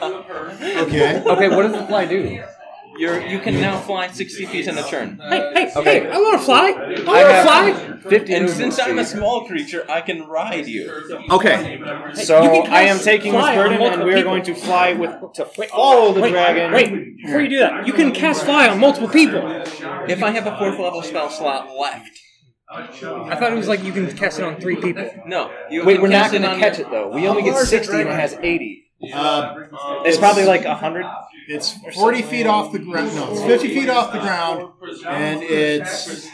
Okay.
Okay, what does the fly do?
You're you can now fly sixty feet in a turn.
Hey, hey,
Okay.
hey, I wanna fly! I wanna fly!
Fifty.
And
movement
since I'm a
speed.
small creature, I can ride you.
Okay,
you
so
can
I am
cast
taking this
fly on
burden, and
multiple
we are
people.
going to fly with to
Wait,
follow the
wait,
dragon.
Wait, before you do that, you can cast fly on multiple people.
If I have a fourth level spell slot left,
I thought it was like you can cast it on three people.
no. You
Wait,
can
we're not
cast
going to
on
catch
your-
it though. We only get sixty, and it has eighty.
Uh,
It's probably like hundred.
it's 40 feet off the ground. No, it's 50 feet off the
Um,
ground, and it's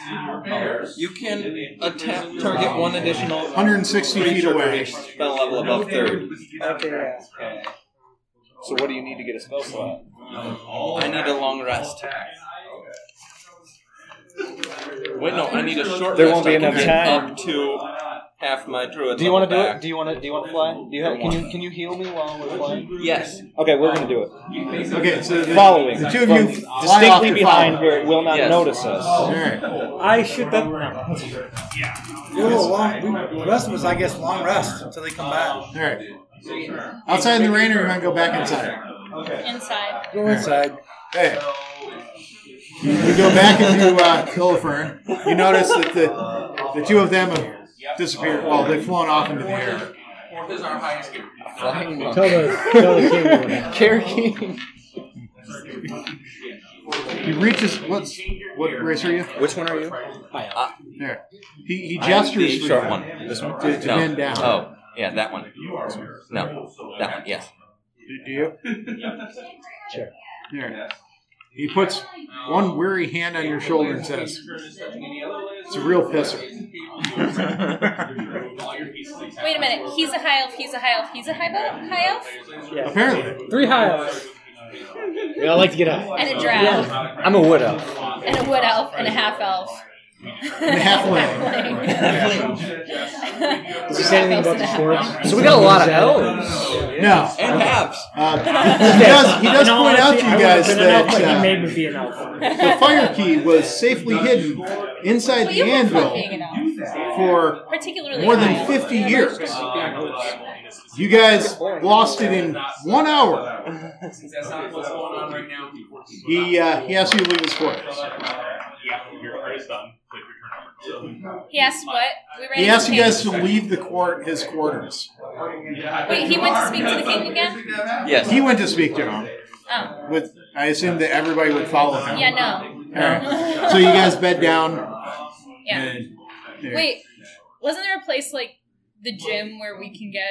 You can attack target one additional
160 feet
creature
away.
with a spell level above third.
Okay, yeah.
So what do you need to get a spell slot?
I need a long rest. Wait, no, I need a short
There
rest.
won't be
I can
enough
get
time.
Up to half my druid.
Do you want to do
level
it? Do you want to? Do you want to fly? Do you have, can you can you heal me while we're flying?
back. Yes.
Okay, we're going to do it.
Okay, so the,
Following
The two of
from
you fly off
distinctly
to
behind
follow.
where it will not
Yes.
notice us.
All right.
I should that. No.
You know, long, the rest of us, I guess, long rest until they come back.
All right. Outside in the rain, or you want to go back inside?
Inside.
Go inside.
Hey. You go back into uh, Killifer. You notice that the the two of them have disappeared. Well, they've flown off into the air.
Tell the, tell the king what happened.
Carrying.
He reaches. What's what race are you?
Which one are you?
Uh, there. He, he
I'm
gestures.
the
for
short
you
one. This one.
To, to
no.
bend down.
Oh, yeah, that one. No, that one. Yes.
Do you?
Sure.
There. He puts one weary hand on your shoulder and says, "It's a real pisser."
Wait a minute. He's a high elf. He's a high elf. He's a high, bo- high elf.
Apparently,
three high elves.
We all like to get up.
And a drow. Yeah.
I'm a wood elf.
And a wood elf and a half elf.
And a
halfling.
Does he say anything about the swords?
So we got a lot of elves.
No.
And halves.
Um, he does, he does
In all
point out to
honesty,
you
I
guys
would've been an elf,
that
but
uh,
he made me be an elf.
the fire key was safely hidden inside
Well,
the
you look like
anvil
being an elf.
for
Particularly
more
high
than
elf.
50 years. You guys lost it in one hour.
Since that's not what's going on right now.
He, uh, he asked you to leave his quarters.
He asked what? We ran
He
into
asked you
king.
guys to leave the court, his quarters.
Wait, he went to speak to the king again?
Yes.
He went to speak to him.
Oh.
With, I assumed that everybody would follow him.
Yeah, no.
All right. So you guys bed down.
Yeah.
and there.
Wait, wasn't there a place like the gym where we can get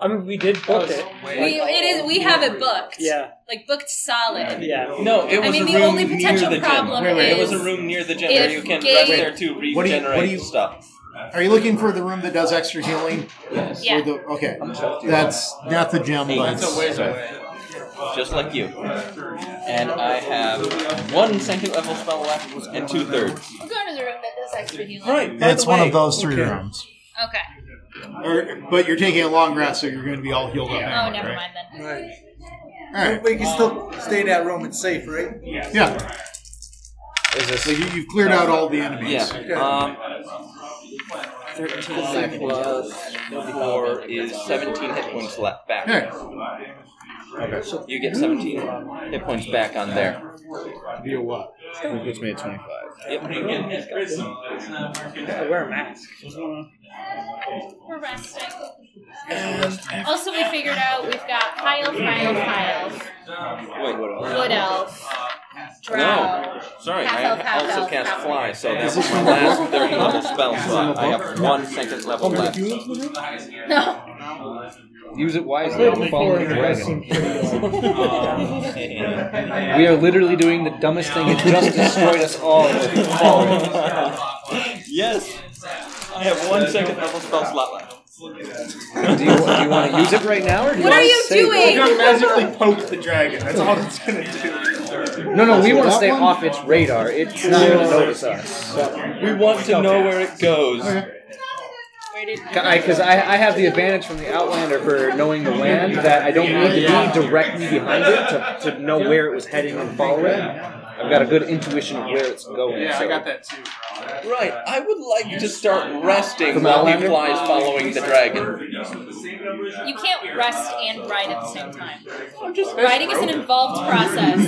I mean, we did book it.
we it is we have it booked.
Yeah.
Like booked solid.
Yeah.
No, it was
I mean
a
the
room
only
near
potential
the gym.
problem
Wait, wait.
is
It was a room near the gym
if
where you can
Gabe-
rest there to regenerate
What do you- what do you-
stuff.
Are you looking for the room that does extra healing? Yes.
Yeah.
the, okay. That's not the gem, but
That's a ways away. Just like you. And I have one second level spell left and two thirds.
We'll go to the room that does extra healing.
That's one of those three rooms.
Okay.
Or, but you're taking a long rest, so you're going to be all healed up.
Oh,
anyway,
never
right?
mind then.
Right.
Alright.
We can still stay in that room. It's safe, right?
Yeah. So you, you've cleared out all the enemies.
Yeah. Um, 13 plus 4 is 17 hit points left back. You get 17 hit points back on there.
Be a what?
Which puts me at 25.
I wear a mask.
We're resting. Also, we figured out we've got high elf, high elf, high elf,
Wait, what else?
wood elf, drow.
No, sorry,
half
I
elf, half
also
elf,
cast
half
fly, so that's
Is this
my
from the
last
book?
30 level spell
Is this
slot.
from the
I have one second
Oh
level left.
No.
Use it wisely. We're following the dragon.
Um,
We are literally doing the dumbest thing. It just destroyed us all. with falling.
Yes, I have one second level spell slot left.
Do you, do you want to use it right now, or do you
What
want
are
to
you
save
doing?
It?
magically
poke the dragon. That's all it's gonna do.
No, no, we want to
That
stay
one?
off its radar. It's not going to notice us.
We want to know where it goes.
Where did
Because I, I have the advantage from the Outlander for knowing the land that I don't need to be directly behind it to, to know where it was heading and follow it. I've got a good intuition of where it's going.
Yeah,
so.
I got that too.
Right, I would like to start resting
From
while he
Outlander?
flies following the dragon.
You can't rest and ride at the same time. Riding is an involved process,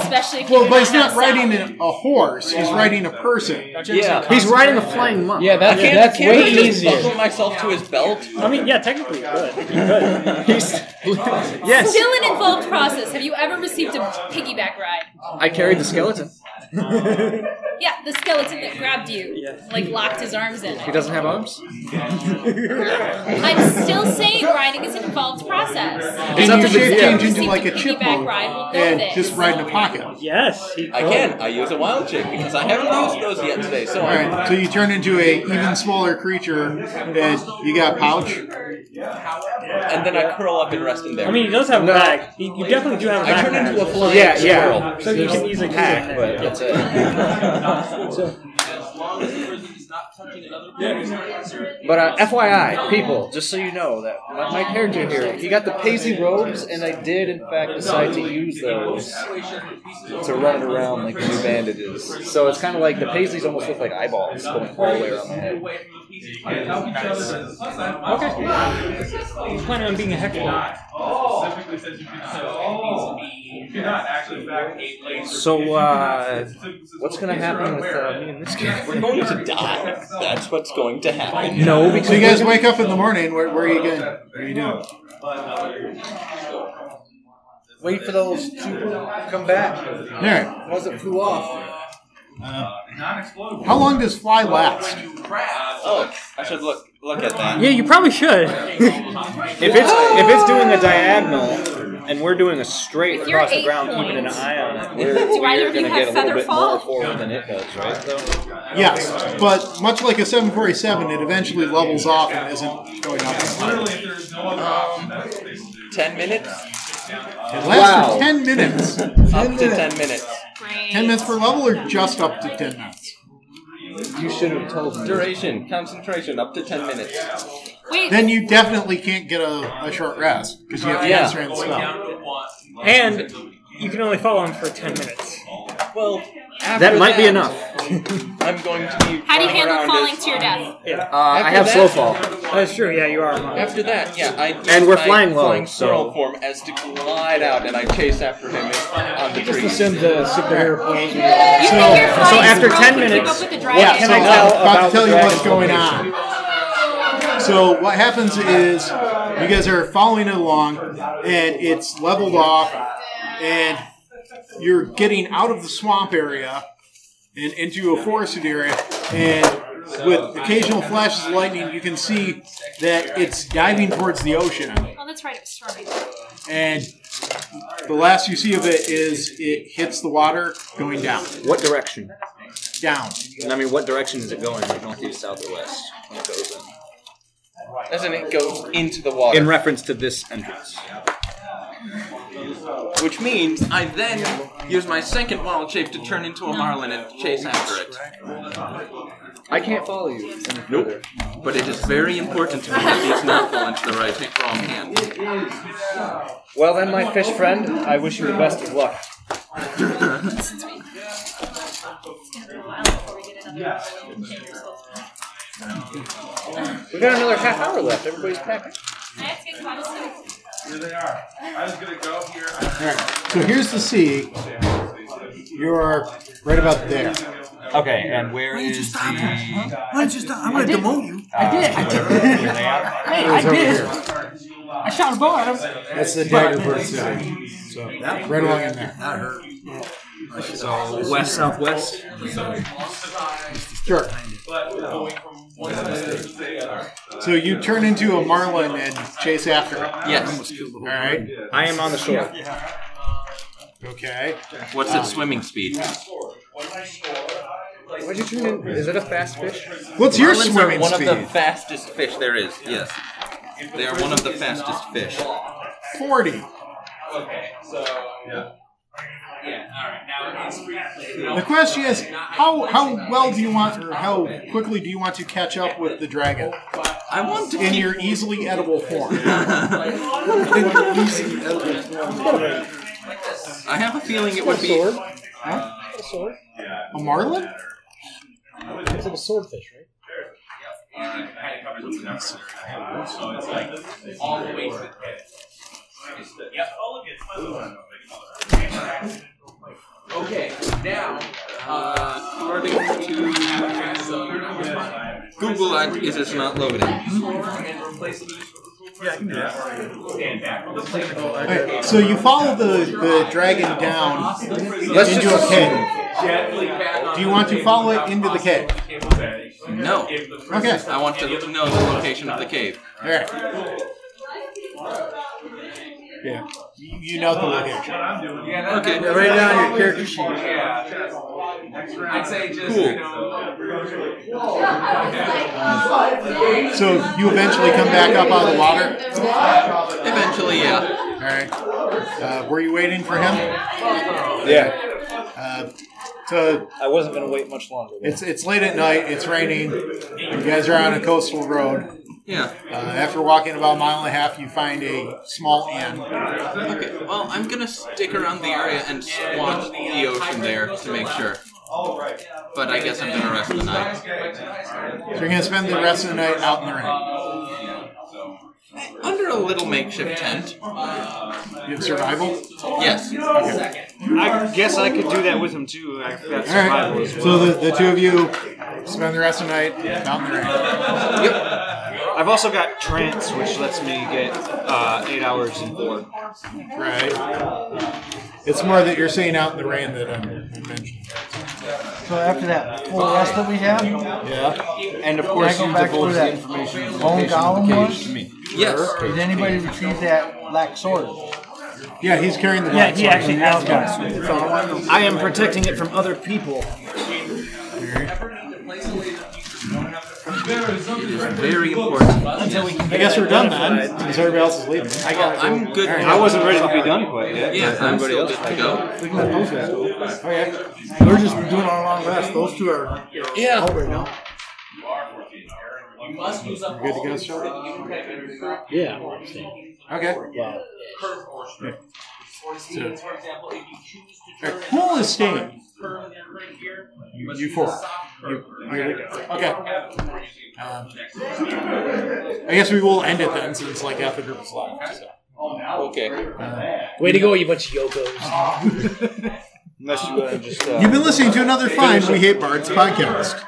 especially if you
Well,
do
but he's
not
not
have
riding a a horse. He's riding a person.
Yeah.
He's riding a flying monk.
Yeah, that's
Can't,
that's
can't I
way
just
easier.
buckle myself to his belt?
I mean, yeah, technically, good. Good.
sound.
Yes,
Still an involved process. Have you ever received a piggyback ride?
I carried the skeleton.
Yeah, the skeleton that grabbed you, like locked his arms in.
He doesn't have arms.
I'm still saying riding is an involved process.
It's
And
up to
if you
the
haven't
change into
received
like
the
a chipmunk
piggyback ride, we'll know
And
this.
just ride in a pocket.
Yes, he
I
could.
can. I use a wild chick because I haven't used those yet today, so
All
I'm
right. So you turn into a even smaller creature, and you got a pouch.
and then I curl up and rest in there.
I mean, he does have a bag. He, you definitely do have a
I
bag.
turn into a
now.
flying
Yeah, yeah.
squirrel.
so you can easily pack,
but that's it. But uh, FYI, people, just so you know that my, my character here, he got the paisley robes, and I did in fact decide to use those to run around like the new bandit is. So it's kind of like the paisleys almost look like eyeballs going all the way around my head.
Okay. He's planning on being a heckler.
So uh, what's gonna happen with uh, me and this guy?
We're going to die. That's what's going to happen.
No, because
So you guys wake up in the morning. Where, where are you going? What are you doing?
Wait for those two to come back.
Yeah.
Ones that flew off.
How long does fly last?
Oh, I should look look at that.
Yeah, you probably should.
If it's if it's doing a diagonal and we're doing a straight
With your
across the
eight
ground, keeping an
points.
eye on it,
Do
we're,
either
we're
of you
going to
have
get a little
feather
bit
fall?
more forward than it does, right?
Yes, but much like a 747, it eventually levels off and isn't going up.
Ten minutes.
It lasts for 10 minutes.
Up to ten minutes.
10 minutes per level or just up to 10 minutes?
You should have told me. Duration, concentration, up to 10 minutes.
Wait.
Then you definitely can't get a, a short rest because you have to
Yeah.
answer and spell.
And you can only follow him for 10 minutes.
Well,
That might be enough.
I'm going to be.
How do
running
you handle
around
falling
as-
to your death?
Uh,
Yeah.
After I have that- slow fall.
That's true. Yeah, you are.
After that, yeah, I use
And we're
my
flying low,
flying
so-
squirrel form as to glide out, and I chase after him on the tree.
the superhero pose.
You think you're flying
so after
squirrel
10
can keep
minutes,
up with the
Yeah,
dragon?
so I'm about to tell you what's going on. So what happens is you guys are following it along, and it's leveled off, and you're getting out of the swamp area and into a forested area, and with occasional flashes of lightning, you can see that it's diving towards the ocean,
Oh, that's right. It was storming.
and the last you see of it is it hits the water going down,
What direction?
down.
I mean, what direction is it going? Like northeast, south, or west? When it goes in.
Doesn't it go into the water?
in reference to this entrance.
Which means I then use my second wild shape to turn into a marlin and chase after it.
I can't follow you.
Nope. But it is very important to me that these not fall into the right wrong hand.
Well then, my fish friend, I wish you the best of luck. We got another half hour left. Everybody's packing.
I have to get caught soon.
Here they are. I was gonna go here.
So here's the sea. You're right about there.
Okay, and where is the?
Why don't you stop? I'm gonna
did.
demote you.
I did. I did. Hey, I did. I shot a bow at him.
That's the
But-
dagger bird side. So right along in there.
That hurt.
So west southwest.
Sure. So you turn into a marlin and chase after it.
Yes.
All right.
I am on the shore.
Okay.
What's its swimming speed?
What'd you turn in? Is it a fast fish?
What's your
Marlins are
swimming
one
speed?
of the fastest fish there is. Yes, they are one of the fastest fish.
Forty.
Okay, so. Yeah. Yeah, alright. Now it's
The question is, how how well do you want, or how quickly do you want to catch up with the dragon
I want to
in
keep
your easily edible form?
I have a feeling it would be.
A sword?
A marlin?
It's like a swordfish, right?
Okay, now, uh, according to Google, I, it is not loading.
All right, so you follow the, the dragon down
Let's
into
just-
a cave. Do you want to follow it into the cave?
No.
Okay.
I want to know the location of the cave.
All right. Yeah. You you know the location.
Okay.
Yeah, right down your character sheet.
I'd say just,
Cool.
you know.
So you eventually come back up out of the water.
Eventually, yeah.
All right. Uh, were you waiting for him?
Yeah.
Uh, so
I wasn't gonna wait much longer.
it's it's late at night. It's raining. You guys are on a coastal road.
Yeah.
Uh, after walking about a mile and a half, you find a small inn.
Okay. Well, I'm gonna stick around the area and watch the ocean there to make sure. But I guess I'm gonna rest the night.
So you're gonna spend the rest of the night out in the rain.
Under a little makeshift tent.
You have survival.
Yes.
I guess I could do that with him too. I got
All right.
survival as well.
So the, the two of you spend the rest of the night out in the rain.
Yep.
I've also got trance, which lets me get uh, eight hours and four.
Right. It's more that you're seeing out in the rain that I'm I mentioned.
So after that full rest that we have,
Yeah.
And of course,
Can I
you
go back
divulge
through
the
that
information of the
bone
location of the
golem
cage
one?
to me.
Did anybody retrieve that black sword?
Yeah, he's carrying the
Yeah,
black
he
sword.
actually has got it.
I am protecting it from other people.
Very important.
I guess we're done then, since everybody else is leaving. I
got I'm good.
I wasn't ready to be
done quite yet.
Yeah,
but
I'm
everybody
still
else
good
is
to go.
We can let those guys go. Okay.
We're just doing our long rest. Those two are
Yeah.
out right now.
We're good to go, sir?
Yeah.
Okay.
Wow.
Alright, Who is staying? You four. You, you- okay. Um, I guess we will end it then, since like half the group is left. So.
Okay.
Way to go, you bunch of yokos.
uh,
You've been listening to another fine We Hate Bards podcast.